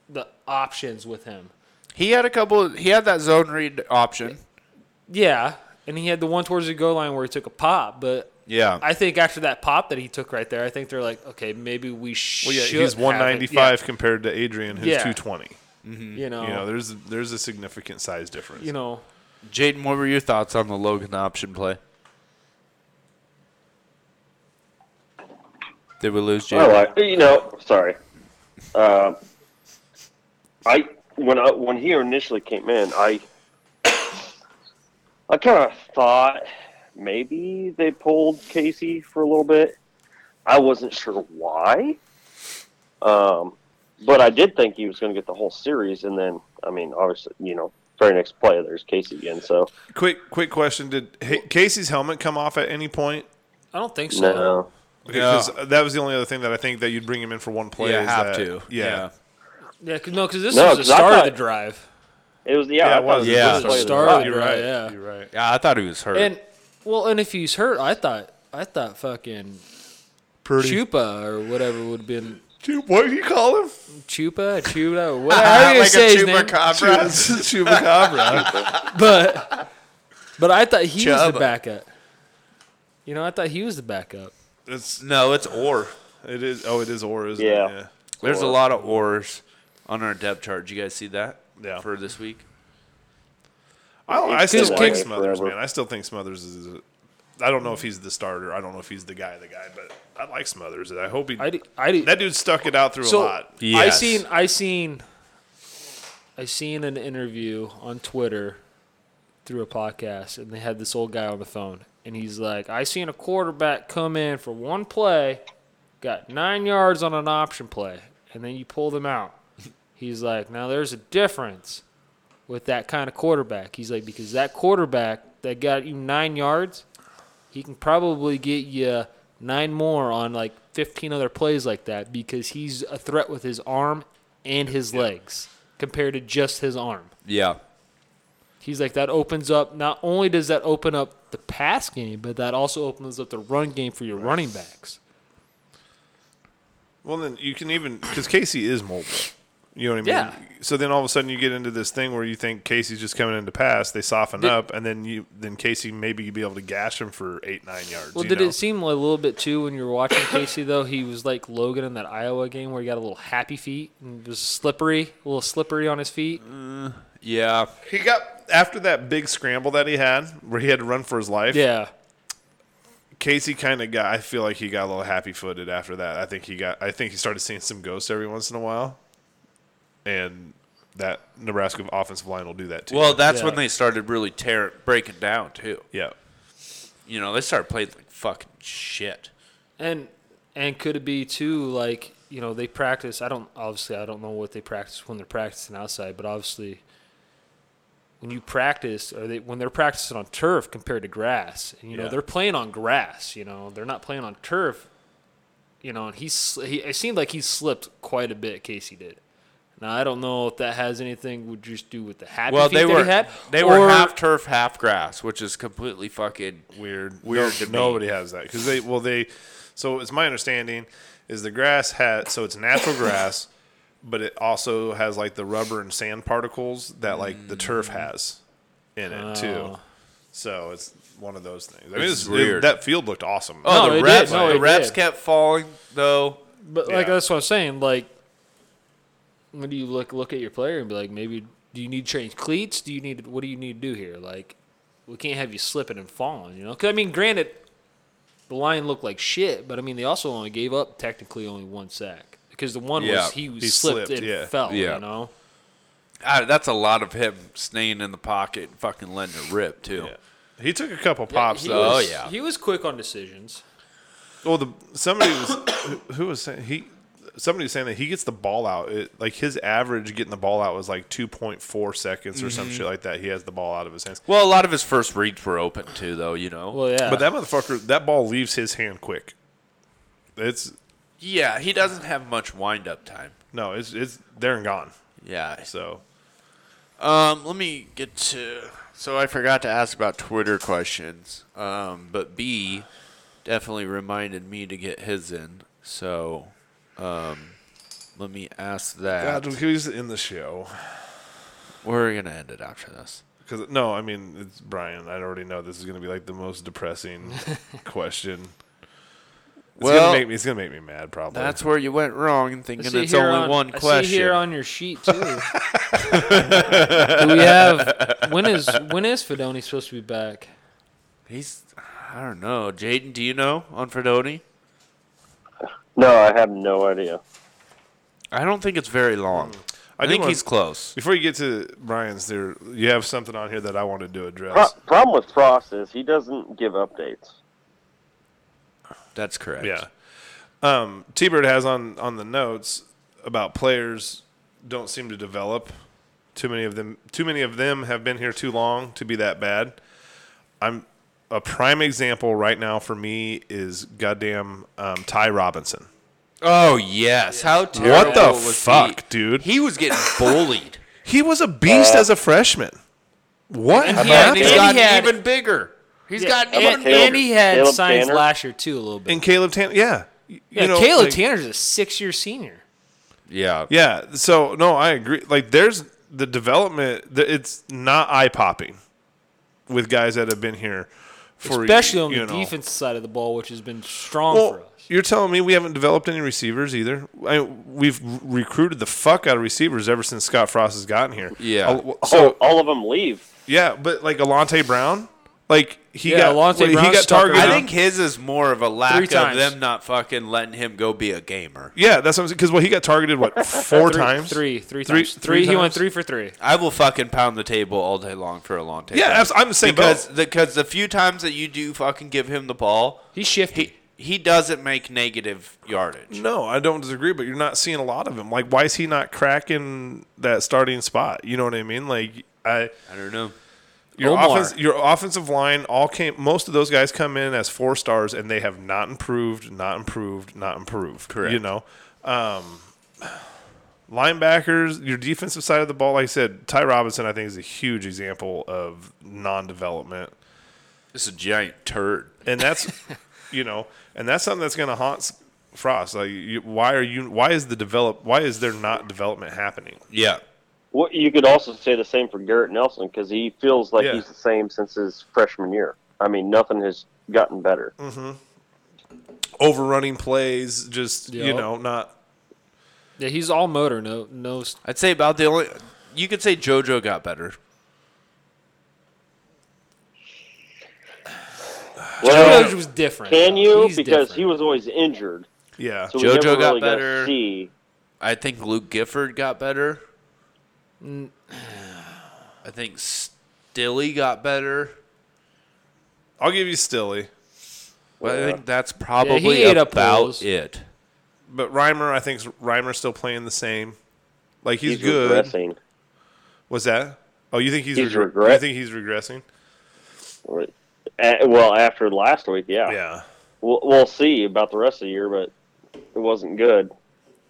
[SPEAKER 4] the options with him.
[SPEAKER 1] He had a couple. He had that zone read option.
[SPEAKER 4] Yeah, and he had the one towards the goal line where he took a pop, but
[SPEAKER 1] Yeah.
[SPEAKER 4] I think after that pop that he took right there, I think they're like, okay, maybe we should.
[SPEAKER 3] Well, yeah, he's
[SPEAKER 4] have it.
[SPEAKER 3] 195 compared to Adrian, who's
[SPEAKER 4] Yeah.
[SPEAKER 3] 220.
[SPEAKER 4] Yeah, you know,
[SPEAKER 3] You know, there's there's a significant size difference.
[SPEAKER 4] you know,
[SPEAKER 1] Jaden, what were your thoughts on the Logan option play? Did we lose Jaden?
[SPEAKER 2] I like you know. Sorry, Um I when I when he initially came in, I I kind of thought maybe they pulled Casey for a little bit. I wasn't sure why, um, but I did think he was going to get the whole series, and then I mean, obviously, you know, very next play there's Casey again. So
[SPEAKER 3] Quick quick question: Did H- Casey's helmet come off at any point?
[SPEAKER 4] I don't think so.
[SPEAKER 2] no,
[SPEAKER 3] Because that was the only other thing that I think that you'd bring him in for one play.
[SPEAKER 1] yeah,
[SPEAKER 3] is
[SPEAKER 1] have
[SPEAKER 3] that-
[SPEAKER 1] to.
[SPEAKER 3] yeah.
[SPEAKER 4] Yeah, 'cause- no, because this
[SPEAKER 2] No,
[SPEAKER 4] was the
[SPEAKER 2] 'cause I
[SPEAKER 4] start of
[SPEAKER 2] thought-
[SPEAKER 4] the drive.
[SPEAKER 2] it was yeah,
[SPEAKER 3] Yeah,
[SPEAKER 2] I
[SPEAKER 3] it
[SPEAKER 2] thought
[SPEAKER 3] was.
[SPEAKER 2] the
[SPEAKER 1] Yeah.
[SPEAKER 2] first play of the
[SPEAKER 4] Start of
[SPEAKER 2] drive.
[SPEAKER 4] the
[SPEAKER 3] You're
[SPEAKER 4] Right,
[SPEAKER 3] right.
[SPEAKER 4] yeah.
[SPEAKER 3] You're right.
[SPEAKER 1] Yeah, I thought he was hurt.
[SPEAKER 4] And well, and if he's hurt, I thought I thought fucking Chupa or whatever would have been
[SPEAKER 3] Chu- what do you call him?
[SPEAKER 4] Chupa, Chupa, or whatever. How are you gonna
[SPEAKER 1] like
[SPEAKER 4] say
[SPEAKER 1] a
[SPEAKER 4] his name?
[SPEAKER 1] chupacabra.
[SPEAKER 3] Chu- Chupacabra.
[SPEAKER 4] But but I thought he was
[SPEAKER 1] Chuba.
[SPEAKER 4] the backup. You know, I thought he was the backup.
[SPEAKER 3] it's
[SPEAKER 1] No, it's or.
[SPEAKER 3] it is. Oh, it is or isn't
[SPEAKER 2] Yeah.
[SPEAKER 3] it?
[SPEAKER 1] There's a lot of ors on our depth chart. Did you guys see that?
[SPEAKER 3] Yeah.
[SPEAKER 1] For this week.
[SPEAKER 3] I, I still
[SPEAKER 4] He's
[SPEAKER 3] like
[SPEAKER 4] kicked-
[SPEAKER 3] Smothers,
[SPEAKER 2] forever.
[SPEAKER 3] man. I still think Smothers is. A, I don't know if he's the starter. I don't know if he's the guy. The guy, but I like Smothers. and I hope he.
[SPEAKER 4] I do, I do.
[SPEAKER 3] that dude stuck it out through a lot.
[SPEAKER 4] I
[SPEAKER 1] Yes.
[SPEAKER 4] seen I seen I seen an interview on Twitter through a podcast and they had this old guy on the phone and he's like, I seen a quarterback come in for one play, got nine yards on an option play, and then you pull them out. He's like, Now there's a difference with that kind of quarterback. He's like, because that quarterback that got you nine yards, he can probably get you nine more on like 15 other plays like that because he's a threat with his arm and his legs compared to just his arm.
[SPEAKER 1] Yeah.
[SPEAKER 4] He's like, that opens up, not only does that open up the pass game, but that also opens up the run game for your running backs.
[SPEAKER 3] Well, then you can even because Casey is mobile. You know what I mean?
[SPEAKER 4] Yeah.
[SPEAKER 3] So then all of a sudden you get into this thing where you think Casey's just coming in to pass. They soften
[SPEAKER 4] Did-
[SPEAKER 3] up, and then you then Casey maybe you'd be able to gash him for eight nine yards.
[SPEAKER 4] Well,
[SPEAKER 3] you
[SPEAKER 4] did
[SPEAKER 3] know?
[SPEAKER 4] it seem a little bit too when you were watching Casey though? He was like Logan in that Iowa game where he got a little happy feet and was slippery, a little slippery on his feet.
[SPEAKER 1] Yeah.
[SPEAKER 3] He got after that big scramble that he had, where he had to run for his life.
[SPEAKER 4] Yeah,
[SPEAKER 3] Casey kind of got. I feel like he got a little happy footed after that. I think he got. I think he started seeing some ghosts every once in a while, and that Nebraska offensive line will do that too.
[SPEAKER 1] Well, that's when
[SPEAKER 4] Yeah.
[SPEAKER 1] they started really tearing, breaking down too.
[SPEAKER 3] yeah,
[SPEAKER 1] You know, they started playing like fucking shit.
[SPEAKER 4] and and could it be too like you know they practice? I don't obviously I don't know what they practice when they're practicing outside, but obviously when you practice or they when they're practicing on turf compared to grass, and, you know
[SPEAKER 3] Yeah.
[SPEAKER 4] they're playing on grass. You know they're not playing on turf. You know, and he's he. It seemed like he slipped quite a bit. Casey did. Now I don't know if that has anything would just do with the happy
[SPEAKER 1] Well,
[SPEAKER 4] feet
[SPEAKER 1] they
[SPEAKER 4] that
[SPEAKER 1] were
[SPEAKER 4] he had.
[SPEAKER 1] they were
[SPEAKER 4] or-
[SPEAKER 1] half turf, half grass, which is completely fucking
[SPEAKER 3] weird.
[SPEAKER 1] Weird to me.
[SPEAKER 3] nobody has that because they. Well, they. So it's my understanding is the grass had. So it's natural grass, but it also has like the rubber and sand particles that like the turf
[SPEAKER 1] Mm.
[SPEAKER 3] has in it too.
[SPEAKER 4] Oh.
[SPEAKER 3] So it's one of those things. I mean, it's,
[SPEAKER 1] is weird.
[SPEAKER 3] that field looked awesome.
[SPEAKER 1] Oh,
[SPEAKER 4] No, it
[SPEAKER 1] the
[SPEAKER 4] did.
[SPEAKER 1] reps,
[SPEAKER 4] No,
[SPEAKER 1] the
[SPEAKER 4] it
[SPEAKER 1] reps
[SPEAKER 4] did.
[SPEAKER 1] kept falling though.
[SPEAKER 4] But like
[SPEAKER 3] Yeah.
[SPEAKER 4] that's what I'm saying. Like, when do you look look at your player and be like, maybe do you need to change cleats? Do you need what do you need to do here? Like, we can't have you slipping and falling, you know? Because I mean, granted, the line looked like shit, but I mean, they also only gave up technically only one sack because the one
[SPEAKER 1] Yeah,
[SPEAKER 4] was he,
[SPEAKER 3] he
[SPEAKER 4] slipped,
[SPEAKER 3] slipped,
[SPEAKER 4] and
[SPEAKER 3] yeah.
[SPEAKER 4] fell,
[SPEAKER 1] Yeah.
[SPEAKER 4] you know?
[SPEAKER 1] Ah, that's a lot of him staying in the pocket and fucking letting it rip too.
[SPEAKER 3] He took a couple pops
[SPEAKER 4] he
[SPEAKER 3] though.
[SPEAKER 1] oh,
[SPEAKER 4] was-
[SPEAKER 1] yeah.
[SPEAKER 4] he was quick on decisions.
[SPEAKER 3] Well, the somebody was who- who was saying he somebody was saying that he gets the ball out. It, like his average getting the ball out was like two point four seconds or some
[SPEAKER 1] Mm-hmm.
[SPEAKER 3] shit like that. He has the ball out of his hands,
[SPEAKER 1] Well, a lot of his first reads were open too, though. You know.
[SPEAKER 4] Well, yeah,
[SPEAKER 3] but that motherfucker, that ball leaves his hand quick. It's
[SPEAKER 1] yeah, he doesn't have much wind up time.
[SPEAKER 3] no, it's it's there and gone.
[SPEAKER 1] Yeah.
[SPEAKER 3] So
[SPEAKER 1] Um, let me get to. So I forgot to ask about Twitter questions. Um, but B definitely reminded me to get his in. So, um, let me ask that.
[SPEAKER 3] God, who's in the show?
[SPEAKER 1] We're gonna end it after this.
[SPEAKER 3] Because no, I mean it's Brian. I already know this is gonna be like the most depressing question. It's
[SPEAKER 1] Well-
[SPEAKER 3] gonna make me. It's gonna make me mad. Probably.
[SPEAKER 1] That's where you went wrong in thinking
[SPEAKER 4] I see
[SPEAKER 1] it's
[SPEAKER 4] here
[SPEAKER 1] only
[SPEAKER 4] on-
[SPEAKER 1] one
[SPEAKER 4] I see here
[SPEAKER 1] question.
[SPEAKER 4] on your sheet too. Do we have when is when is Fedoni supposed to be back?
[SPEAKER 1] He's. I don't know. Jaden, do you know on Fredoni?
[SPEAKER 2] No, I have no idea.
[SPEAKER 1] I don't think it's very long. I,
[SPEAKER 3] I do
[SPEAKER 1] think
[SPEAKER 3] wanna-
[SPEAKER 1] he's close.
[SPEAKER 3] Before you get to Brian's, there you have something on here that I wanted to
[SPEAKER 2] Pro-
[SPEAKER 3] address.
[SPEAKER 2] problem with Frost is he doesn't give updates.
[SPEAKER 1] That's correct.
[SPEAKER 3] Yeah, um, T Bird has on on the notes about players don't seem to develop. Too many of them. Too many of them have been here too long to be that bad. I'm a prime example right now for me is goddamn um, Ty Robinson.
[SPEAKER 1] Oh yes. How terrible
[SPEAKER 3] What the
[SPEAKER 1] was
[SPEAKER 3] fuck,
[SPEAKER 1] he?
[SPEAKER 3] dude? Uh,
[SPEAKER 1] He was getting bullied.
[SPEAKER 3] Oh, He was a beast as a freshman. What?
[SPEAKER 1] And,
[SPEAKER 2] about
[SPEAKER 1] he's
[SPEAKER 2] Caleb?
[SPEAKER 1] gotten
[SPEAKER 4] He had-
[SPEAKER 1] even bigger. He's gotten
[SPEAKER 2] How about
[SPEAKER 1] even.
[SPEAKER 2] Caleb?
[SPEAKER 4] And he had
[SPEAKER 2] Caleb
[SPEAKER 4] signs
[SPEAKER 2] Tanner?
[SPEAKER 4] last year too a little bit.
[SPEAKER 3] and Caleb Tan, yeah, You
[SPEAKER 4] yeah,
[SPEAKER 3] know,
[SPEAKER 4] Caleb
[SPEAKER 3] like-
[SPEAKER 4] Tanner's a six-year senior.
[SPEAKER 1] Yeah.
[SPEAKER 3] Yeah. So no, I agree. Like there's the development. the- It's not eye popping with guys that have been here for
[SPEAKER 4] Especially on
[SPEAKER 3] you
[SPEAKER 4] the
[SPEAKER 3] know.
[SPEAKER 4] defense side of the ball, which has been strong for
[SPEAKER 3] Well,
[SPEAKER 4] us.
[SPEAKER 3] you're telling me we haven't developed any receivers either. I, we've recruited the fuck out of receivers ever since Scott Frost has gotten here.
[SPEAKER 1] Yeah.
[SPEAKER 3] Al- So
[SPEAKER 2] all, all of them leave.
[SPEAKER 3] yeah, but like Alante Brown, like he
[SPEAKER 4] Yeah,
[SPEAKER 3] got
[SPEAKER 4] Alante
[SPEAKER 3] like,
[SPEAKER 4] Brown
[SPEAKER 3] he got
[SPEAKER 4] stuck
[SPEAKER 3] targeted.
[SPEAKER 1] I
[SPEAKER 4] around.
[SPEAKER 1] think his is more of a lack
[SPEAKER 4] Three
[SPEAKER 1] of
[SPEAKER 4] times.
[SPEAKER 1] them not fucking letting him go be a gamer.
[SPEAKER 3] Yeah, that's what I'm saying. Because well, he got targeted what four times?
[SPEAKER 4] Three, three,
[SPEAKER 3] Three-
[SPEAKER 4] times.
[SPEAKER 3] three
[SPEAKER 4] Three. He went
[SPEAKER 3] times?
[SPEAKER 4] three for three.
[SPEAKER 1] I will fucking pound the table all day long for a long time.
[SPEAKER 3] Yeah, abs- I'm the same
[SPEAKER 1] because
[SPEAKER 3] boat.
[SPEAKER 1] because the few times that you do fucking give him the ball,
[SPEAKER 4] He shifted.
[SPEAKER 1] he he doesn't make negative yardage.
[SPEAKER 3] No, I don't disagree, but you're not seeing a lot of him. Like, why is he not cracking that starting spot? You know what I mean? Like, I
[SPEAKER 1] I don't know.
[SPEAKER 3] your
[SPEAKER 4] Omar.
[SPEAKER 3] offense, your offensive line all came. Most of those guys come in as four stars, and they have not improved, not improved, not improved.
[SPEAKER 1] Correct.
[SPEAKER 3] You know, um, linebackers, your defensive side of the ball. Like I said, Ty Robinson, I think, is a huge example of non-development.
[SPEAKER 1] This is a giant turd.
[SPEAKER 3] and that's you know and that's something that's going to haunt S- frost like you, why are you why is the develop why is there not development happening
[SPEAKER 1] Yeah.
[SPEAKER 2] Well, you could also say the same for Garrett Nelson because he feels like
[SPEAKER 3] Yeah.
[SPEAKER 2] he's the same since his freshman year. I mean, nothing has gotten better.
[SPEAKER 3] overrunning plays just you
[SPEAKER 4] Yep.
[SPEAKER 3] know not
[SPEAKER 4] Yeah, he's all motor. No, no. s-
[SPEAKER 1] I'd say about the only you could say JoJo got better.
[SPEAKER 3] Oh.
[SPEAKER 2] Well,
[SPEAKER 4] George was different.
[SPEAKER 2] can you?
[SPEAKER 4] He's
[SPEAKER 2] Because he
[SPEAKER 4] different.
[SPEAKER 2] was always injured,
[SPEAKER 3] yeah
[SPEAKER 2] so
[SPEAKER 1] JoJo
[SPEAKER 2] we never
[SPEAKER 1] got
[SPEAKER 2] really got
[SPEAKER 1] better.
[SPEAKER 2] to see.
[SPEAKER 1] I think Luke Gifford got better. I think Stilly got better.
[SPEAKER 3] i'll give you stilly
[SPEAKER 1] But I
[SPEAKER 2] Yeah.
[SPEAKER 1] think that's probably
[SPEAKER 4] he ate up
[SPEAKER 1] about
[SPEAKER 4] holes.
[SPEAKER 1] it.
[SPEAKER 3] but reimer i think reimer's still playing the same like he's,
[SPEAKER 2] He's
[SPEAKER 3] good
[SPEAKER 2] regressing.
[SPEAKER 3] was that oh you think he's,
[SPEAKER 2] He's
[SPEAKER 3] regre-
[SPEAKER 2] regret-
[SPEAKER 3] you think he's regressing
[SPEAKER 2] Right. A- Well, after last week, yeah.
[SPEAKER 3] yeah
[SPEAKER 2] We'll, we'll see about the rest of the year, but it wasn't good.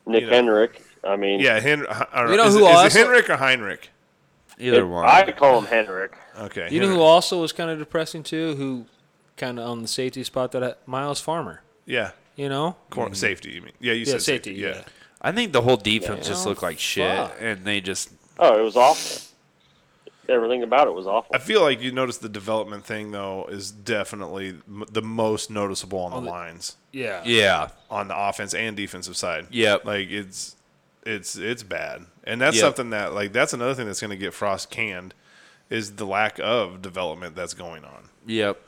[SPEAKER 2] Nick
[SPEAKER 3] You know.
[SPEAKER 2] Henrik, I mean,
[SPEAKER 3] yeah Hen- I don't
[SPEAKER 4] You
[SPEAKER 3] know,
[SPEAKER 4] know
[SPEAKER 3] is,
[SPEAKER 4] who
[SPEAKER 3] it, is
[SPEAKER 4] also-
[SPEAKER 3] it henrik or heinrich
[SPEAKER 1] Either
[SPEAKER 2] it-
[SPEAKER 1] one.
[SPEAKER 2] I call him Henrik.
[SPEAKER 3] okay
[SPEAKER 4] You know
[SPEAKER 3] Henrik.
[SPEAKER 4] who also was kind of depressing too? Who kind of on the safety spot that I, Miles Farmer.
[SPEAKER 3] yeah
[SPEAKER 4] You know,
[SPEAKER 3] Cor- safety you mean yeah you
[SPEAKER 4] Hmm. yeah,
[SPEAKER 3] said
[SPEAKER 4] safety.
[SPEAKER 3] yeah,
[SPEAKER 4] Yeah.
[SPEAKER 1] I think the whole defense just
[SPEAKER 4] Yeah.
[SPEAKER 1] looked like shit,
[SPEAKER 4] Fuck.
[SPEAKER 1] and they just
[SPEAKER 2] Oh, it was awful. Everything about it was awful.
[SPEAKER 3] I feel like you notice the development thing though is definitely m- the most noticeable on the lines
[SPEAKER 4] yeah,
[SPEAKER 1] yeah.
[SPEAKER 3] on the offense and defensive side.
[SPEAKER 1] Yep.
[SPEAKER 3] like it's it's it's bad, and that's
[SPEAKER 1] Yeah.
[SPEAKER 3] something that like that's another thing that's going to get Frost canned is the lack of development that's going on
[SPEAKER 1] Yep.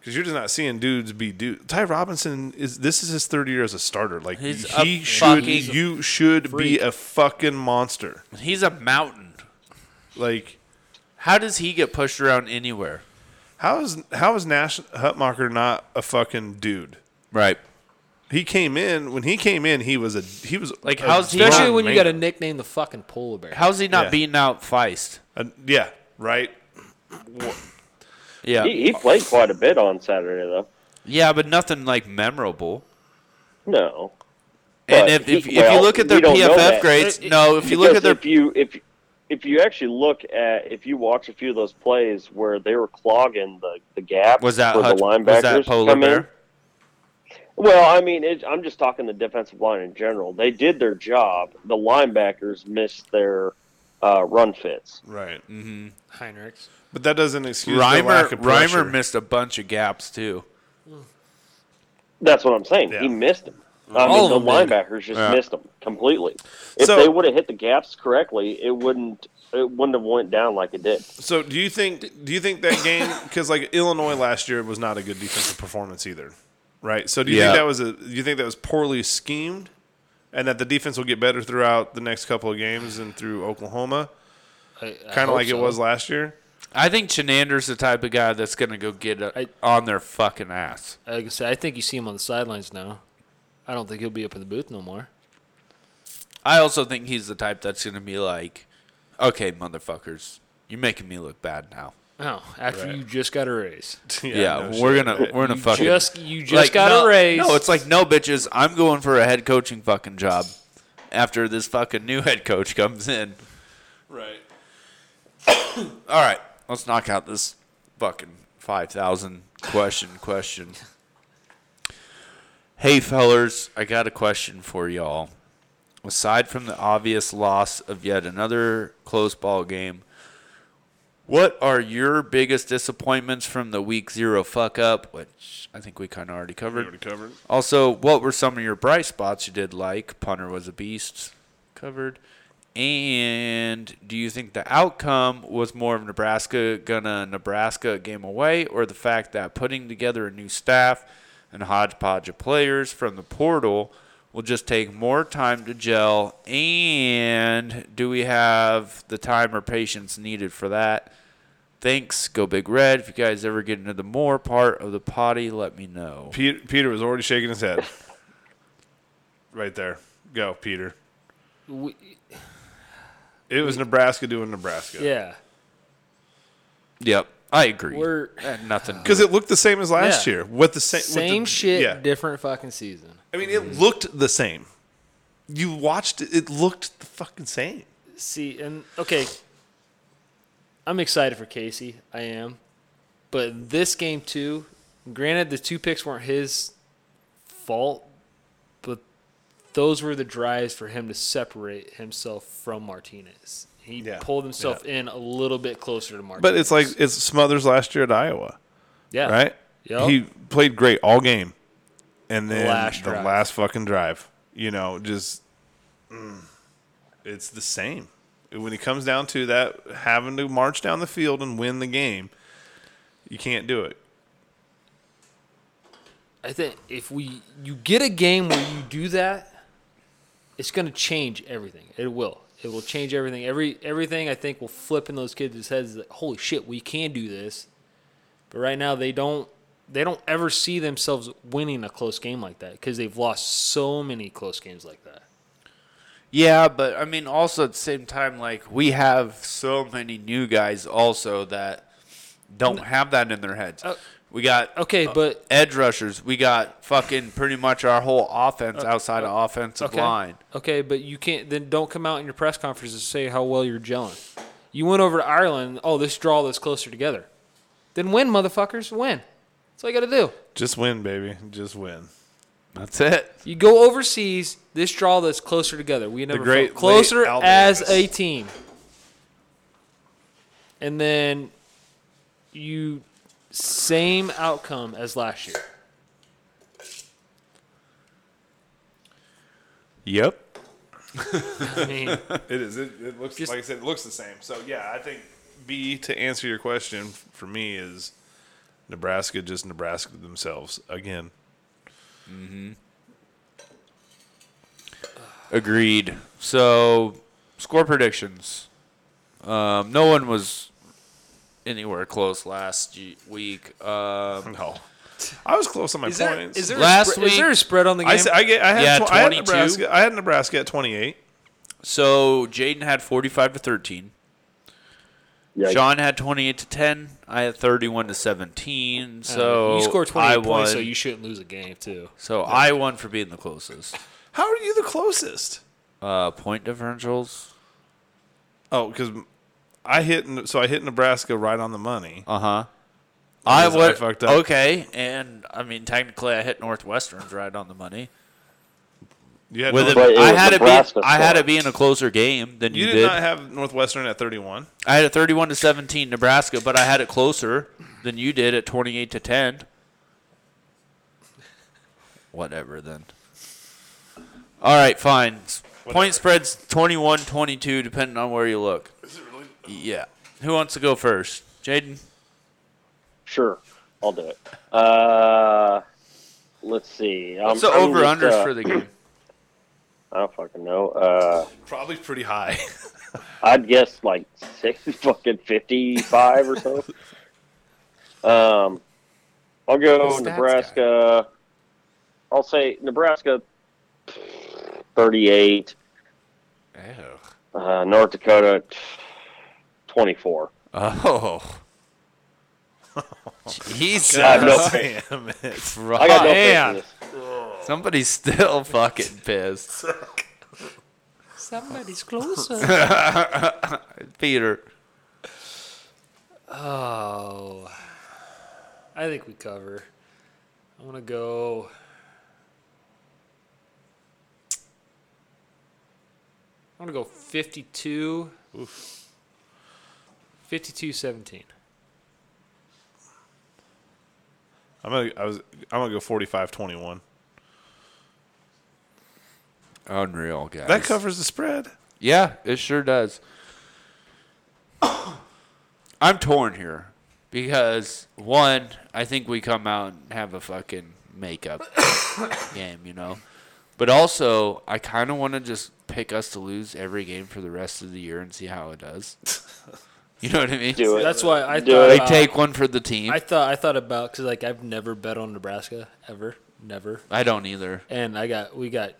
[SPEAKER 3] because you're just not seeing dudes be dude. Ty Robinson is this is his third year as a starter. Like
[SPEAKER 1] He's
[SPEAKER 3] he
[SPEAKER 1] a
[SPEAKER 3] should
[SPEAKER 1] fucking
[SPEAKER 3] you should be
[SPEAKER 1] freak.
[SPEAKER 3] a fucking monster.
[SPEAKER 1] He's a mountain.
[SPEAKER 3] Like
[SPEAKER 1] How does he get pushed around anywhere?
[SPEAKER 3] how is how is Nash Hutmacher not a fucking dude?
[SPEAKER 1] Right.
[SPEAKER 3] He came in when he came in. He was a he was
[SPEAKER 1] Like,
[SPEAKER 3] a
[SPEAKER 1] how's he-
[SPEAKER 4] Especially
[SPEAKER 1] Ron
[SPEAKER 4] when you
[SPEAKER 3] man.
[SPEAKER 4] got to nickname the fucking polar bear.
[SPEAKER 1] How's he not
[SPEAKER 3] Yeah.
[SPEAKER 1] beating out Feist?
[SPEAKER 3] Uh, yeah, right.
[SPEAKER 1] Yeah.
[SPEAKER 2] He, he played quite a bit on Saturday, though.
[SPEAKER 1] Yeah, but nothing like memorable.
[SPEAKER 2] No.
[SPEAKER 1] And
[SPEAKER 2] But
[SPEAKER 1] if,
[SPEAKER 2] he-
[SPEAKER 1] if, if you
[SPEAKER 2] well,
[SPEAKER 1] look at
[SPEAKER 2] we
[SPEAKER 1] their
[SPEAKER 2] don't know
[SPEAKER 1] PFF
[SPEAKER 2] that.
[SPEAKER 1] grades,
[SPEAKER 4] It- it-
[SPEAKER 1] no, if you look at
[SPEAKER 2] Because
[SPEAKER 1] their
[SPEAKER 2] if you if if you actually look at if you watch a few of those plays where they were clogging the, the gap
[SPEAKER 1] was that
[SPEAKER 2] for
[SPEAKER 1] Hutch,
[SPEAKER 2] the linebackers
[SPEAKER 1] was that polar
[SPEAKER 2] come in.
[SPEAKER 1] bear?
[SPEAKER 2] Well, I mean, it, I'm just talking the defensive line in general. They did their job. The linebackers missed their uh, run fits.
[SPEAKER 3] Right,
[SPEAKER 4] Heinrichs.
[SPEAKER 3] but that doesn't excuse the
[SPEAKER 1] Mm-hmm. Reimer
[SPEAKER 3] lack of pressure.
[SPEAKER 1] Reimer missed a bunch of gaps too.
[SPEAKER 2] That's what I'm saying.
[SPEAKER 3] Yeah.
[SPEAKER 2] He missed them. I
[SPEAKER 4] All
[SPEAKER 2] mean,
[SPEAKER 4] of
[SPEAKER 2] the
[SPEAKER 4] them did.
[SPEAKER 2] linebackers just
[SPEAKER 1] Mm-hmm. Yeah.
[SPEAKER 2] missed them completely. If
[SPEAKER 3] So-
[SPEAKER 2] they would have hit the gaps correctly, it wouldn't it wouldn't have went down like it did.
[SPEAKER 3] So do you think do you think that game because like Illinois last year was not a good defensive performance either, right? So do you
[SPEAKER 1] Yeah.
[SPEAKER 3] think that was a do you think that was poorly schemed, and that the defense will get better throughout the next couple of games and through Oklahoma, kind of like it was last year?
[SPEAKER 1] I think Chenander's the type of guy that's going to go get a,
[SPEAKER 4] I-
[SPEAKER 1] on their fucking ass.
[SPEAKER 4] Like I said, I think you see him on the sidelines now. I don't think he'll be up in the booth no more.
[SPEAKER 1] I also think he's the type that's going to be like, "Okay, motherfuckers, you're making me look bad now."
[SPEAKER 4] Oh, after
[SPEAKER 3] Right.
[SPEAKER 4] you just got a raise.
[SPEAKER 1] Yeah,
[SPEAKER 3] no
[SPEAKER 1] we're
[SPEAKER 3] shit,
[SPEAKER 1] gonna
[SPEAKER 3] right.
[SPEAKER 1] we're gonna fucking
[SPEAKER 4] Just you just
[SPEAKER 1] like,
[SPEAKER 4] got
[SPEAKER 1] no,
[SPEAKER 4] a raise.
[SPEAKER 1] No, it's like no bitches. I'm going for a head coaching fucking job after this fucking new head coach comes in.
[SPEAKER 3] right.
[SPEAKER 1] All right, let's knock out this fucking 5,000 question question. Hey, fellers, I got a question for y'all. Aside from the obvious loss of yet another close ball game, what are your biggest disappointments from the week zero fuck up, which I think we kind of already
[SPEAKER 3] We
[SPEAKER 1] covered?
[SPEAKER 3] already covered.
[SPEAKER 1] Also, what were some of your bright spots you did like? Punter was a beast, covered. And do you think the outcome was more of Nebraska gonna Nebraska a game away, or the fact that putting together a new staff and hodgepodge of players from the portal will just take more time to gel? And do we have the time or patience needed for that? Thanks. Go Big Red. If you guys ever get into the more part of the potty, let me know.
[SPEAKER 3] Peter, Peter was already shaking his head. right there, go Peter.
[SPEAKER 4] We-
[SPEAKER 3] It was Nebraska doing Nebraska.
[SPEAKER 4] yeah.
[SPEAKER 1] Yep, I agree.
[SPEAKER 4] We're
[SPEAKER 1] Had nothing. to do
[SPEAKER 3] Because it looked the same as last
[SPEAKER 4] Yeah.
[SPEAKER 3] year with the same
[SPEAKER 4] same
[SPEAKER 3] with the,
[SPEAKER 4] shit,
[SPEAKER 3] Yeah.
[SPEAKER 4] different fucking season.
[SPEAKER 3] I mean, it looked the same. You watched it; it looked the fucking same.
[SPEAKER 4] See, and okay, I'm excited for Casey. I am, but this game too. Granted, the two picks weren't his fault, but those were the drives for him to separate himself from Martinez. He
[SPEAKER 3] Yeah,
[SPEAKER 4] pulled himself in a little bit closer to Martinez.
[SPEAKER 3] But it's like it's Smothers last year at Iowa,
[SPEAKER 4] yeah,
[SPEAKER 3] right?
[SPEAKER 4] Yep.
[SPEAKER 3] He played great all game, and then
[SPEAKER 4] Last
[SPEAKER 3] the
[SPEAKER 4] drive.
[SPEAKER 3] last fucking drive, you know, just mm, it's the same. When it comes down to that, having to march down the field and win the game, you can't do it.
[SPEAKER 4] I think if we you get a game where you do that, it's going to change everything. It will. It will change everything. Every everything I think will flip in those kids' heads. That, Holy shit, we can do this. But right now they don't. They don't ever see themselves winning a close game like that because they've lost so many close games like that.
[SPEAKER 1] Yeah, but I mean, also at the same time, like we have so many new guys also that don't have that in their heads.
[SPEAKER 4] Uh,
[SPEAKER 1] we got
[SPEAKER 4] Okay, but
[SPEAKER 1] edge rushers. We got fucking pretty much our whole offense outside of offensive
[SPEAKER 4] okay,
[SPEAKER 1] line.
[SPEAKER 4] okay, but you can't. Then don't come out in your press conference and say how well you're gelling. You went over to Ireland. Oh, this draw this closer together. Then win, motherfuckers, win. That's all you got to do.
[SPEAKER 3] Just win, baby. Just win.
[SPEAKER 1] That's it.
[SPEAKER 4] You go overseas, this draw that's closer together. We never
[SPEAKER 3] great
[SPEAKER 4] felt closer
[SPEAKER 3] late Al
[SPEAKER 4] as
[SPEAKER 3] Davis.
[SPEAKER 4] a team. And then you same outcome as last year.
[SPEAKER 1] Yep.
[SPEAKER 4] I mean,
[SPEAKER 3] It is. It, it looks
[SPEAKER 4] Just-
[SPEAKER 3] like I said. It looks the same. So yeah, I think B to answer your question f- for me is Nebraska just Nebraska themselves again.
[SPEAKER 1] Agreed. So, score predictions. Um, no one was anywhere close last ye- week. Um,
[SPEAKER 3] No, I was close on my
[SPEAKER 4] is there,
[SPEAKER 3] points.
[SPEAKER 4] is, there a
[SPEAKER 1] Last
[SPEAKER 4] spre- is there a
[SPEAKER 1] week-
[SPEAKER 4] spread on the game?
[SPEAKER 3] I, said- I, get, I, had
[SPEAKER 1] Yeah,
[SPEAKER 3] tw- I had
[SPEAKER 1] 22.
[SPEAKER 3] Nebraska. I had Nebraska at twenty eight.
[SPEAKER 1] so Jaden had forty-five to thirteen.
[SPEAKER 2] Yeah,
[SPEAKER 1] John had twenty-eight to ten. I had thirty-one to seventeen.
[SPEAKER 4] Uh,
[SPEAKER 1] So
[SPEAKER 4] you score
[SPEAKER 1] I
[SPEAKER 4] 28
[SPEAKER 1] won.
[SPEAKER 4] points, so you shouldn't lose a game too.
[SPEAKER 1] So I won for being the closest.
[SPEAKER 3] How are you the closest?
[SPEAKER 1] Uh, point differentials.
[SPEAKER 3] Oh, because I hit. Ne- So I hit Nebraska right on the money.
[SPEAKER 1] Uh huh. I
[SPEAKER 3] Because I
[SPEAKER 1] would
[SPEAKER 3] fucked up.
[SPEAKER 1] okay, and I mean technically I hit Northwestern's right on the money.
[SPEAKER 3] You had
[SPEAKER 1] With it,
[SPEAKER 3] North-
[SPEAKER 2] But it
[SPEAKER 1] I
[SPEAKER 2] was
[SPEAKER 1] had it
[SPEAKER 2] Nebraska
[SPEAKER 1] be, I had
[SPEAKER 2] score.
[SPEAKER 1] it being a closer game than
[SPEAKER 3] you
[SPEAKER 1] you,
[SPEAKER 3] did,
[SPEAKER 1] did.
[SPEAKER 3] not have Northwestern at thirty one.
[SPEAKER 1] I had a 31 to 17 Nebraska, but I had it closer than you did at 28 to 10. Whatever then. All right, fine. S- Point spreads 21 22 depending on where you look. Is it really? Yeah. Who wants to go first? Jaden.
[SPEAKER 2] sure, I'll do it. Uh, let's see. I'm-
[SPEAKER 1] What's the
[SPEAKER 2] I'm
[SPEAKER 1] over unders
[SPEAKER 2] just, uh,
[SPEAKER 1] for the game?
[SPEAKER 2] I don't fucking know. Uh,
[SPEAKER 3] Probably pretty high.
[SPEAKER 2] I'd guess like six, fucking fifty-five or so. Um, I'll go
[SPEAKER 4] The stats guy.
[SPEAKER 2] Nebraska. I'll say Nebraska, thirty-eight. Uh, North Dakota, twenty-four.
[SPEAKER 1] Oh. Jesus.
[SPEAKER 2] I have no faith.
[SPEAKER 3] Damn it.
[SPEAKER 2] I
[SPEAKER 4] Oh,
[SPEAKER 2] got no faith in
[SPEAKER 1] Christ.
[SPEAKER 2] this.
[SPEAKER 1] Somebody's still fucking pissed.
[SPEAKER 4] Somebody's closer.
[SPEAKER 1] Peter.
[SPEAKER 4] oh, I think we cover. I'm gonna go. I'm gonna go 52. 52-17.
[SPEAKER 3] I'm gonna. I was. I'm gonna go 45-21.
[SPEAKER 1] Unreal, guys.
[SPEAKER 3] That covers the spread.
[SPEAKER 1] Yeah, it sure does. I'm torn here because one, I think we come out and have a fucking makeup game, you know. But also, I kind of want to just pick us to lose every game for the rest of the year and see how it does. You know what I mean?
[SPEAKER 2] Do it.
[SPEAKER 4] That's why I
[SPEAKER 2] Do
[SPEAKER 4] thought
[SPEAKER 1] They
[SPEAKER 2] it.
[SPEAKER 4] uh,
[SPEAKER 1] take one for the team.
[SPEAKER 4] I
[SPEAKER 1] I,
[SPEAKER 4] thought I thought about because like I've never bet on Nebraska ever, never.
[SPEAKER 1] don't either.
[SPEAKER 4] And I got we got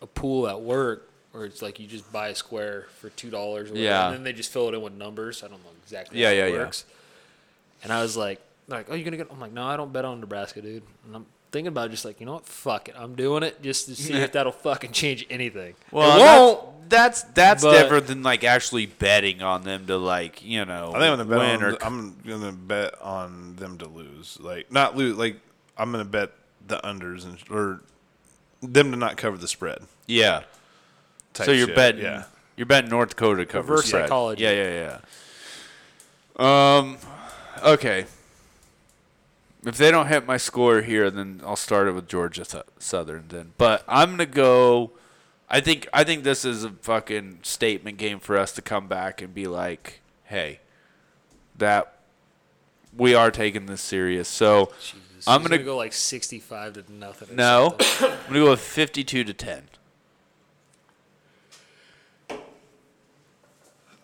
[SPEAKER 4] a pool at work where it's like you just buy a square for two dollars.
[SPEAKER 1] Yeah.
[SPEAKER 4] And then they just fill it in with numbers. I don't know exactly.
[SPEAKER 1] Yeah,
[SPEAKER 4] how
[SPEAKER 1] yeah,
[SPEAKER 4] it
[SPEAKER 1] yeah.
[SPEAKER 4] works. And I was like, like, oh, you're gonna get? I'm like, no, I don't bet on Nebraska, dude. And I'm thinking about it, just like, you know what? Fuck it, I'm doing it just to see if that'll fucking change anything.
[SPEAKER 1] Well,
[SPEAKER 4] it won't.
[SPEAKER 1] that's that's,
[SPEAKER 4] but-
[SPEAKER 1] different than like actually betting on them to like you know.
[SPEAKER 3] I think I'm gonna bet
[SPEAKER 1] win
[SPEAKER 3] on,
[SPEAKER 1] or
[SPEAKER 3] I'm gonna bet on them to lose. Like not lose. Like I'm gonna bet the unders and or them to not cover the spread.
[SPEAKER 1] yeah.
[SPEAKER 3] type
[SPEAKER 1] so you're
[SPEAKER 3] shit.
[SPEAKER 1] betting,
[SPEAKER 3] Yeah.
[SPEAKER 1] you're betting North Dakota covers
[SPEAKER 4] Reverse
[SPEAKER 1] spread.
[SPEAKER 4] psychology.
[SPEAKER 1] Yeah, yeah, yeah. Um, okay. If they don't hit my score here, then I'll start it with Georgia Th- Southern. Then, but I'm gonna go. I think I think this is a fucking statement game for us to come back and be like, hey, that we are taking this serious. So
[SPEAKER 4] Jesus.
[SPEAKER 1] I'm
[SPEAKER 4] He's
[SPEAKER 1] gonna-
[SPEAKER 4] go like 65 to nothing. or
[SPEAKER 1] no,
[SPEAKER 4] something.
[SPEAKER 1] I'm gonna go with 52 to 10.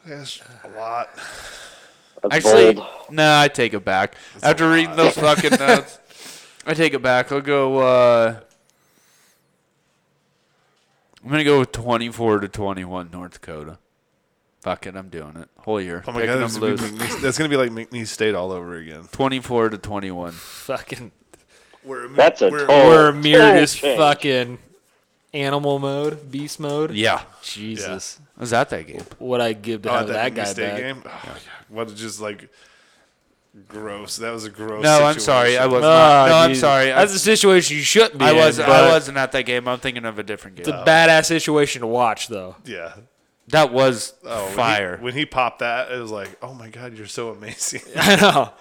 [SPEAKER 3] That's a lot.
[SPEAKER 2] That's
[SPEAKER 1] Actually,
[SPEAKER 2] bold.
[SPEAKER 1] no, I take it back. After reading those fucking notes, I take it back. I'll go. Uh, I'm gonna go with 24 to 21 North Dakota. Fuck it, I'm doing it. Whole year,
[SPEAKER 3] Oh my
[SPEAKER 1] picking them
[SPEAKER 3] god, that's gonna, be
[SPEAKER 1] loose.
[SPEAKER 3] McNeese, that's gonna be like McNeese State all over again.
[SPEAKER 1] 24 to 21.
[SPEAKER 4] fucking.
[SPEAKER 3] We're,
[SPEAKER 2] That's a
[SPEAKER 3] we're,
[SPEAKER 1] Oh.
[SPEAKER 2] total-
[SPEAKER 4] We're mere
[SPEAKER 2] total
[SPEAKER 4] just
[SPEAKER 2] change.
[SPEAKER 4] fucking animal mode, beast mode.
[SPEAKER 1] Yeah,
[SPEAKER 4] Jesus.
[SPEAKER 1] I was at that game.
[SPEAKER 4] What I give to
[SPEAKER 3] oh,
[SPEAKER 4] have
[SPEAKER 3] that,
[SPEAKER 4] that,
[SPEAKER 3] McNeese
[SPEAKER 4] guy
[SPEAKER 3] State
[SPEAKER 4] back.
[SPEAKER 3] game. Oh, yeah. What a- just like gross. That was a gross.
[SPEAKER 1] No, I'm sorry, I
[SPEAKER 3] Oh, situation.
[SPEAKER 1] was
[SPEAKER 4] Ah,
[SPEAKER 1] not. No, I'm
[SPEAKER 4] Jesus.
[SPEAKER 1] sorry. I,
[SPEAKER 4] That's a situation you shouldn't be
[SPEAKER 1] I was.
[SPEAKER 4] in.
[SPEAKER 1] I
[SPEAKER 4] but
[SPEAKER 1] wasn't at that game. I'm thinking of a different
[SPEAKER 4] It's
[SPEAKER 1] game.
[SPEAKER 4] a badass situation to watch, though.
[SPEAKER 3] Yeah.
[SPEAKER 1] That was
[SPEAKER 3] Oh, when he-
[SPEAKER 1] fire.
[SPEAKER 3] When he, popped that, it was like, oh my god, you're so amazing.
[SPEAKER 4] I know.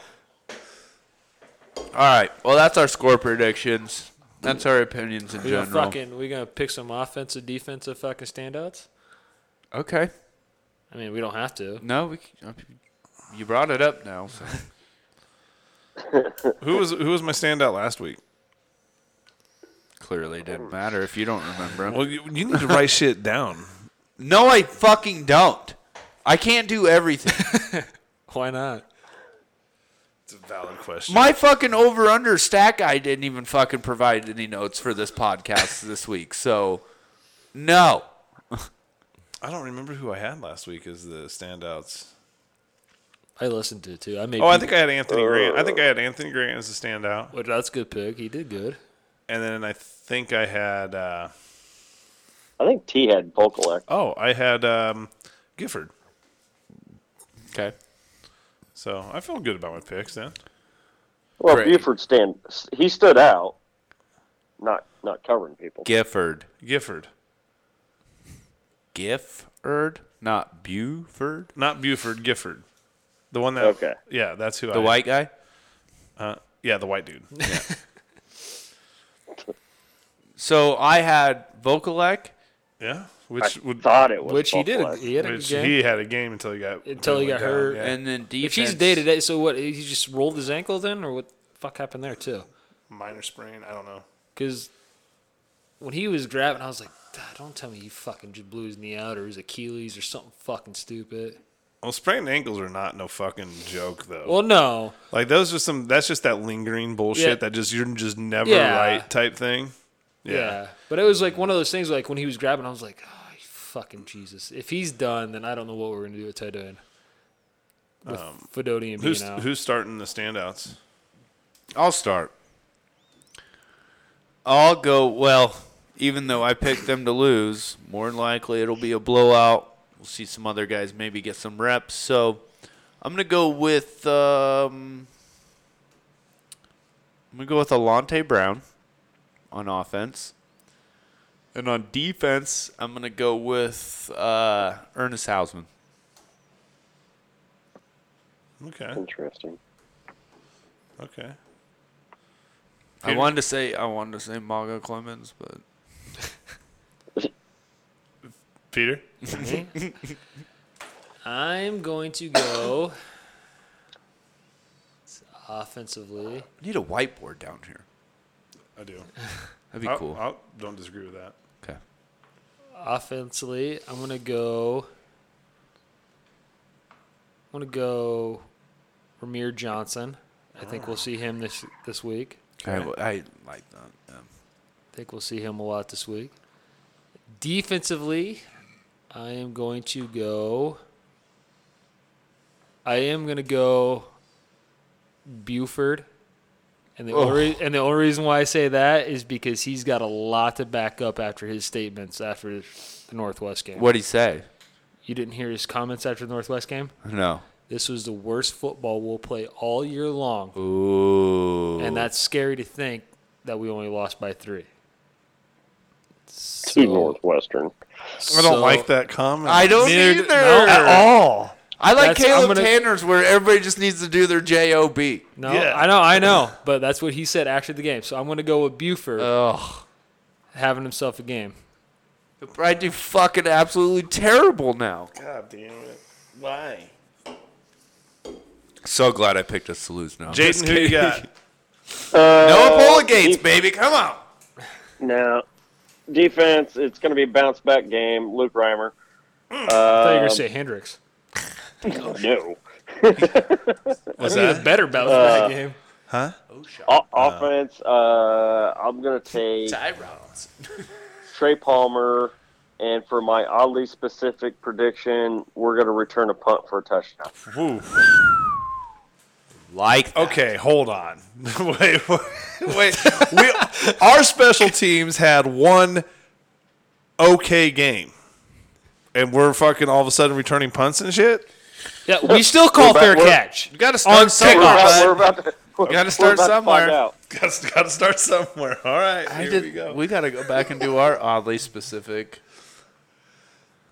[SPEAKER 1] All right. Well, that's our score predictions. That's our opinions in
[SPEAKER 4] We're gonna
[SPEAKER 1] general.
[SPEAKER 4] fucking. We gonna pick some offensive, defensive fucking standouts.
[SPEAKER 1] Okay.
[SPEAKER 4] I mean, we don't have to.
[SPEAKER 1] No, we, can- you brought it up now. So.
[SPEAKER 3] Who was who was my standout last week?
[SPEAKER 1] Clearly didn't matter if you don't remember. 'em.
[SPEAKER 3] Well, you, you need to write shit down.
[SPEAKER 1] no, I fucking don't. I can't do everything.
[SPEAKER 4] Why not?
[SPEAKER 3] It's a valid question.
[SPEAKER 1] My fucking over under stack guy didn't even fucking provide any notes for this podcast this week. So, no.
[SPEAKER 3] I don't remember who I had last week as the standouts.
[SPEAKER 4] I listened to it too. I made.
[SPEAKER 3] Oh, I think I had Anthony Grant. I think I had Anthony Grant as the standout,
[SPEAKER 4] Well, that's a good pick. He did good.
[SPEAKER 3] and then I think I had. Uh,
[SPEAKER 2] I think T had Volkolek.
[SPEAKER 3] oh, I had um, Gifford.
[SPEAKER 1] Okay.
[SPEAKER 3] So I feel good about my picks then.
[SPEAKER 2] Well,
[SPEAKER 1] Correct.
[SPEAKER 2] Buford stand he stood out, not not covering people.
[SPEAKER 1] Gifford.
[SPEAKER 3] Gifford,
[SPEAKER 1] Gifford, not Buford.
[SPEAKER 3] not Buford. Gifford, the one that.
[SPEAKER 2] Okay.
[SPEAKER 3] Yeah, that's who.
[SPEAKER 1] The
[SPEAKER 3] I,
[SPEAKER 1] white guy?
[SPEAKER 3] Uh, yeah, the white dude.
[SPEAKER 1] So I had Vokalek.
[SPEAKER 3] yeah, which
[SPEAKER 2] I
[SPEAKER 3] would
[SPEAKER 2] thought it was
[SPEAKER 4] Which he did.
[SPEAKER 2] Volkolek.
[SPEAKER 4] He had a good
[SPEAKER 3] which
[SPEAKER 4] game.
[SPEAKER 3] he had a game until he got
[SPEAKER 4] Until he
[SPEAKER 3] went
[SPEAKER 4] got
[SPEAKER 3] down,
[SPEAKER 4] hurt.
[SPEAKER 3] yeah.
[SPEAKER 1] And then defense.
[SPEAKER 4] if he's day to day, so what? He just rolled his ankle then, or what? the Fuck happened there too?
[SPEAKER 3] minor sprain. I don't know.
[SPEAKER 4] Because when he was grabbing, I was like, "God, don't tell me he fucking just blew his knee out or his Achilles or something fucking stupid.
[SPEAKER 3] Well, sprained ankles are not no fucking joke though.
[SPEAKER 4] Well, no,
[SPEAKER 3] like those are some. That's just that lingering bullshit
[SPEAKER 4] Yeah.
[SPEAKER 3] that just you're just never
[SPEAKER 4] Yeah.
[SPEAKER 3] right type thing.
[SPEAKER 4] yeah. but it was like one of those things. Like when he was grabbing, I was like, "Oh, you fucking Jesus! If he's done, then I don't know what we're gonna do with tight end with Fedoti and
[SPEAKER 3] Um, Who's
[SPEAKER 4] being out.
[SPEAKER 3] who's starting the standouts?
[SPEAKER 1] I'll start. I'll go. Well, even though I picked them to lose, more than likely it'll be a blowout. We'll see some other guys maybe get some reps. So I'm gonna go with um, I'm gonna go with Alante Brown on offense, and on defense I'm gonna go with uh, Ernest Hausman.
[SPEAKER 3] Okay,
[SPEAKER 2] Interesting.
[SPEAKER 3] okay.
[SPEAKER 1] I
[SPEAKER 3] Peter-
[SPEAKER 1] wanted to say I wanted to say Mago Clemens, but
[SPEAKER 3] Peter,
[SPEAKER 4] I'm going to go offensively.
[SPEAKER 1] I need a whiteboard down here.
[SPEAKER 3] I do.
[SPEAKER 1] That'd be
[SPEAKER 3] I,
[SPEAKER 1] cool.
[SPEAKER 3] I don't disagree with that.
[SPEAKER 1] okay.
[SPEAKER 4] Offensively, I'm gonna go. I'm gonna go, Ramir Johnson. I think we'll see him this this week.
[SPEAKER 1] I, I like that. yeah.
[SPEAKER 4] I think we'll see him a lot this week. Defensively, I am going to go. I am going to go Buford. And the, only, re- and the only reason why I say that is because he's got a lot to back up after his statements after the Northwest game.
[SPEAKER 1] What'd he say?
[SPEAKER 4] You didn't hear his comments after the Northwest game?
[SPEAKER 1] No.
[SPEAKER 4] This was the worst football we'll play all year long.
[SPEAKER 1] Ooh.
[SPEAKER 4] And that's scary to think that we only lost by three.
[SPEAKER 2] Two
[SPEAKER 4] So-
[SPEAKER 2] Northwestern.
[SPEAKER 3] I don't like that comment.
[SPEAKER 1] I don't
[SPEAKER 4] Neither-
[SPEAKER 1] either.
[SPEAKER 4] no.
[SPEAKER 1] At all.
[SPEAKER 3] all.
[SPEAKER 1] I like
[SPEAKER 4] That's- I'm
[SPEAKER 1] Caleb
[SPEAKER 4] gonna-
[SPEAKER 1] Tanner's where everybody just needs to do their job.
[SPEAKER 4] No,
[SPEAKER 3] Yeah.
[SPEAKER 4] I know, I know, but that's what he said after the game. So I'm going to go with Buford
[SPEAKER 1] Ugh.
[SPEAKER 4] having himself a game.
[SPEAKER 1] I do fucking absolutely terrible now.
[SPEAKER 3] God damn it! Why?
[SPEAKER 1] So glad I picked us to lose now.
[SPEAKER 3] Jason, who you got?
[SPEAKER 2] Uh,
[SPEAKER 1] Noah Gates,
[SPEAKER 2] def-
[SPEAKER 1] baby, come on.
[SPEAKER 2] Now, defense. It's going to be a bounce back game. Luke Reimer.
[SPEAKER 4] I thought you were going to say Hendricks.
[SPEAKER 2] No.
[SPEAKER 3] Was
[SPEAKER 4] That'd be a
[SPEAKER 3] that?
[SPEAKER 4] better bounce back game.
[SPEAKER 3] Huh?
[SPEAKER 2] O- offense. Uh, I'm going to take
[SPEAKER 1] Tyrons.
[SPEAKER 2] Trey Palmer. And for my oddly specific prediction, we're going to return a punt for a touchdown.
[SPEAKER 3] Woo.
[SPEAKER 1] Like that.
[SPEAKER 3] Okay, hold on. wait, wait, wait. we, our special teams had one okay game, and we're fucking all of a sudden returning punts and shit.
[SPEAKER 4] Yeah, we still call
[SPEAKER 2] back-
[SPEAKER 4] fair
[SPEAKER 2] we're-
[SPEAKER 4] catch.
[SPEAKER 1] You gotta
[SPEAKER 4] On
[SPEAKER 1] start somewhere.
[SPEAKER 2] We're about,
[SPEAKER 1] bud.
[SPEAKER 2] we're about to. We're,
[SPEAKER 1] gotta
[SPEAKER 2] we're
[SPEAKER 1] start
[SPEAKER 2] about to find
[SPEAKER 1] somewhere.
[SPEAKER 2] out.
[SPEAKER 3] Got to start somewhere. All right,
[SPEAKER 1] I
[SPEAKER 3] here
[SPEAKER 1] did,
[SPEAKER 3] we go.
[SPEAKER 1] gotta go back and do our oddly specific.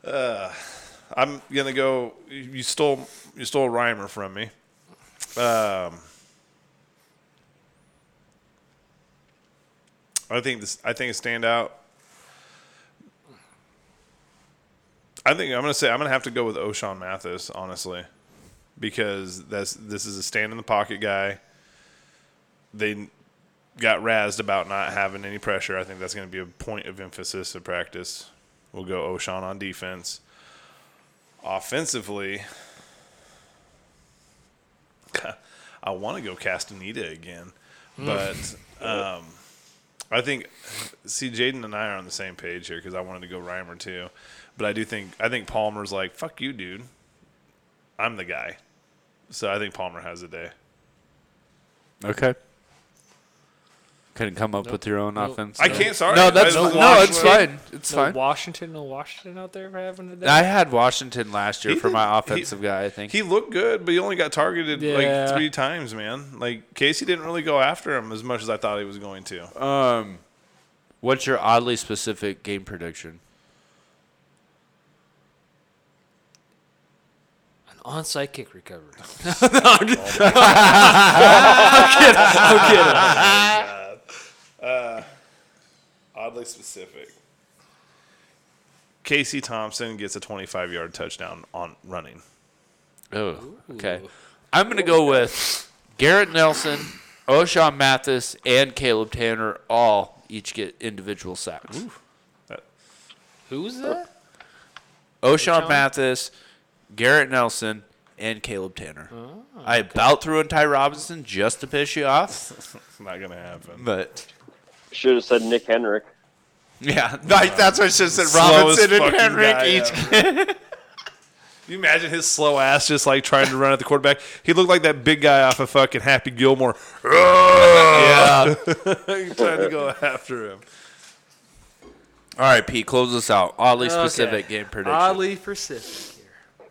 [SPEAKER 3] I'm gonna go. You stole you stole Reimer from me. Um, I think this. I think a standout. I think I'm gonna say I'm gonna have to go with O'Shawn Mathis honestly, because that's this is a stand in the pocket guy. They got razzed about not having any pressure. I think that's gonna be a point of emphasis of practice. We'll go O'Shawn on defense. Offensively, I want to go Castaneda again,
[SPEAKER 1] Hmm.
[SPEAKER 3] but um, I think see Jaden and I are on the same page here because I wanted to go Reimer too, but I do think I think Palmer's like fuck you, dude. I'm the guy, so I think Palmer has a day.
[SPEAKER 1] Okay. Couldn't come up
[SPEAKER 4] Nope.
[SPEAKER 1] with your own
[SPEAKER 4] Nope.
[SPEAKER 1] offense.
[SPEAKER 3] I
[SPEAKER 1] No.
[SPEAKER 3] can't. Sorry,
[SPEAKER 1] No, that's
[SPEAKER 3] I-
[SPEAKER 1] no,
[SPEAKER 4] Washington-
[SPEAKER 1] it's fine. It's
[SPEAKER 4] no
[SPEAKER 1] fine.
[SPEAKER 4] Washington, no Washington out there for having a day.
[SPEAKER 1] I had Washington last year
[SPEAKER 3] He
[SPEAKER 1] for
[SPEAKER 3] did-
[SPEAKER 1] my
[SPEAKER 3] he-
[SPEAKER 1] offensive guy. I think
[SPEAKER 3] He looked good, but he only got targeted
[SPEAKER 4] Yeah.
[SPEAKER 3] like three times, man. Like Casey didn't really go after him as much as I thought he was going to.
[SPEAKER 1] Um, what's your oddly specific game prediction?
[SPEAKER 4] An onside kick recovery.
[SPEAKER 3] Oddly specific. Casey Thompson gets a 25-yard touchdown on running.
[SPEAKER 1] Oh, okay. I'm gonna go with Garrett Nelson, O'Shawn Mathis, and Caleb Tanner. All each get individual sacks.
[SPEAKER 3] That-
[SPEAKER 4] Who's that?
[SPEAKER 1] O'Shawn Mathis, Garrett Nelson, and Caleb Tanner. I about threw in Ty Robinson just to piss you off,
[SPEAKER 3] It's not gonna happen.
[SPEAKER 1] but
[SPEAKER 2] Should have said Nick Henrik.
[SPEAKER 1] yeah, like that's what I should have said.
[SPEAKER 3] Slowest
[SPEAKER 1] Robinson and
[SPEAKER 3] fucking
[SPEAKER 1] Henrik
[SPEAKER 3] guy
[SPEAKER 1] each.
[SPEAKER 3] You imagine his slow ass just like trying to run at the quarterback. He looked like that big guy off of fucking Happy Gilmore.
[SPEAKER 1] Yeah.
[SPEAKER 3] He tried to go after him.
[SPEAKER 1] All right, Pete, close us out. Oddly
[SPEAKER 4] Okay.
[SPEAKER 1] specific game prediction.
[SPEAKER 4] Oddly specific here.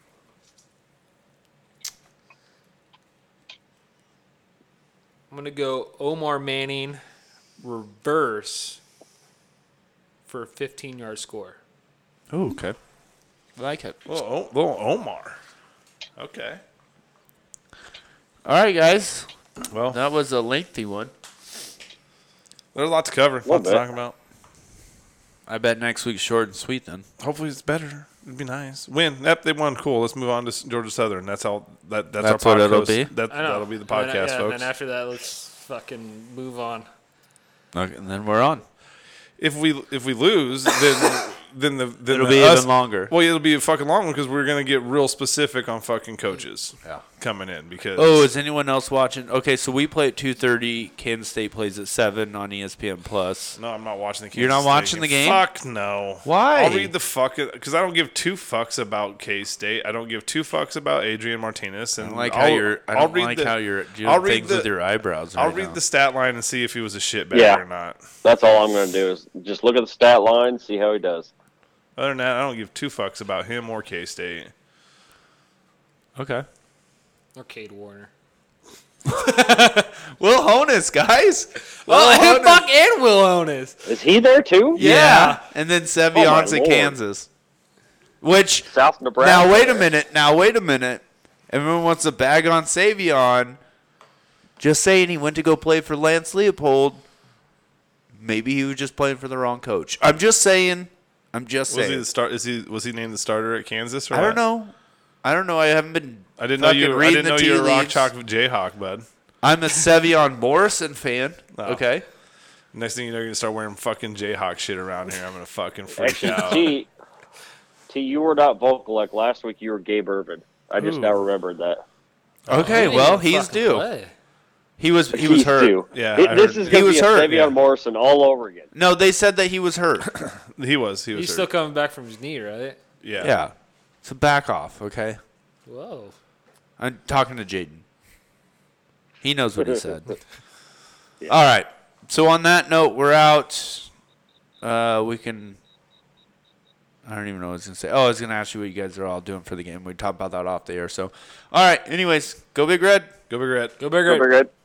[SPEAKER 4] I'm gonna go Omar Manning reverse for a 15 yard score.
[SPEAKER 1] Oh, okay. Like it.
[SPEAKER 3] Little, O- little Omar. Okay.
[SPEAKER 1] All right, guys.
[SPEAKER 3] Well,
[SPEAKER 1] That was a lengthy one.
[SPEAKER 3] there's a lot to cover. A
[SPEAKER 2] Little
[SPEAKER 3] lot to
[SPEAKER 2] bit.
[SPEAKER 3] talk about.
[SPEAKER 1] I bet next week's short and sweet then.
[SPEAKER 3] Hopefully it's better. It'd be nice. Win. Yep, they won. Cool. Let's move on to S- Georgia Southern. That's all. That, that's,
[SPEAKER 1] That's
[SPEAKER 3] our
[SPEAKER 1] what
[SPEAKER 3] podcast.
[SPEAKER 1] it'll be?
[SPEAKER 3] That,
[SPEAKER 4] I know.
[SPEAKER 3] that'll be the
[SPEAKER 4] And then,
[SPEAKER 3] podcast,
[SPEAKER 4] yeah,
[SPEAKER 3] folks.
[SPEAKER 4] And then after that, let's fucking move on.
[SPEAKER 1] Okay, and then we're on.
[SPEAKER 3] if we if we lose, then then the then
[SPEAKER 1] It'll
[SPEAKER 3] the
[SPEAKER 1] be
[SPEAKER 3] us-
[SPEAKER 1] even longer.
[SPEAKER 3] Well, it'll be a fucking long one because we're gonna get real specific on fucking coaches.
[SPEAKER 1] Yeah.
[SPEAKER 3] coming in because
[SPEAKER 1] Oh, is anyone else watching? Okay, so we play at two thirty. Kansas State plays at seven on E ESPN Plus.
[SPEAKER 3] no, I'm not watching the. Kansas
[SPEAKER 1] You're not
[SPEAKER 3] State
[SPEAKER 1] watching the game?
[SPEAKER 3] Fuck no.
[SPEAKER 1] Why?
[SPEAKER 3] I'll read the fuck because I don't give two fucks about K State. I don't give two fucks about Adrian Martinez. And
[SPEAKER 1] I don't like
[SPEAKER 3] I'll-
[SPEAKER 1] how you're. I
[SPEAKER 3] I'll
[SPEAKER 1] don't
[SPEAKER 3] read
[SPEAKER 1] like
[SPEAKER 3] the-
[SPEAKER 1] how you're doing
[SPEAKER 3] I'll read
[SPEAKER 1] things
[SPEAKER 3] the-
[SPEAKER 1] with your eyebrows.
[SPEAKER 3] I'll
[SPEAKER 1] right
[SPEAKER 3] read
[SPEAKER 1] now.
[SPEAKER 3] the stat line and see if he was a shitbag
[SPEAKER 2] Yeah.
[SPEAKER 3] or not.
[SPEAKER 2] That's all I'm going to do is just look at the stat line, see how he does.
[SPEAKER 3] Other than that, I don't give two fucks about him or K State.
[SPEAKER 1] Okay.
[SPEAKER 4] Or Cade Warner.
[SPEAKER 1] Will Honus, guys. Will
[SPEAKER 4] Well,
[SPEAKER 1] Honus.
[SPEAKER 4] fuck and Will Onis.
[SPEAKER 2] Is he there too?
[SPEAKER 1] Yeah.
[SPEAKER 4] Yeah.
[SPEAKER 1] And then Sevion's
[SPEAKER 2] Oh, my
[SPEAKER 1] at
[SPEAKER 2] Lord.
[SPEAKER 1] Kansas. Which
[SPEAKER 2] South Nebraska.
[SPEAKER 1] Now wait a minute. Now wait a minute. Everyone wants a bag on Savion. Just saying, he went to go play for Lance Leopold. Maybe he was just playing for the wrong coach. I'm just saying. I'm just
[SPEAKER 3] Was he
[SPEAKER 1] saying.
[SPEAKER 3] the start? Is he was he named the starter at Kansas? Or
[SPEAKER 1] I don't
[SPEAKER 3] not?
[SPEAKER 1] know. I don't know. I haven't been.
[SPEAKER 3] I didn't know
[SPEAKER 1] fucking
[SPEAKER 3] you. I
[SPEAKER 1] reading
[SPEAKER 3] didn't
[SPEAKER 1] the
[SPEAKER 3] know
[SPEAKER 1] tea
[SPEAKER 3] you were a Rock
[SPEAKER 1] leaves.
[SPEAKER 3] Chalk Jayhawk, bud.
[SPEAKER 1] I'm a Sevion Morrison fan.
[SPEAKER 3] Oh.
[SPEAKER 1] Okay.
[SPEAKER 3] Next thing you know, you're gonna start wearing fucking Jayhawk shit around here. I'm gonna fucking freak
[SPEAKER 2] Actually,
[SPEAKER 3] out.
[SPEAKER 2] T, T, you were not vocal like last week. You were Gabe Urban. I just
[SPEAKER 3] Ooh.
[SPEAKER 2] now remembered that.
[SPEAKER 3] Oh.
[SPEAKER 1] Okay.
[SPEAKER 4] Didn't
[SPEAKER 1] Well,
[SPEAKER 4] even
[SPEAKER 1] he's
[SPEAKER 4] fucking
[SPEAKER 1] due.
[SPEAKER 4] play.
[SPEAKER 1] He was. He was
[SPEAKER 2] He's
[SPEAKER 1] hurt.
[SPEAKER 2] due.
[SPEAKER 3] Yeah,
[SPEAKER 2] Th-
[SPEAKER 3] I
[SPEAKER 2] this
[SPEAKER 3] heard.
[SPEAKER 2] is
[SPEAKER 1] He
[SPEAKER 2] going to
[SPEAKER 1] was
[SPEAKER 2] be a
[SPEAKER 1] hurt,
[SPEAKER 2] Savion
[SPEAKER 1] yeah.
[SPEAKER 2] Morrison all over again.
[SPEAKER 1] No, they said that he was hurt.
[SPEAKER 3] He was. He was.
[SPEAKER 4] He's
[SPEAKER 3] hurt.
[SPEAKER 4] still coming back from his knee, right?
[SPEAKER 3] yeah.
[SPEAKER 1] yeah. So back off. Okay.
[SPEAKER 4] Whoa.
[SPEAKER 1] I'm talking to Jaden. He knows what he said. All right. So on that note, we're out. Uh, we can. I don't even know what I was gonna say. Oh, I was gonna ask you what you guys are all doing for the game. We talked about that off the air. So, all right. Anyways, go big red.
[SPEAKER 3] Go Big Red.
[SPEAKER 4] Go bigger.
[SPEAKER 2] Super good.